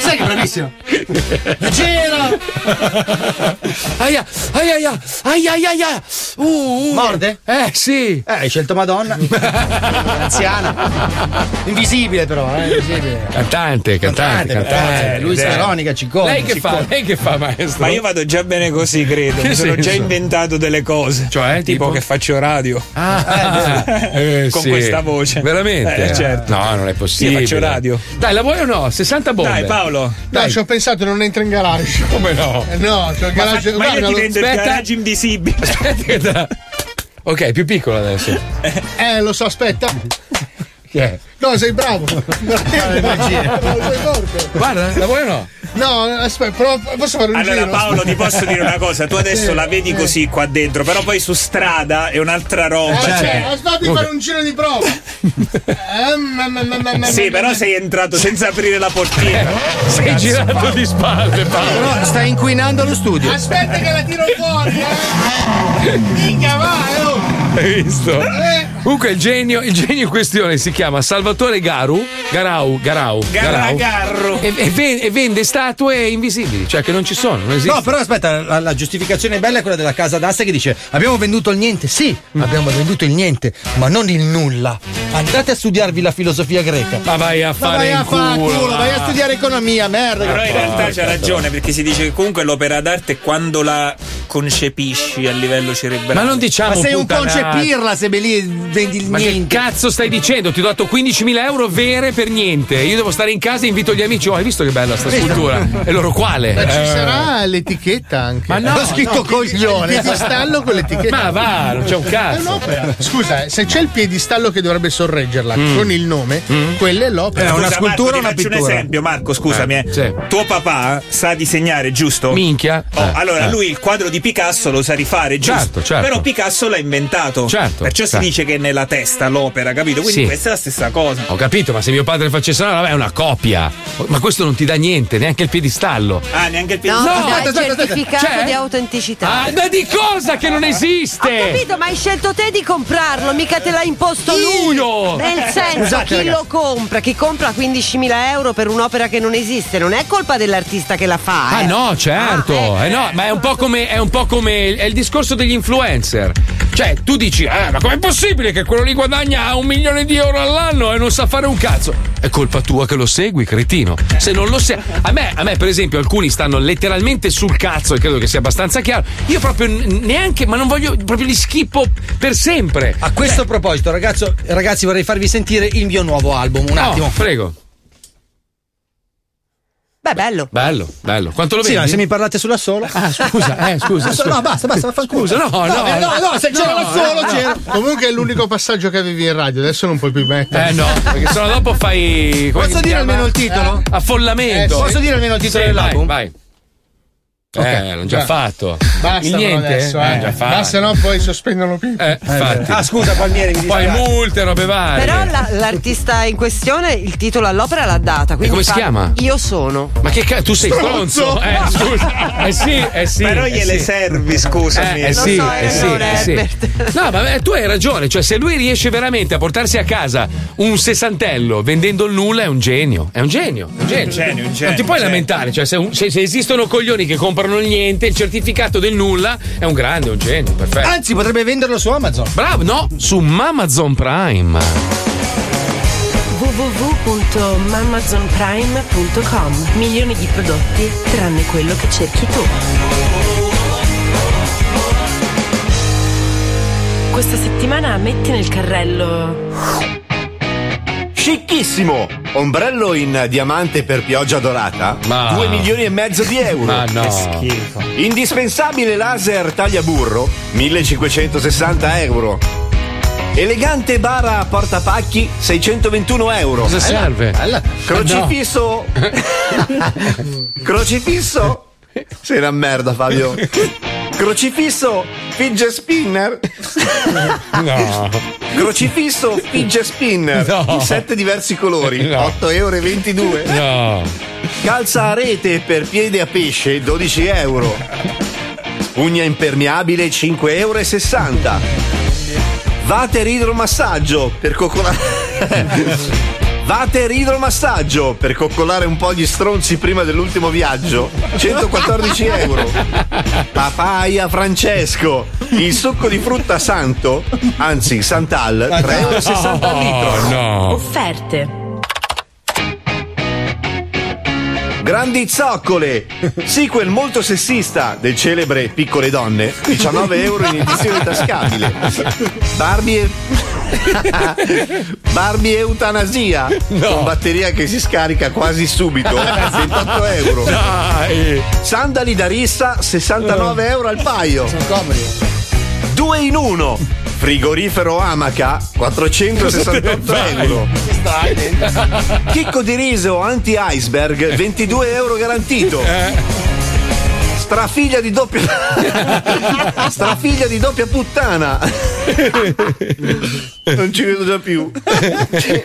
S5: sai che bravissimo? Leggero!
S2: Aia, aia, aia, aia, aia, aia. Uh, uh.
S5: Morde?
S2: Eh, sì.
S5: Eh, hai scelto Madonna. Anziana. Invisibile però, eh, invisibile.
S2: Cantante, cantante,
S5: Cantante,
S2: cantante.
S5: eh, lui
S2: Sì.
S5: sa Veronica, Ciccone,
S2: Lei che fa?
S5: Ciccone.
S2: Lei che fa,
S9: *laughs*
S2: maestro?
S3: Ma io vado già bene così, credo.
S2: Che
S3: Mi sono
S2: senso?
S3: già inventato delle cose.
S2: Cioè,
S3: tipo,
S2: tipo?
S3: che faccio radio.
S2: Eh,
S3: Con
S2: sì.
S3: questa voce.
S2: Veramente?
S3: Eh, certo.
S2: No, non è possibile.
S3: Io faccio radio.
S2: Dai, la vuoi o no? 60 bombe.
S3: Dai, Paolo.
S9: No, ci ho pensato, non entra in garage.
S2: *laughs* Come no?
S9: Eh, No, c'ho il garage.
S3: ma io
S9: guarda,
S3: ti
S9: lo-
S3: vendo il garage invisibile.
S2: Aspetta che te la- Ok, è più piccola adesso.
S9: Eh, lo so, aspetta.
S2: Chi è?
S9: No, sei
S2: *laughs*
S9: bravo. *laughs* Sei forte.
S2: Guarda, la vuoi o no?
S9: No, aspetta, però posso fare un
S3: Allora
S9: giro?
S3: Paolo ti posso dire una cosa, tu adesso
S9: Sì,
S3: la vedi
S9: eh.
S3: così qua dentro, però poi su strada è un'altra
S9: Eh,
S3: roba.
S9: cioè,
S3: cioè.
S9: aspetta di fare un giro di
S2: *laughs*
S9: prova. Eh, ma- ma- ma- ma- ma-
S3: Sì, però sei entrato senza aprire la portiera.
S2: Sei girato di spalle, Paolo.
S5: Però sta inquinando lo studio.
S9: Aspetta che la tiro fuori, eh. Minchia, va, eh, oh.
S2: Hai visto?
S9: Eh.
S2: Comunque il genio, il genio in questione si chiama Salvatore Garu, Garau, Garau, Garau,
S3: Garragarro.
S2: e, e ven- e vende statue invisibili, cioè che non ci sono, non esistono.
S5: No, però aspetta, la, la giustificazione bella è quella della casa d'asta che dice abbiamo venduto il niente, sì,
S2: Mm.
S5: abbiamo venduto il niente, ma non il nulla. Andate a studiarvi la filosofia greca.
S2: Ma vai a
S5: Ma
S2: fare
S5: vai
S2: in
S5: a fa'
S2: culo,
S5: culo, vai a studiare economia, merda.
S3: Però in
S5: che-
S3: realtà c'ha ragione perché si dice che comunque l'opera d'arte quando la concepisci a livello cerebrale. diciamo
S5: Ma diciamo sei un concepirla se be lì vendi il
S2: Ma
S5: niente.
S2: che cazzo stai dicendo? Ti ho dato 15.000 euro vere per niente. Io devo stare in casa e invito gli amici. Oh, hai visto che bella sta
S9: Vedi?
S2: scultura? E loro quale?
S9: Ma ci
S2: Eh.
S9: sarà l'etichetta anche.
S2: Ma no,
S9: Ho scritto
S2: no,
S9: coglione. Il piedistallo con l'etichetta.
S2: Ma va, non c'è un cazzo.
S9: È un'opera. Scusa, eh, se c'è il piedistallo che dovrebbe sorreggerla
S3: Mm.
S9: con il nome, quella è
S2: Eh,
S9: l'opera.
S3: Scusa, Marco, ti faccio un esempio, Marco, scusami. eh. Tuo papà sa disegnare, giusto?
S2: Minchia.
S3: Oh,
S2: Eh,
S3: allora,
S2: eh.
S3: lui il quadro di Picasso lo sa rifare, giusto?
S2: Certo, certo.
S3: Però Picasso l'ha inventato.
S2: Certo,
S3: Perciò
S2: certo.
S3: si dice che è nella testa l'opera, capito? Quindi
S2: Sì.
S3: questa è la stessa cosa.
S2: Ho capito, ma se mio padre facesse una roba è una copia. Ma questo non ti dà niente, neanche il piedistallo.
S3: Ah, neanche il
S7: No,
S3: piedistallo.
S7: ti dai il certificato
S2: C'è?
S7: di autenticità.
S2: Ah, ma di cosa che non esiste?
S7: Ho capito, ma hai scelto te di comprarlo, mica te l'ha imposto lui.
S2: Io!
S7: Nel senso,
S2: Scusate,
S7: chi
S2: ragazzi.
S7: lo compra? Chi compra 15.000 euro per un'opera che non esiste? Non è colpa dell'artista che la fa.
S2: Ah
S7: eh.
S2: no, certo, eh no, ma è un po' come è un po' come è il discorso degli influencer. Cioè, tu dici, "Ah, ma com'è possibile che quello lì guadagna un milione di euro all'anno e non sa fare un cazzo? È colpa tua che lo segui, cretino. Se non lo segui. A me, a me, per esempio, alcuni stanno letteralmente sul cazzo, e credo che sia abbastanza chiaro. Io proprio n- neanche, ma non voglio, proprio li schippo per sempre.
S5: A questo proposito, ragazzo- ragazzi, vorrei farvi sentire il mio nuovo album. Un
S2: No,
S5: attimo.
S2: prego.
S7: Beh, bello.
S2: Bello, bello. Quanto lo
S5: Sì,
S2: vendi?
S5: ma se mi parlate sulla sola. Ah,
S2: scusa, eh, scusa, scusa.
S14: Ah,
S5: No, basta, basta, fa
S2: Scusa, no, no,
S9: eh,
S5: no, no, se c'era la sola, c'era.
S9: Comunque è l'unico passaggio che avevi in radio, adesso non puoi più mettere.
S2: Eh no, perché sennò dopo fai. come
S9: Posso
S2: si
S9: dire
S2: chiama?
S9: almeno il titolo?
S2: Affollamento.
S9: Eh, sì. Posso dire almeno il titolo
S2: Sì, vai,
S9: dell'album?
S2: Vai. Eh, l'ho già
S9: già.
S2: fatto.
S9: Basta
S2: Il
S9: per
S2: niente?
S9: adesso,
S2: Eh,
S9: eh. ah,
S2: già fatto. Eh,
S9: Ma se no poi sospendono più.
S2: Infatti. Poi multe, robe varie.
S23: Però la- l'artista in questione il titolo all'opera l'ha data. quindi
S2: come si
S23: fa-
S2: chiama?
S23: Io sono.
S2: Ma che cazzo, tu sei stronzo? Eh, scusa. Eh sì, eh sì.
S3: Però
S2: eh
S3: gliele
S2: sì.
S3: servi, scusami.
S2: Eh, eh
S3: Lo
S2: sì,
S3: so, hai
S2: eh sì,
S3: ragione,
S2: eh sì.
S3: Herbert.
S2: No, ma eh, tu hai ragione. Cioè, se lui riesce veramente a portarsi a casa un sessantello vendendo il nulla, è un genio. È un genio. È un genio.
S3: Un genio, un genio,
S2: non ti puoi
S3: un genio.
S2: lamentare. Cioè, se, un- se- se esistono coglioni che comprano il niente, il certificato del nulla è un grande, è un genio. Perfetto.
S5: Anzi, potrebbe venderlo su Amazon.
S2: Bravo, no, su Amazon Prime.
S7: www.mamazonprime.com Milioni di prodotti tranne quello che cerchi tu. Questa settimana metti nel carrello
S15: Scicchissimo! Ombrello in diamante per pioggia dorata?
S2: Ma-
S15: 2 milioni e mezzo di euro.
S2: Ma no.
S15: Che schifo. Indispensabile laser tagliaburro? 1560 euro. Elegante bara a portapacchi? 621 euro.
S2: Cosa
S15: Bella,
S2: serve?
S15: bella.
S2: *laughs*
S15: Crocifisso? Crocifisso? Sei una
S2: *laughs*
S15: merda, Fabio. Crocifisso? Fidget spinner?
S3: Ah.
S2: No.
S15: Crocifisso fidget spinner
S2: No.
S15: in 7 diversi colori,
S2: No.
S15: 8,22 euro.
S2: No.
S3: Ecco,
S15: Calza a rete per piede a pesce, 12 euro. Spugna impermeabile, 5,60 euro. Vater idromassaggio per *laughs* coccolare. Vater idromassaggio per coccolare un po' gli stronzi prima dell'ultimo viaggio, 114 euro. Papaya Francesco, il succo di frutta santo, anzi Santal, 3,60 euro al litro.
S7: Offerte.
S15: Grandi zoccole, sequel molto sessista del celebre Piccole Donne, 19 euro in edizione tascabile. Barbie e... Barbie eutanasia, con batteria che si scarica
S17: *laughs*
S15: quasi subito, 28 euro. Sandali da rissa, 69 euro al paio. Due in uno, frigorifero Amaca, 468
S14: Cosa te ne
S15: euro. Chicco di riso anti-iceberg, 22 euro garantito. Strafiglia di doppia. *laughs* Strafiglia di doppia puttana. Non ci vedo già più.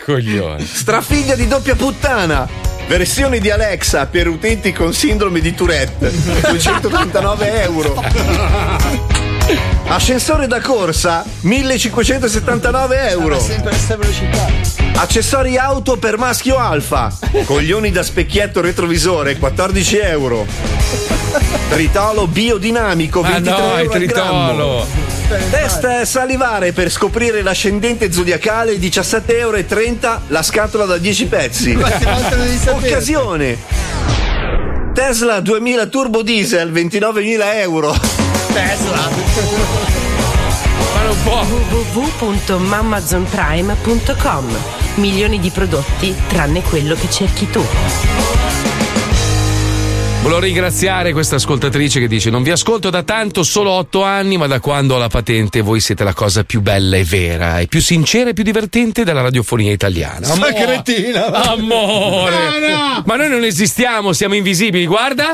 S2: Coglione.
S15: Strafiglia di doppia puttana. Versione di Alexa per utenti con sindrome
S2: *laughs*
S15: di Tourette. 239 euro. Ascensore da corsa 1579 euro.
S5: Sempre la stessa velocità.
S2: Eh.
S15: Accessori auto per maschio alfa. Coglioni da specchietto retrovisore 14 euro. Tritolo biodinamico
S2: Ma
S15: 23
S2: Ah, no,
S15: euro.
S2: il
S15: al
S2: tritolo.
S15: grammo. Test salivare per scoprire l'ascendente zodiacale 17,30 euro la scatola da 10 pezzi.
S14: Quante volte lo devi sapere?
S15: Occasione. Tesla 2000 turbo diesel 29.000 euro.
S14: Tesla.
S7: www.mamazonprime.com Milioni di prodotti tranne quello che cerchi tu.
S2: Volevo ringraziare questa ascoltatrice che dice: Non vi ascolto da tanto, solo otto anni, ma da quando ho la patente voi siete la cosa più bella e vera, e più sincera e più divertente della radiofonia italiana.
S5: Sta
S2: Amore. Ah,
S5: cretina.
S2: Amore.
S5: No, no.
S2: Ma noi non esistiamo, siamo invisibili, guarda.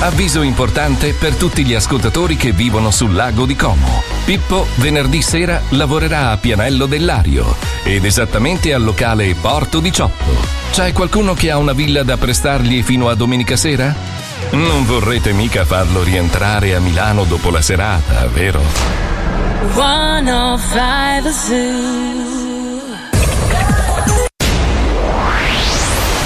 S1: Avviso importante per tutti gli ascoltatori che vivono sul lago di Como. Pippo venerdì sera lavorerà a Pianello dell'Ario ed esattamente al locale Porto 18. C'è qualcuno che ha una villa da prestargli fino a domenica sera? Non vorrete mica farlo rientrare a Milano dopo la serata, vero?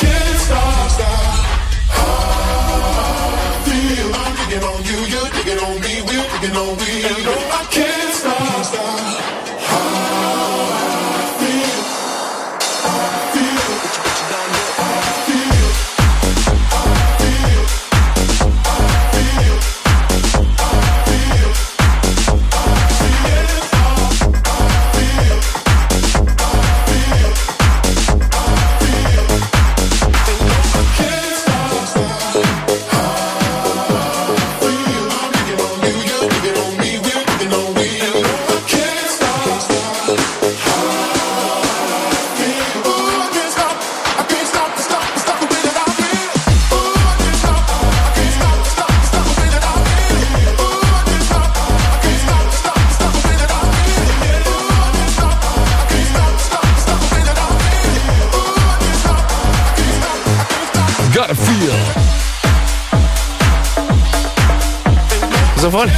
S14: Can't stop, stop. Ah, feel like again.
S10: taking no weed. And no, I can't stop. How I feel. I feel. I feel.
S2: Gotta feel. Cosa vuole?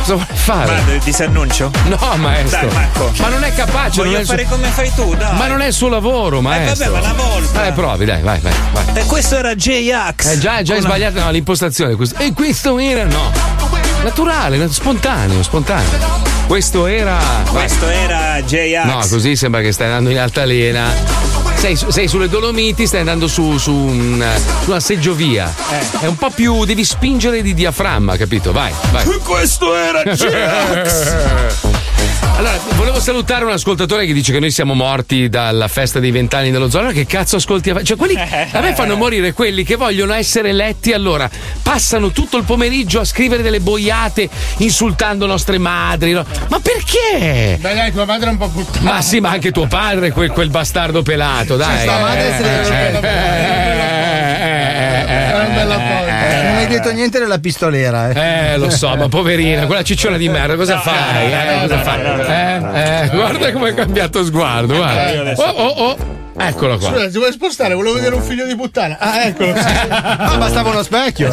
S2: Cosa vuole fare?
S3: Vado, il disannuncio?
S2: No, maestro.
S3: Dai, Marco.
S2: Ma non è capace.
S3: Voglio
S2: non è il suo-
S3: fare come fai tu, dai. Eh,
S2: Ma non è il suo lavoro, maestro.
S3: vabbè, ma una volta.
S2: Eh, provi, dai, vai, vai. vai.
S3: E questo era J-Ax.
S2: Eh, già, già hai
S3: Una-
S2: sbagliato no, l'impostazione. Questo. E questo era, no. Naturale, nat- spontaneo, spontaneo. Questo era. vai.
S3: Questo era J-Ax.
S2: No, così sembra che stai andando in altalena. Sei, su- sei sulle Dolomiti, stai andando su, su un- su una seggiovia.
S3: Eh.
S2: È un po' più. devi spingere di diaframma, capito? Vai, vai.
S10: Questo era
S14: *laughs*
S10: J-Ax.
S2: Allora, volevo salutare un ascoltatore che dice che noi siamo morti dalla festa dei vent'anni dello zoo. Allora, che cazzo ascolti? a- Cioè, quelli a me fanno morire quelli che vogliono essere letti. Allora, passano tutto il pomeriggio a scrivere delle boiate insultando nostre madri. no? Ma perché?
S9: Dai, dai, tua madre è un po' puttana.
S2: Ma sì, ma anche tuo padre, quel, quel bastardo pelato, dai.
S9: sta, ma adesso
S2: Eh,
S9: è una
S2: eh,
S9: bella
S2: eh, eh, eh, eh,
S5: non hai detto niente della pistolera.
S2: eh, lo
S5: *laughs*
S2: so, ma poverina, quella cicciona di merda, cosa fai? eh? Cosa fai? Eh, eh, guarda come è cambiato sguardo,
S9: Eh, io
S2: guarda.
S9: adesso-
S2: Oh, oh, oh. Eccolo qua.
S9: Scusa, ti vuoi spostare? Volevo vedere un figlio di puttana. Ah,
S2: *laughs*
S9: eccolo.
S5: Ah, bastava uno specchio.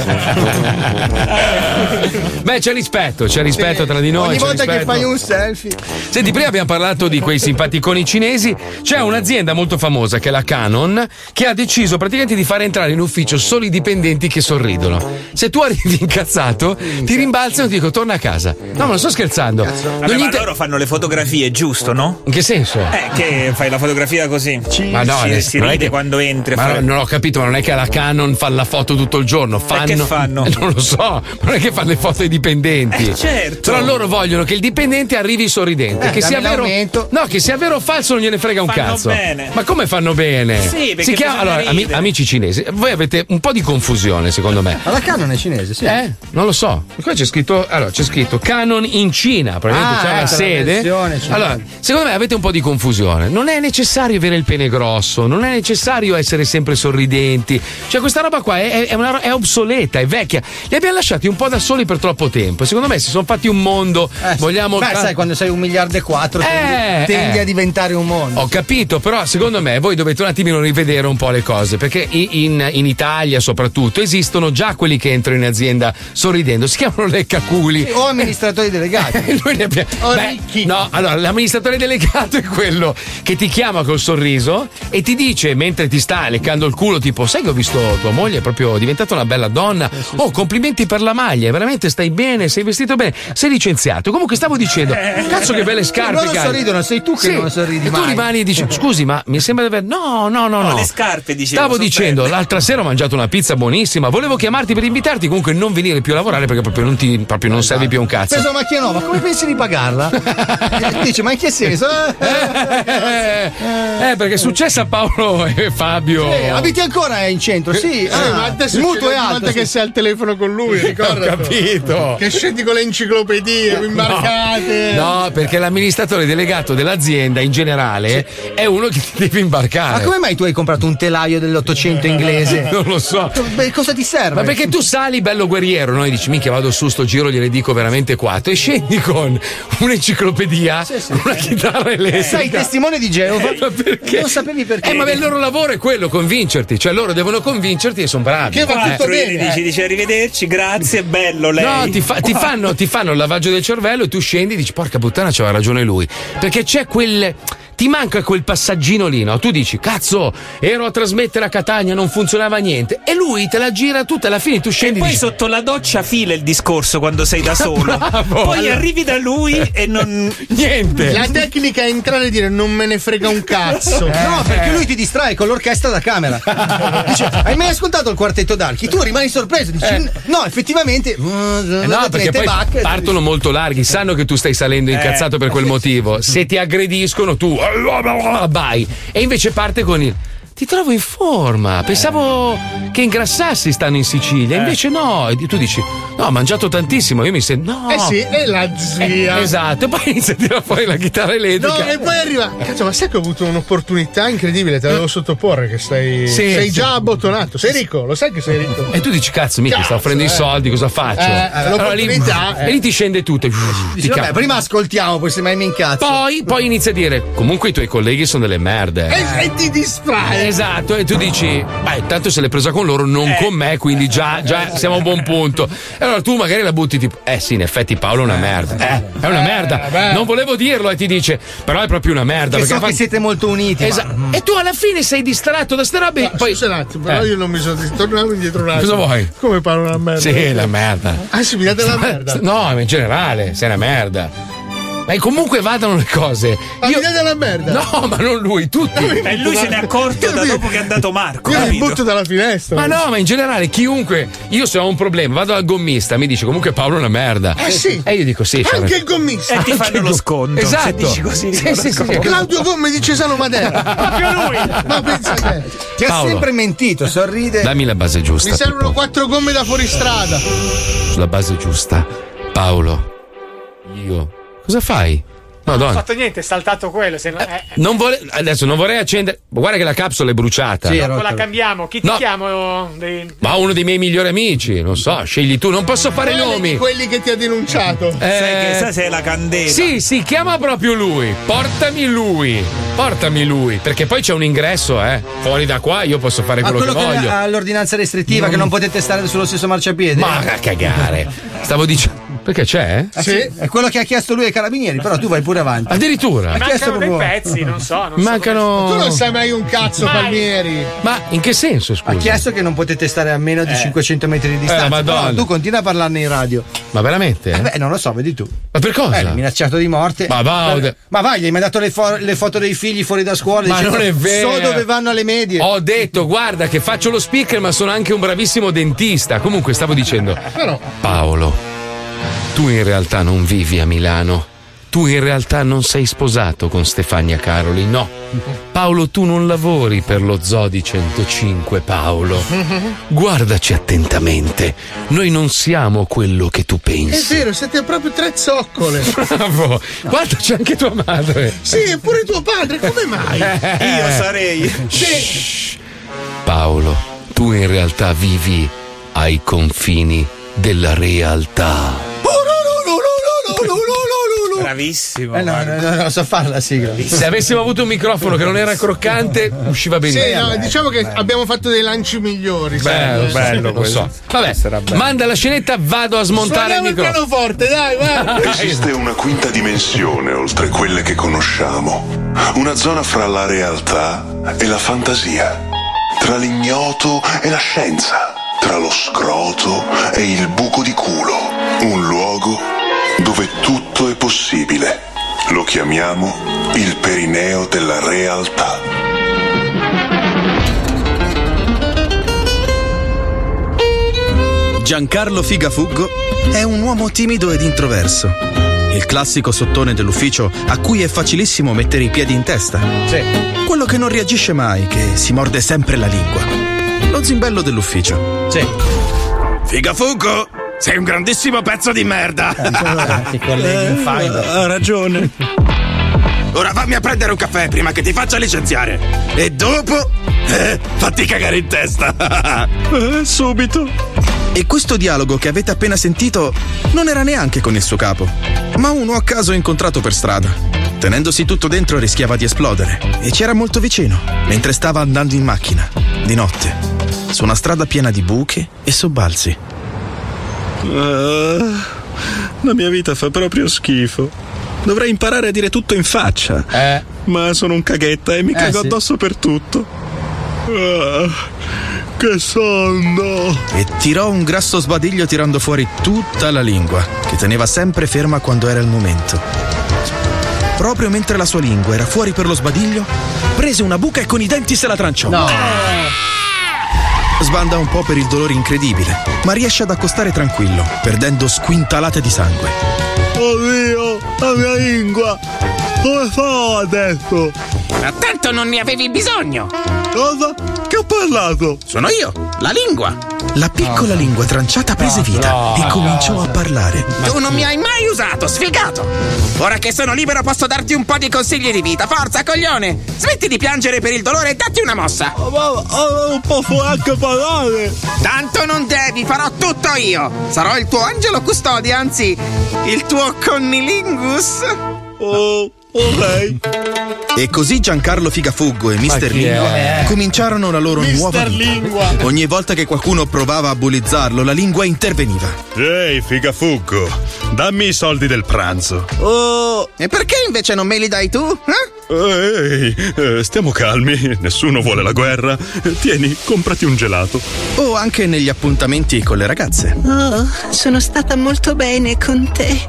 S2: Beh, c'è rispetto, c'è rispetto tra di noi.
S5: Ogni
S2: c'è
S5: volta che
S2: rispetto.
S5: fai un selfie.
S2: Senti, prima abbiamo parlato di quei simpaticoni cinesi. C'è un'azienda molto famosa che è la Canon, che ha deciso praticamente di far entrare in ufficio solo i dipendenti che sorridono. Se tu arrivi incazzato, ti rimbalzano e ti dico torna a casa. No, ma non sto scherzando. Non
S3: Vabbè,
S2: gli
S3: ma
S2: inter-
S3: loro fanno le fotografie, giusto, no?
S2: In che senso?
S3: Eh, che fai la fotografia così.
S2: Ma no,
S3: si,
S2: adesso-
S3: si
S2: non è
S3: ride
S2: che-
S3: quando entri.
S2: Ma
S3: fa-
S2: no, non ho capito, ma non è che la Canon fa la foto tutto il giorno. Fanno,
S3: che fanno?
S2: *laughs* Non lo so, ma non è che fanno le foto ai dipendenti.
S3: Eh, certo.
S2: Però loro vogliono che il dipendente arrivi sorridente.
S3: Eh,
S2: che sia
S3: dammi
S2: vero.
S3: l'aumento.
S2: No, che sia vero o falso non gliene frega un
S3: Fanno
S2: cazzo.
S3: bene.
S2: Ma come fanno bene?
S3: Sì, perché
S2: si chiama,
S3: bisogna
S2: allora, ami-
S3: ridere.
S2: amici cinesi, voi avete un po' di confusione, secondo me.
S5: Ma la Canon è cinese, sì.
S2: Eh? Non lo so. Qua c'è scritto, allora, c'è scritto Canon in Cina, probabilmente
S5: Ah,
S2: c'è una
S5: ecco, la
S2: sede.
S5: versione cinese.
S2: Allora, secondo me avete un po' di confusione. Non è necessario avere il pene grosso, non è necessario essere sempre sorridenti. Cioè, questa roba qua è, è- è una ro- è obsoleta, è vecchia. Li abbiamo lasciati un po' da soli per troppo tempo. Secondo me si sono fatti un mondo. vogliamo.
S5: Eh, Beh, sai, quando sei un miliardo e quattro tendi,
S2: Eh,
S5: tendi
S2: eh.
S5: a diventare un mondo.
S2: Ho capito, però secondo me voi dovete un attimino rivedere un po' le cose, perché i- in, in Italia soprattutto esistono già quelli che entrano in azienda sorridendo, si chiamano leccaculi.
S5: O amministratori delegati.
S2: Noi ne abbiamo-
S5: Oh,
S2: Beh, no, allora l'amministratore delegato *laughs* è quello che ti chiama col sorriso e ti dice mentre ti sta leccando il culo tipo sai che ho visto tua moglie è proprio diventata una bella donna
S5: Eh,
S2: oh complimenti per la maglia veramente stai bene sei vestito bene sei licenziato comunque stavo dicendo
S5: Eh,
S2: cazzo che belle scarpe
S5: Loro
S2: cari."
S5: sorridono, sei tu che
S2: Sì,
S5: non sorridi
S2: e tu
S5: mai. Eh.
S2: rimani e dici scusi ma mi sembra di aver no no no no,
S3: No, le scarpe, dicevo,
S2: stavo
S3: son
S2: dicendo l'altra sera ho mangiato una pizza buonissima volevo chiamarti per invitarti comunque non venire più a lavorare perché proprio non ti proprio non
S5: Esatto.
S2: servi più un *laughs* cazzo
S5: Peso macchina nuova, come pensi
S2: *laughs*
S5: di pagarla? E Dice, ma in che senso?
S2: Eh, perché è successo a Paolo e Fabio.
S5: Eh, abiti ancora in centro? Sì,
S2: Eh,
S9: Sì, Eh, ma
S5: ah,
S9: a te
S5: il mutuo
S9: succede
S5: è
S9: ogni volta
S5: alto. sì.
S9: che sei al telefono con lui, ricorda.
S2: Ho capito.
S9: Che scendi con le enciclopedie, vi imbarcate.
S2: No, perché l'amministratore delegato dell'azienda in generale è uno che ti deve imbarcare.
S5: Ma come mai tu hai comprato un telaio dell'Ottocento inglese?
S2: *laughs* Non lo so.
S5: Beh, cosa ti serve?
S2: Ma perché tu sali bello guerriero, noi dici minchia vado su sto giro gliene dico veramente quattro e scendi con un'enciclopedia, una chitarra
S5: Eh,
S2: elettrica.
S5: Sei testimone di Geova?
S2: Eh, Ma perché?
S5: Non sapevi perché.
S2: Eh, ma beh, il loro lavoro è quello, convincerti, cioè loro devono convincerti e sono bravi.
S3: Ah,
S2: Eh.
S3: lui gli Dici, dici arrivederci, grazie, bello lei.
S2: No, ti,
S3: *laughs*
S2: fa- ti fanno, ti fanno il lavaggio del cervello e tu scendi e dici: Porca puttana, c'aveva ragione lui. Perché c'è quel. ti manca quel passaggino lì, no? Tu dici, cazzo, ero a trasmettere a Catania, non funzionava niente. E lui te la gira tutta, alla fine tu scendi e
S18: Poi
S2: dici,
S18: sotto la doccia fila il discorso quando sei da
S3: *laughs*
S18: solo.
S2: Bravo.
S18: Poi
S2: Allora-
S18: arrivi da lui e non.
S2: *laughs* Niente.
S9: La tecnica è entrare e dire non me ne frega un cazzo.
S2: Eh.
S5: No, perché lui ti distrae con l'orchestra da camera. Dice, hai mai ascoltato il quartetto d'archi? Tu rimani sorpreso, dici, no, effettivamente. mm,
S2: Eh no, perché poi partono molto larghi, sanno che tu stai salendo
S9: Eh,
S2: incazzato per quel motivo. Se ti aggrediscono, tu vai. E invece parte con il. Ti trovo in forma. Pensavo che ingrassassi stanno in
S9: Eh.
S2: Sicilia, invece no. E tu dici: No, ho mangiato tantissimo. Io mi sento. No.
S9: Eh sì, è la zia.
S2: Eh, esatto, poi inizia a tirare fuori la chitarra
S9: No,
S2: elettrica.
S9: e poi arriva. Cazzo, ma sai che ho avuto un'opportunità incredibile, te la devo sottoporre. Che stai.
S2: Sì,
S9: sei
S2: sì.
S9: già abbottonato. Sei ricco, lo sai che sei ricco.
S2: E tu dici, cazzo, mica sta
S9: Cazzo,
S2: offrendo i
S9: eh.
S2: soldi, cosa faccio?
S9: Eh,
S2: lì,
S9: l'opportunità, eh.
S2: e lì ti scende tutto. Ti
S9: Dici, vabbè,
S5: "Eh,
S2: ca-
S9: prima ascoltiamo, poi se mai mi incazzo.
S2: Poi, poi inizia a dire: Comunque i tuoi colleghi sono delle merde.
S9: E, e ti distrae.
S2: Esatto, e tu dici, beh, tanto se l'è presa con loro, non
S9: Eh.
S2: con me, quindi già, già siamo a buon punto. E allora tu magari la butti tipo, eh sì, in effetti Paolo è una merda. Eh, è una merda. Non volevo dirlo e ti dice, però è proprio una merda.
S5: Perché so
S2: fa-
S5: che siete molto uniti. ma- mm.
S2: Esatto. E tu alla fine sei distratto da ste robe. poi...
S9: un attimo, però
S2: Eh.
S9: io non mi sono tornato indietro un attimo.
S2: Cosa vuoi?
S9: Come parlo una merda?
S2: Sì, la merda.
S9: Ah, sì, mi date
S2: *laughs*
S9: la merda.
S2: No, ma in generale, sei una merda. Ma comunque vadano le cose.
S9: Ah, mi date la merda.
S2: No, ma non lui, tutti.
S18: E lui se n'è accorto da dopo che è andato Marco.
S9: Io mi
S18: capito?
S9: butto dalla finestra.
S2: Ma no, ma in generale, chiunque. Io se ho un problema, vado al gommista, mi dice comunque Paolo è una merda.
S9: Eh sì.
S2: E io dico sì. Eh, c'è
S9: Anche
S2: ragione.
S9: il gommista.
S18: E ti fanno
S2: Anche
S18: lo
S2: il gom-
S18: sconto.
S2: Esatto.
S18: Se dici così,
S9: Sì, sì, sì. Claudio Gomme di Cesano Madera.
S2: *laughs*
S9: Proprio lui. Ma pensa a te.
S5: Ti ha
S2: Paolo.
S5: sempre
S18: Cioè,
S5: mentito, sorride.
S2: Dammi la base giusta.
S9: Mi servono quattro gomme da fuoristrada.
S2: La base giusta. Paolo, io. Cosa fai?
S18: Ah,
S6: Non ho
S2: Madonna.
S6: fatto niente, è saltato quello. Se no, eh,
S2: Non vole- adesso non vorrei accendere. ma Guarda che la capsula è bruciata.
S6: dopo la cambiamo. Chi ti
S2: No.
S6: chiamo? Dei-
S2: Ma uno dei miei migliori amici, non so, scegli tu, non posso fare
S9: Quelle di
S2: nomi.
S9: Quelli che ti ha denunciato.
S2: Eh, Sì, sì, chiama proprio lui. Portami lui. Portami lui. Perché poi c'è un ingresso, eh. Fuori da qua io posso fare
S5: Ma
S2: quello che
S5: quello che
S2: voglio.
S5: ha l'ordinanza restrittiva
S2: Non-
S5: che non potete stare sullo stesso marciapiede.
S2: Ma a cagare. Stavo dicendo. Perché c'è?
S5: Eh sì, è quello che ha chiesto lui ai carabinieri, però tu vai pure avanti.
S2: Addirittura.
S5: Ha chiesto
S6: Mancano dei
S5: proprio-
S6: pezzi, non so. Non
S2: Mancano.
S9: Ah. Tu non sai mai un cazzo,
S6: Mai.
S9: Palmieri.
S2: Ma in che senso, scusa?
S5: Ha chiesto che non potete stare a meno di
S2: Eh.
S5: 500 metri di distanza.
S2: Eh, Madonna.
S5: Però tu continua a parlarne in radio.
S2: Ma veramente?
S5: Eh beh, non lo so, vedi tu.
S2: Ma per cosa?
S5: Eh, minacciato di morte.
S2: Ma va,
S5: Eh,
S2: de-
S5: ma vai, gli hai mandato le, fo- le foto dei figli fuori da scuola.
S2: Ma
S5: dicendo,
S2: non è vero.
S5: So dove vanno alle medie.
S2: Ho detto, guarda che faccio lo speaker, ma sono anche un bravissimo dentista. Comunque stavo dicendo,
S9: Però.
S2: Paolo, tu in realtà non vivi a Milano. Tu in realtà non sei sposato con Stefania Caroli, no. Paolo, tu non lavori per lo zoo di 105, *laughs* Paolo. Guardaci attentamente. Noi non siamo quello che tu
S9: È
S2: pensi.
S9: vero, siete proprio tre zoccole.
S2: Bravo. *laughs* Boh, Guarda, c'è anche tua madre.
S9: Sì, eppure tuo padre, come mai?
S2: *laughs* Io
S9: sarei.
S2: Eh. *laughs* Paolo, tu in realtà vivi ai confini della realtà.
S18: Bravissimo.
S5: Eh, no, no, no, non so fare la sigla.
S2: Se avessimo avuto un microfono che non era croccante, usciva
S9: Sì,
S2: benissimo.
S9: no, diciamo che abbiamo fatto dei lanci migliori. sai?
S2: Bello, bello, lo so. Vabbè, manda la scenetta, vado a smontare il
S9: Suoniamo il
S2: microfono.
S9: pianoforte, dai,
S2: *laughs*
S9: vai.
S19: Esiste una quinta dimensione oltre quelle che conosciamo, una zona fra la realtà e la fantasia, tra l'ignoto e la scienza, tra lo scroto e il buco di culo, un luogo dove tutto è possibile. Lo chiamiamo il perineo della realtà.
S24: Giancarlo Figafuggo è un uomo timido ed introverso. Il classico sottone dell'ufficio a cui è facilissimo mettere i piedi in testa. Sì. Quello che non reagisce mai, che si morde sempre la lingua. Lo zimbello dell'ufficio. Sì.
S19: Figafuggo, sei un grandissimo pezzo di merda.
S24: Eh, ha ragione.
S19: Ora vammi a prendere un caffè prima che ti faccia licenziare. E dopo. eh, fatti cagare in
S24: *laughs*
S19: testa.
S24: Eh, subito. E questo dialogo che avete appena sentito non era neanche con il suo capo, ma uno a caso incontrato per strada. Tenendosi tutto dentro rischiava di esplodere e c'era molto vicino, mentre stava andando in macchina, di notte, su una strada piena di buche e sobbalzi. la mia vita fa proprio schifo. Dovrei imparare a dire tutto in faccia. Ma sono un caghetta e mi
S14: Eh,
S24: cago
S14: sì.
S24: addosso per tutto. Eh, che sonno! E tirò un grasso sbadiglio tirando fuori tutta la lingua, che teneva sempre ferma quando era il momento. Proprio mentre la sua lingua era fuori per lo sbadiglio, prese una buca e con i denti se la tranciò. Sbanda un po' per il dolore incredibile, ma riesce ad accostare tranquillo, perdendo squintalate di sangue.
S14: Oddio, Oh, la mia lingua! Come fa adesso?
S20: Ma tanto non ne avevi bisogno!
S24: Cosa? Che ho parlato?
S20: Sono io, la lingua!
S24: La piccola lingua tranciata prese vita e cominciò a parlare.
S20: Tu non mi hai mai usato, sfigato! Ora che sono libero posso darti un po' di consigli di vita. Forza, coglione! Smetti di piangere per il dolore e datti una mossa!
S24: non posso anche parlare!
S20: Tanto non devi, farò tutto io! Sarò il tuo angelo custode, anzi, il tuo connilingus!
S24: Oh, ok. E così Giancarlo Figafuggo e Mister
S14: chi
S24: Lingua
S14: è?
S24: cominciarono la loro
S14: Mister
S24: nuova vita.
S14: Lingua.
S24: Ogni volta che qualcuno provava a bullizzarlo, la lingua interveniva.
S17: Ehi, figafuggo, dammi i soldi del pranzo.
S20: Oh, e perché invece non me li dai tu? eh?
S17: Ehi, eh, stiamo calmi, nessuno vuole la guerra. Tieni, comprati un gelato.
S24: O anche negli appuntamenti con le ragazze.
S7: Oh, sono stata molto bene con te.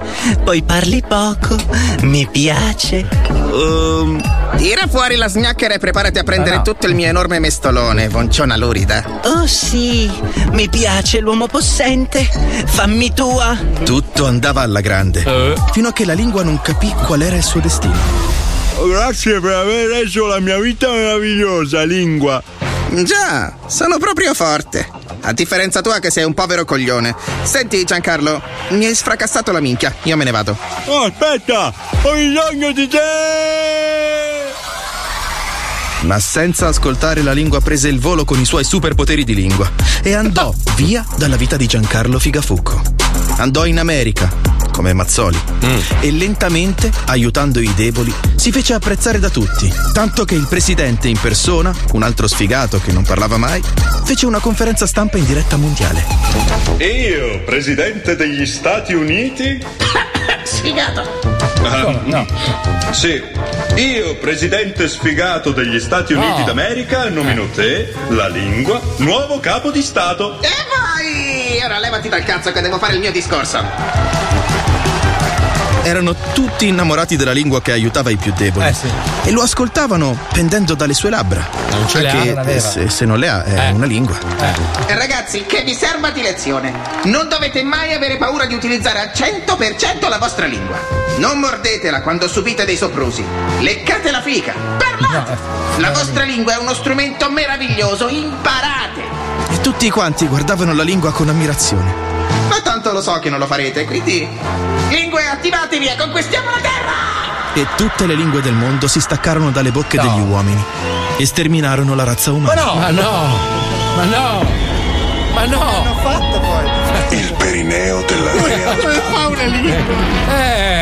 S7: Poi parli poco, mi piace.
S24: Ehm.
S20: Tira fuori la snacchera e preparati a prendere
S7: no.
S20: tutto il mio enorme mestolone, vonciona lurida.
S7: Oh sì, mi piace l'uomo possente. Fammi tua.
S24: Tutto andava alla grande, fino a che la lingua non capì qual era il suo destino.
S17: Grazie per aver reso la mia vita meravigliosa, lingua.
S20: Già, sono proprio forte. A differenza tua che sei un povero coglione. Senti, Giancarlo, mi hai sfracassato la minchia. Io me ne vado.
S17: Oh, aspetta, ho bisogno di te!
S24: Ma senza ascoltare la lingua prese il volo con i suoi superpoteri di lingua e andò via dalla vita di Giancarlo Figafucco. Andò in America, come Mazzoli,
S20: Mm.
S24: e lentamente, aiutando i deboli, si fece apprezzare da tutti, tanto che il presidente in persona, un altro sfigato che non parlava mai, fece una conferenza stampa in diretta mondiale.
S17: Io, presidente degli Stati
S2: *coughs*
S17: Uniti?
S20: Sfigato.
S17: Ah, Sì. Io, presidente sfigato degli Stati Uniti d'America, nomino te, la lingua, nuovo capo di Stato.
S20: E vai! Ora levati dal cazzo che devo fare il mio discorso.
S24: Erano tutti innamorati della lingua che aiutava i più
S20: Eh,
S24: deboli. E lo ascoltavano pendendo dalle sue labbra.
S20: Non ce le ha,
S24: Perché,
S20: non l'aveva.
S24: eh, se, se non le ha, è una lingua.
S20: Eh. Ragazzi, che vi serva di lezione. Non dovete mai avere paura di utilizzare al 100% la vostra lingua. Non mordetela quando subite dei soprusi. Leccate la fica. Parlate! La vostra lingua è uno strumento meraviglioso. Imparate!
S24: E tutti quanti guardavano la lingua con ammirazione.
S20: Ma tanto lo so che non lo farete, quindi. Lingue, attivatevi ecco, e conquistiamo la terra!
S24: E tutte le lingue del mondo si staccarono dalle bocche degli uomini e sterminarono la razza umana.
S2: Ma no! Ma no! Ma no! L'hanno
S7: fatto
S19: Il perineo *laughs* della
S7: fa una lingua?
S2: Eh!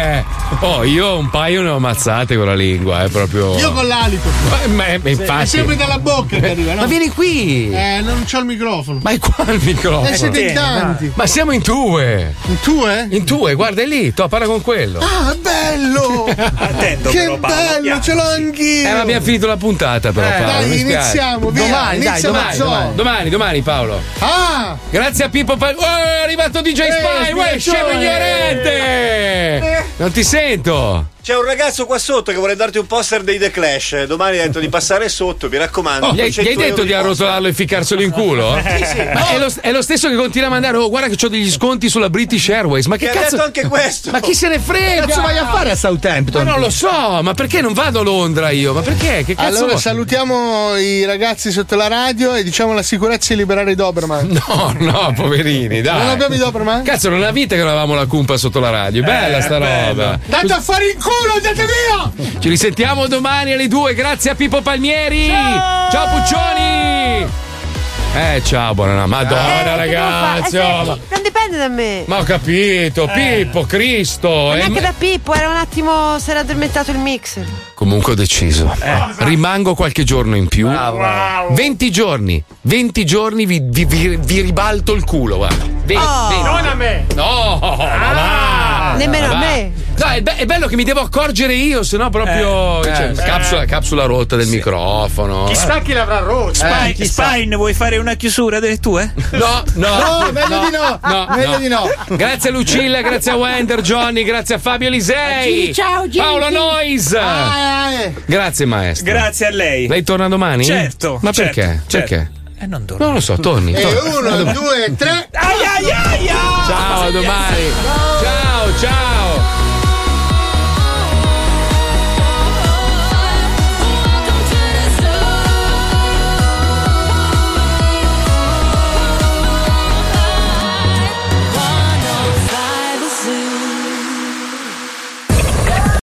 S2: Oh, io un paio ne ho ammazzate con la lingua, è proprio.
S9: Io con l'alito.
S2: Ma- ma- ma
S9: Sì,
S2: infatti.
S9: È sempre dalla bocca che arriva, no?
S2: Ma vieni qui!
S9: Eh, non c'ho il microfono.
S2: Ma è qua il microfono?
S9: Eh, siete in tanti.
S2: Ma siamo in due!
S9: In due?
S2: In due, guarda è lì, to, parla con quello.
S7: Ah, bello!
S2: Attento,
S9: che
S2: però, Paolo,
S9: bello,
S2: piano.
S9: ce l'ho anch'io!
S2: Eh, ma abbiamo finito la puntata, però,
S9: Eh,
S2: Paolo.
S9: dai,
S2: mi spiace.
S9: iniziamo, via,
S2: domani, dai,
S9: inizia
S2: domani,
S9: Mazzò.
S2: domani, domani, domani, Paolo.
S9: Ah!
S2: Grazie a Pippo Pal- Oh, è arrivato DJ
S14: Eh,
S2: Spy, uè,
S14: sbircione.
S2: scemo ignorante!
S14: Eh.
S2: Non ti sento!
S15: C'è un ragazzo qua sotto che vuole darti un poster dei The Clash. Domani ha detto di passare sotto, mi raccomando.
S2: Oh, gli, hai, gli
S15: 100
S2: hai detto
S15: euro
S2: di arrotolarlo e ficcarselo in culo?
S15: *laughs* Sì, sì.
S2: Ma è, lo, è lo stesso che continua a mandare, oh, guarda che ho degli sconti sulla British Airways. Ma che
S15: Mi ha
S2: cazzo?
S15: detto anche questo.
S2: Ma chi se ne frega?
S15: Che cazzo vai a fare
S2: a Southampton? Ma non lo so, ma perché non vado a Londra io? Ma perché? Che cazzo?
S9: Allora
S2: vuoi?
S9: salutiamo i ragazzi sotto la radio e diciamo la sicurezza è liberare i Doberman.
S2: No, no, poverini, dai.
S9: Non abbiamo i Doberman?
S2: Cazzo, non è una vita che non avevamo la cumpa sotto la radio. È Bella
S9: Eh,
S2: sta roba.
S9: Date a fare in culo, andate via!
S2: Ci risentiamo domani alle 2. Grazie a Pippo Palmieri. Ciao, Puccioni. Eh, ciao, buona Madonna,
S1: Eh, che devo fare? Eh,
S2: ragazzi.
S1: se-
S2: oh, ma-
S1: Non dipende da me.
S2: Ma ho capito, Pippo, Cristo.
S1: Non
S2: eh,
S1: è che
S2: ma-
S1: da Pippo, era un attimo, si era addormentato il mixer.
S2: Comunque ho deciso.
S3: Eh, esatto.
S2: Rimango qualche giorno in più. 20 giorni. 20 giorni vi, vi- vi- vi ribalto il culo, guarda. Ve-
S14: Oh.
S2: ve-
S14: Non a me.
S3: Ah.
S2: No, ma va.
S9: Ah,
S1: Nemmeno
S2: Ma
S1: a
S2: Ah, va.
S1: me.
S2: No, è, be- è bello che mi devo accorgere io, sennò proprio.
S3: Eh,
S2: cioè,
S3: eh.
S2: capsula, capsula rotta del microfono.
S3: Chissà
S5: chi l'avrà rotto.
S3: Spine,
S2: Eh, chissà.
S3: Spine, vuoi fare una chiusura delle tue?
S2: No, no,
S3: meglio di no.
S2: Grazie a Lucilla, grazie a Wender, Johnny, grazie a Fabio Lisei.
S3: Oggi, ciao, gente.
S2: Paolo Nois.
S3: Ah,
S9: eh,
S2: Grazie maestro.
S3: Grazie a lei.
S2: Lei torna domani?
S3: Certo,
S2: Ma
S3: certo,
S2: perché?
S3: certo.
S2: Perché?
S3: Eh, non dormo.
S2: Non lo so, torni.
S3: E
S2: torni.
S3: uno,
S2: A domani.
S3: due,
S14: tre.
S3: Ai ai ai ai!
S2: Ciao, a domani. Ciao, ciao.